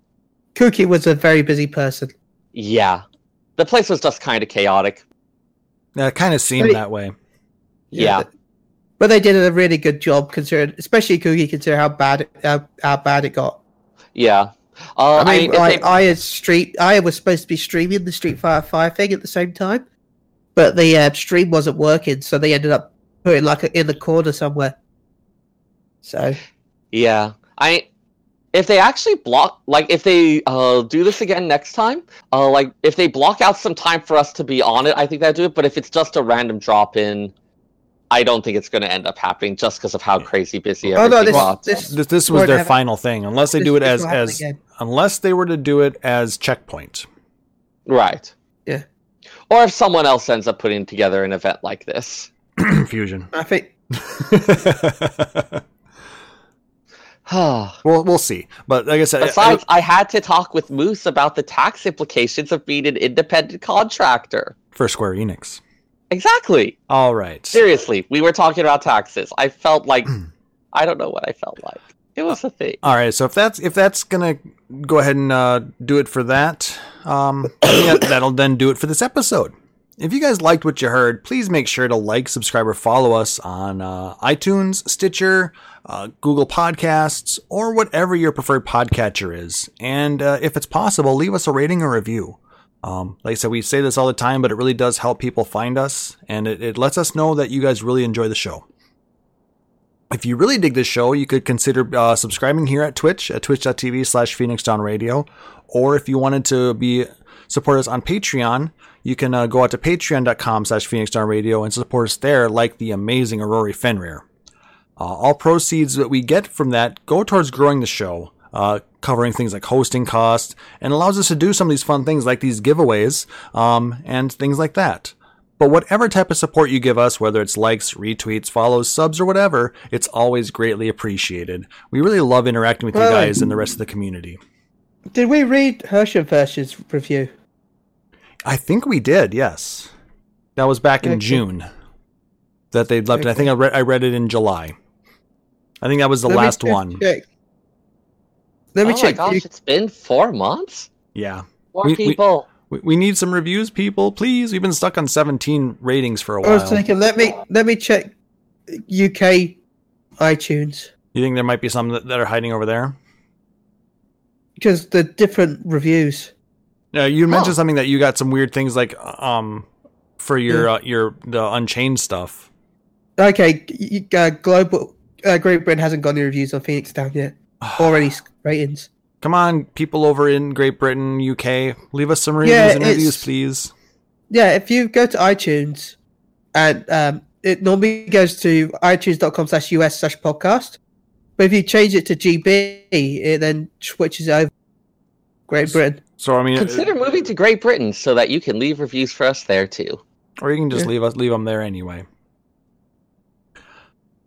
Speaker 4: Cookie was a very busy person.
Speaker 3: Yeah. The place was just kind of chaotic.
Speaker 2: Yeah, it kind of seemed
Speaker 4: Hey.
Speaker 2: that way.
Speaker 3: Yeah.
Speaker 4: th- But they did a really good job, considering, especially Cookie, considering how bad it, how, how bad it got.
Speaker 3: Yeah. Uh,
Speaker 4: I mean,
Speaker 3: if
Speaker 4: I,
Speaker 3: they-
Speaker 4: I, had street, I was supposed to be streaming the Street Fighter Five thing at the same time, but the uh, stream wasn't working, so they ended up putting like in the corner somewhere. So
Speaker 3: yeah. I if they actually block like if they uh, do this again next time, uh, like if they block out some time for us to be on it, I think that'd do it. But if it's just a random drop in, I don't think it's going to end up happening just because of how crazy busy
Speaker 4: Oh,
Speaker 3: everything
Speaker 4: no, this-
Speaker 3: was.
Speaker 4: this-
Speaker 2: This, this was
Speaker 4: We're
Speaker 2: their
Speaker 4: gonna-
Speaker 2: final thing, unless they
Speaker 4: this-
Speaker 2: do it
Speaker 4: this
Speaker 2: as
Speaker 4: will happen
Speaker 2: as
Speaker 4: again.
Speaker 2: unless they were to do it as checkpoint. [clears throat]
Speaker 3: right.
Speaker 4: Yeah.
Speaker 3: Or if someone else ends up putting together an event like this.
Speaker 4: [laughs]
Speaker 2: Fusion.
Speaker 4: I think
Speaker 3: Besides,
Speaker 2: well, we'll see. But like I said, I-
Speaker 3: I had to talk with Moose about the tax implications of being an independent contractor.
Speaker 2: I- for Square Enix.
Speaker 3: Exactly.
Speaker 2: All right.
Speaker 3: Seriously, we were talking about taxes. I felt like I don't know what I felt like. It was a thing.
Speaker 2: All right. So if that's if that's gonna go ahead and uh, do it for that, um, [coughs] I think that- that'll then do it for this episode. If you guys liked what you heard, please make sure to like, subscribe, or follow us on uh, iTunes, Stitcher, uh, Google Podcasts, or whatever your preferred podcatcher is. And uh, if it's possible, leave us a rating or review. Um, like I said, we say this all the time, but it really does help people find us, and it, it lets us know that you guys really enjoy the show. If you really dig this show, you could consider uh, subscribing here at Twitch at twitch.tv slash phoenix down radio. Or if you wanted to be support us on Patreon, you can uh, go out to patreon.com slash Phoenix Down Radio and support us there like the amazing Aurori Fenrir. Uh, all proceeds that we get from that go towards growing the show, uh, covering things like hosting costs, and allows us to do some of these fun things like these giveaways um, and things like that. But whatever type of support you give us, whether it's likes, retweets, follows, subs, or whatever, it's always greatly appreciated. We really love interacting with you
Speaker 4: Right.
Speaker 2: guys and the rest of the community.
Speaker 4: Did we read Hirschenfursch's review?
Speaker 2: I think we did, yes. That was back in
Speaker 4: Very cool.
Speaker 2: June that they'd left. it. I think I read, I read it in July. I think that was the
Speaker 4: Let me
Speaker 2: last
Speaker 4: just
Speaker 2: one.
Speaker 4: check. Let me
Speaker 3: oh my
Speaker 4: check.
Speaker 3: gosh, it's been four months.
Speaker 2: Yeah.
Speaker 3: Four
Speaker 2: We- we-
Speaker 3: people.
Speaker 2: We, we need some reviews, people, please. We've been stuck on 17 ratings for a
Speaker 4: I was
Speaker 2: while.
Speaker 4: thinking. Let me let me check UK iTunes
Speaker 2: you think there might be some that, that are hiding over there?
Speaker 4: because the different reviews.
Speaker 2: No, you mentioned
Speaker 3: Huh.
Speaker 2: something that you got some weird things like um for your uh, your the Unchained stuff.
Speaker 4: Okay, y- y- uh, global uh, Great Britain hasn't got any reviews on Phoenix Down yet, or any s- ratings.
Speaker 2: Come on, people over in Great Britain, UK, leave us some reviews
Speaker 4: Yeah,
Speaker 2: and reviews,
Speaker 4: it's-
Speaker 2: please.
Speaker 4: Yeah, if you go to iTunes, and um, it normally goes to iTunes.com/us slash US slash podcast, but if you change it to GB, it then switches over Great Britain.
Speaker 2: So I mean,
Speaker 3: Consider moving to Great Britain so that you can leave reviews for us there too.
Speaker 2: or you can just
Speaker 4: Yeah.
Speaker 2: leave us leave them there anyway.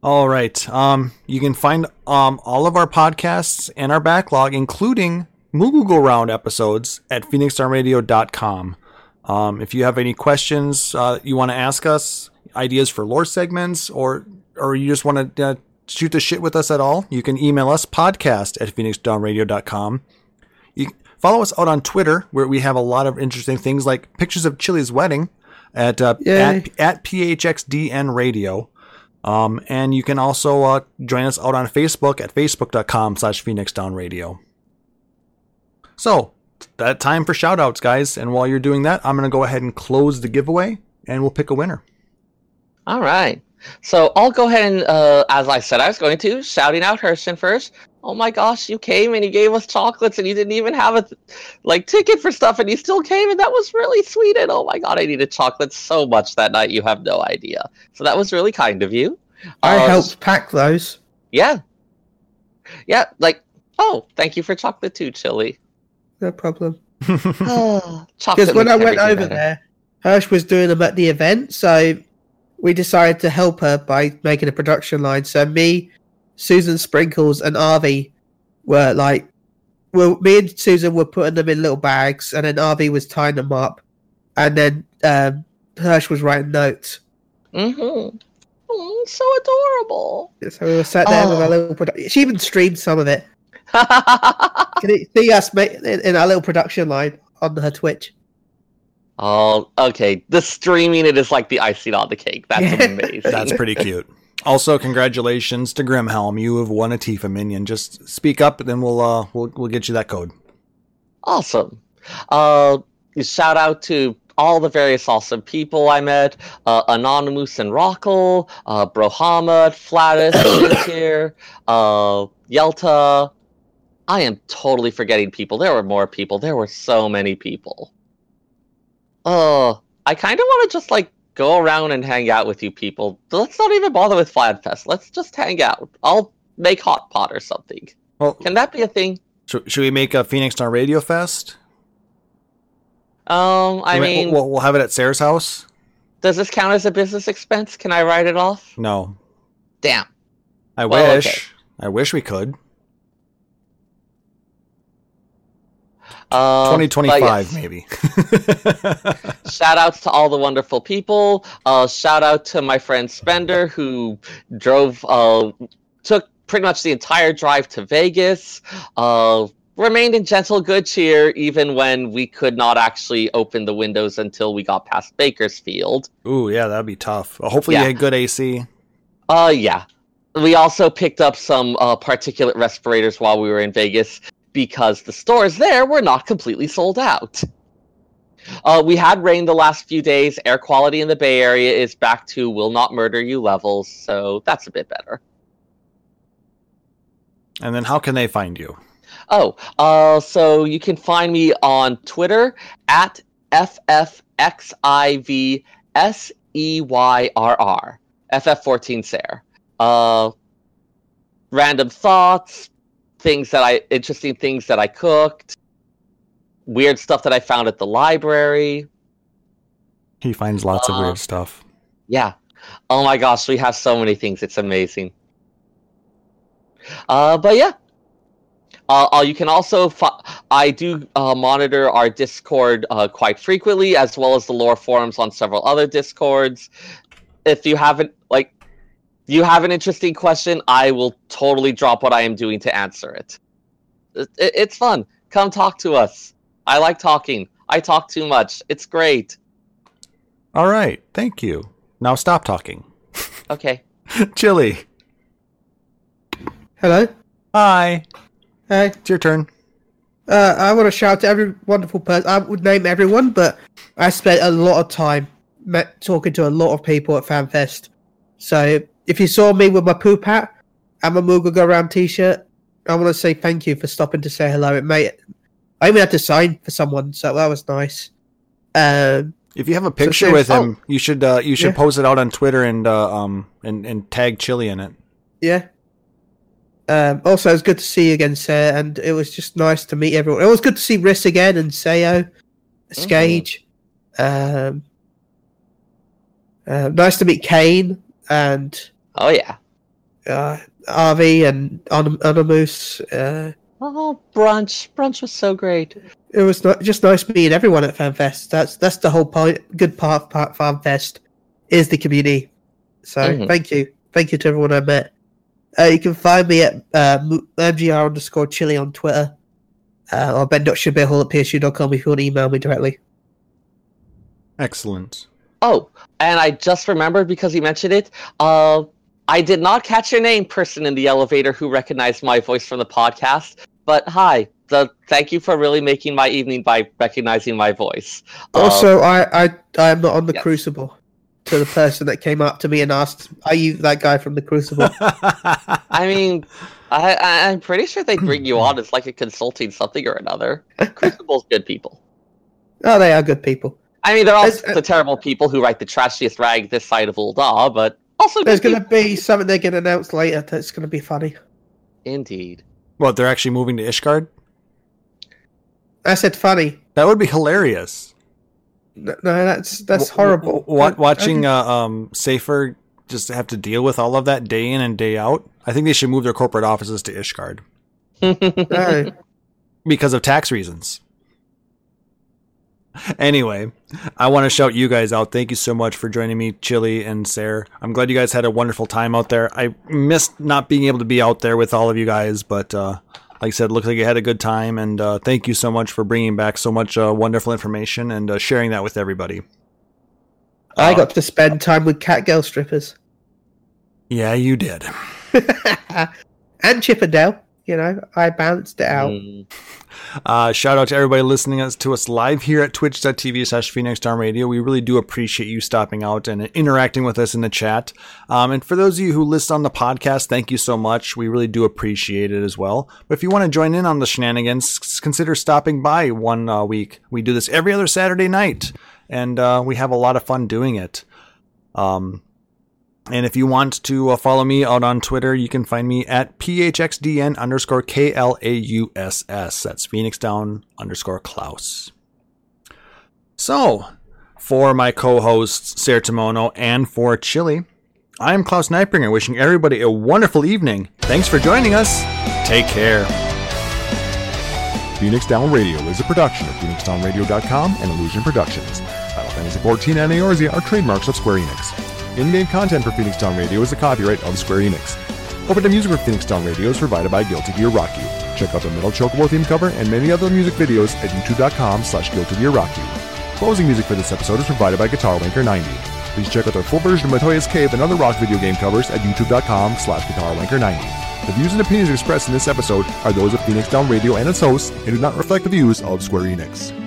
Speaker 2: All right. Um, you can find um all of our podcasts and our backlog, including Moogle Round episodes, at phoenixstarradio.com. Um, if you have any questions uh, you want to ask us, ideas for lore segments, or or you just want to uh, shoot the shit with us at all, you can email us podcast at phoenixdawnradio.com. You can follow us out on Twitter, where we have a lot of interesting things like pictures of Chili's wedding at uh,
Speaker 4: Yay.
Speaker 2: at, at PHXDN Radio. Um, and you can also uh, join us out on Facebook at facebook.com slash Phoenix Down Radio. So that time for shout outs, guys. And while you're doing that, I'm going to go ahead and close the giveaway and we'll pick a
Speaker 3: [laughs]
Speaker 2: winner.
Speaker 3: All right. So I'll go ahead and, uh, as I said I was going to, shouting out Hurston first. Oh my gosh, you came and you gave us chocolates and you didn't even have a th- like ticket for stuff and you still came and that was really sweet and oh my god, I needed chocolates so much that night you have no idea. So that was really kind of you.
Speaker 4: I
Speaker 3: Uh,
Speaker 4: helped pack those.
Speaker 3: Yeah. Yeah, like oh, thank you for chocolate too, Chili.
Speaker 4: No problem.
Speaker 3: Ah, chocolate.
Speaker 4: Because when I
Speaker 3: makes everything
Speaker 4: went over
Speaker 3: better.
Speaker 4: there, Hirsch was doing them at the event, so we decided to help her by making a production line. So me, Susan Sprinkles, and Arvy were like, well, me and Susan were putting them in little bags, and then Arvy was tying them up, and then um, Hirsch was writing notes.
Speaker 3: Mhm. Mm, so adorable.
Speaker 4: So we were sat there with
Speaker 3: Oh.
Speaker 4: our little production. She even streamed some of it.
Speaker 3: [laughs]
Speaker 4: Can you see us ma- in, in our little production line on her Twitch?
Speaker 3: Oh, okay. The streaming it is like the icing on the cake. That's
Speaker 4: Yeah.
Speaker 3: amazing.
Speaker 2: That's pretty cute. Also, congratulations to Grimhelm. You have won a Tifa minion. Just speak up, and then we'll uh, we'll we'll get you that code.
Speaker 3: awesome. Uh, shout out to all the various awesome people I met: uh, Anonymous and Rockle, uh, Brohamad, Flatus, Shinichir, uh, Yelta. I am totally forgetting people. There were more people. There were so many people. Oh, I kind of want to just like go around and hang out with you people. Let's not even bother with Fladfest. Let's just hang out. I'll make hot pot or something.
Speaker 2: Well,
Speaker 3: Can that be a thing?
Speaker 2: should, should we make a Phoenix Down Radio Fest?
Speaker 3: Um, I
Speaker 2: We-
Speaker 3: mean,
Speaker 2: we'll, we'll have it at Sarah's house.
Speaker 3: does this count as a business expense? Can I write it off?
Speaker 2: No,
Speaker 3: Damn.
Speaker 2: I
Speaker 3: Well,
Speaker 2: wish.
Speaker 3: okay.
Speaker 2: I wish we could.
Speaker 3: Um,
Speaker 2: Twenty twenty five,
Speaker 3: but yes.
Speaker 2: maybe. [laughs]
Speaker 3: Shout outs to all the wonderful people. Uh, shout out to my friend Spender who drove, uh, took pretty much the entire drive to Vegas. Uh, remained in gentle good cheer even when we could not actually open the windows until we got past Bakersfield.
Speaker 2: Ooh, yeah, that'd be tough. Uh, Hopefully, you
Speaker 3: Yeah.
Speaker 2: had good AC.
Speaker 3: Uh, yeah. We also picked up some uh, particulate respirators while we were in Vegas because the stores there were not completely sold out. Uh, we had rain the last few days. Air quality in the Bay Area is back to will not murder you levels, so that's a bit better.
Speaker 2: And then, how can they find you?
Speaker 3: Oh, uh, so you can find me on Twitter at E FFXIVSEYRR, FF14SARE. Uh, random thoughts, things that I, interesting things that I cooked, weird stuff that I found at the library.
Speaker 2: He finds lots of
Speaker 3: Uh,
Speaker 2: weird stuff.
Speaker 3: Yeah. Oh my gosh, we have so many things. It's amazing. Uh, but yeah. Uh, uh, you can also fi- I do uh, monitor our Discord uh, quite frequently, as well as the lore forums on several other Discords. If you haven't like, you have an interesting question, I will totally drop what I am doing to answer it. It- it it's fun. Come talk to us. I like talking. I talk too much. It's great.
Speaker 2: All right, thank you. Now stop talking. [laughs]
Speaker 3: Okay.
Speaker 2: Chili,
Speaker 4: Hello.
Speaker 2: hi.
Speaker 4: Hey.
Speaker 2: It's your turn.
Speaker 4: Uh, I want to shout to every wonderful person. I would name everyone, but I spent a lot of time met, talking to a lot of people at FanFest. So if you saw me with my poop hat and my Moogle Go Round t shirt, I want to say thank you for stopping to say hello. It made I even had to sign for someone, so that was nice. Um,
Speaker 2: If you have a picture
Speaker 4: same-
Speaker 2: with him, you should uh, you should
Speaker 4: Yeah.
Speaker 2: post it out on Twitter and uh, um and, and tag Chili in it.
Speaker 4: yeah. Um, also, it's good to see you again, Sir, and it was just nice to meet everyone. It was good to see Riss again and Sayo, Skage. Um, uh, nice to meet Kane and
Speaker 3: Oh yeah.
Speaker 4: uh, Arvi and An- Animus. Uh,
Speaker 3: Oh, brunch. Brunch was so great.
Speaker 4: it was not, just nice meeting everyone at FanFest. That's that's the whole point. Good part of part FanFest is the community. So
Speaker 3: Mhm.
Speaker 4: thank you, thank you to everyone I met. Uh, you can find me at uh, m- mgr underscore chili on Twitter uh, or ben.shabirhall at psu.com if you want to email me directly.
Speaker 2: Excellent.
Speaker 3: Oh, and I just remembered because you mentioned it. Uh, I did not catch your name, person in the elevator who recognized my voice from the podcast. But hi, the, thank you for really making my evening by recognizing my voice. Uh,
Speaker 4: Also, I, I I am not on the
Speaker 3: yes.
Speaker 4: Crucible. To the person that came up to me and asked, "Are you that guy from the
Speaker 3: [laughs]
Speaker 4: Crucible?"
Speaker 3: I mean, I, I, I'm pretty sure they bring you on as like a consulting something or another. Crucible's good people.
Speaker 4: oh, they are good people.
Speaker 3: I mean, they're all
Speaker 4: As-
Speaker 3: the terrible people who write the trashiest rag this side of Uldah, but also
Speaker 4: There's
Speaker 3: good
Speaker 4: going
Speaker 3: people.
Speaker 4: to be something they're going to announce later that's going to be funny.
Speaker 3: Indeed.
Speaker 2: [laughs] What they're actually moving to Ishgard?
Speaker 4: I said funny.
Speaker 2: That would be hilarious.
Speaker 4: No, no, that's that's
Speaker 2: W- w-
Speaker 4: horrible.
Speaker 2: wa- watching uh, um Safer just have to deal with all of that day in and day out. I think they should move their corporate offices to Ishgard uh, [laughs]
Speaker 4: No.
Speaker 2: because of tax reasons. Anyway, I want to shout you guys out. Thank you so much for joining me, Chili and Sarah. I'm glad you guys had a wonderful time out there. I missed not being able to be out there with all of you guys, but uh, like I said, looks like you had a good time. And uh, thank you so much for bringing back so much uh, wonderful information and uh, sharing that with everybody.
Speaker 4: I got to spend time with cat girl strippers [laughs]
Speaker 2: Yeah, you did.
Speaker 4: and Chippendale. You know, I balanced it out.
Speaker 3: Mm.
Speaker 2: Uh, shout out to everybody listening us- to us live here at twitch.tv slash Phoenix Down Radio. We really do appreciate you stopping out and interacting with us in the chat. Um, and for those of you who listen on the podcast, thank you so much. We really do appreciate it as well. But if you want to join in on the shenanigans, s- consider stopping by one uh, week. We do this every other Saturday night, and uh, we have a lot of fun doing it. Um, and if you want to uh, follow me out on Twitter, you can find me at phxdn underscore klauss. That's Phoenix Down underscore Klaus. So, for my co-hosts Sarah Timono and for Chili, I am Klaus Neipringer, wishing everybody a wonderful evening. Thanks for joining us. Take care.
Speaker 6: Phoenix Down Radio is a production of PhoenixDownRadio.com and Illusion Productions. Final Fantasy XIV and Eorzea are trademarks of Square Enix. In-game content for Phoenix Down Radio is a copyright of Square Enix. Open music for Phoenix Down Radio is provided by Guilty Gear Rocky. Check out the Metal Chocobo theme cover and many other music videos at youtube.com slash Guilty Gear Rocky. Closing music for this episode is provided by Guitar Wanker 90. Please check out their full version of Matoya's Cave and other rock video game covers at youtube.com slash Guitar Wanker 90. The views and opinions expressed in this episode are those of Phoenix Down Radio and its hosts and do not reflect the views of Square Enix.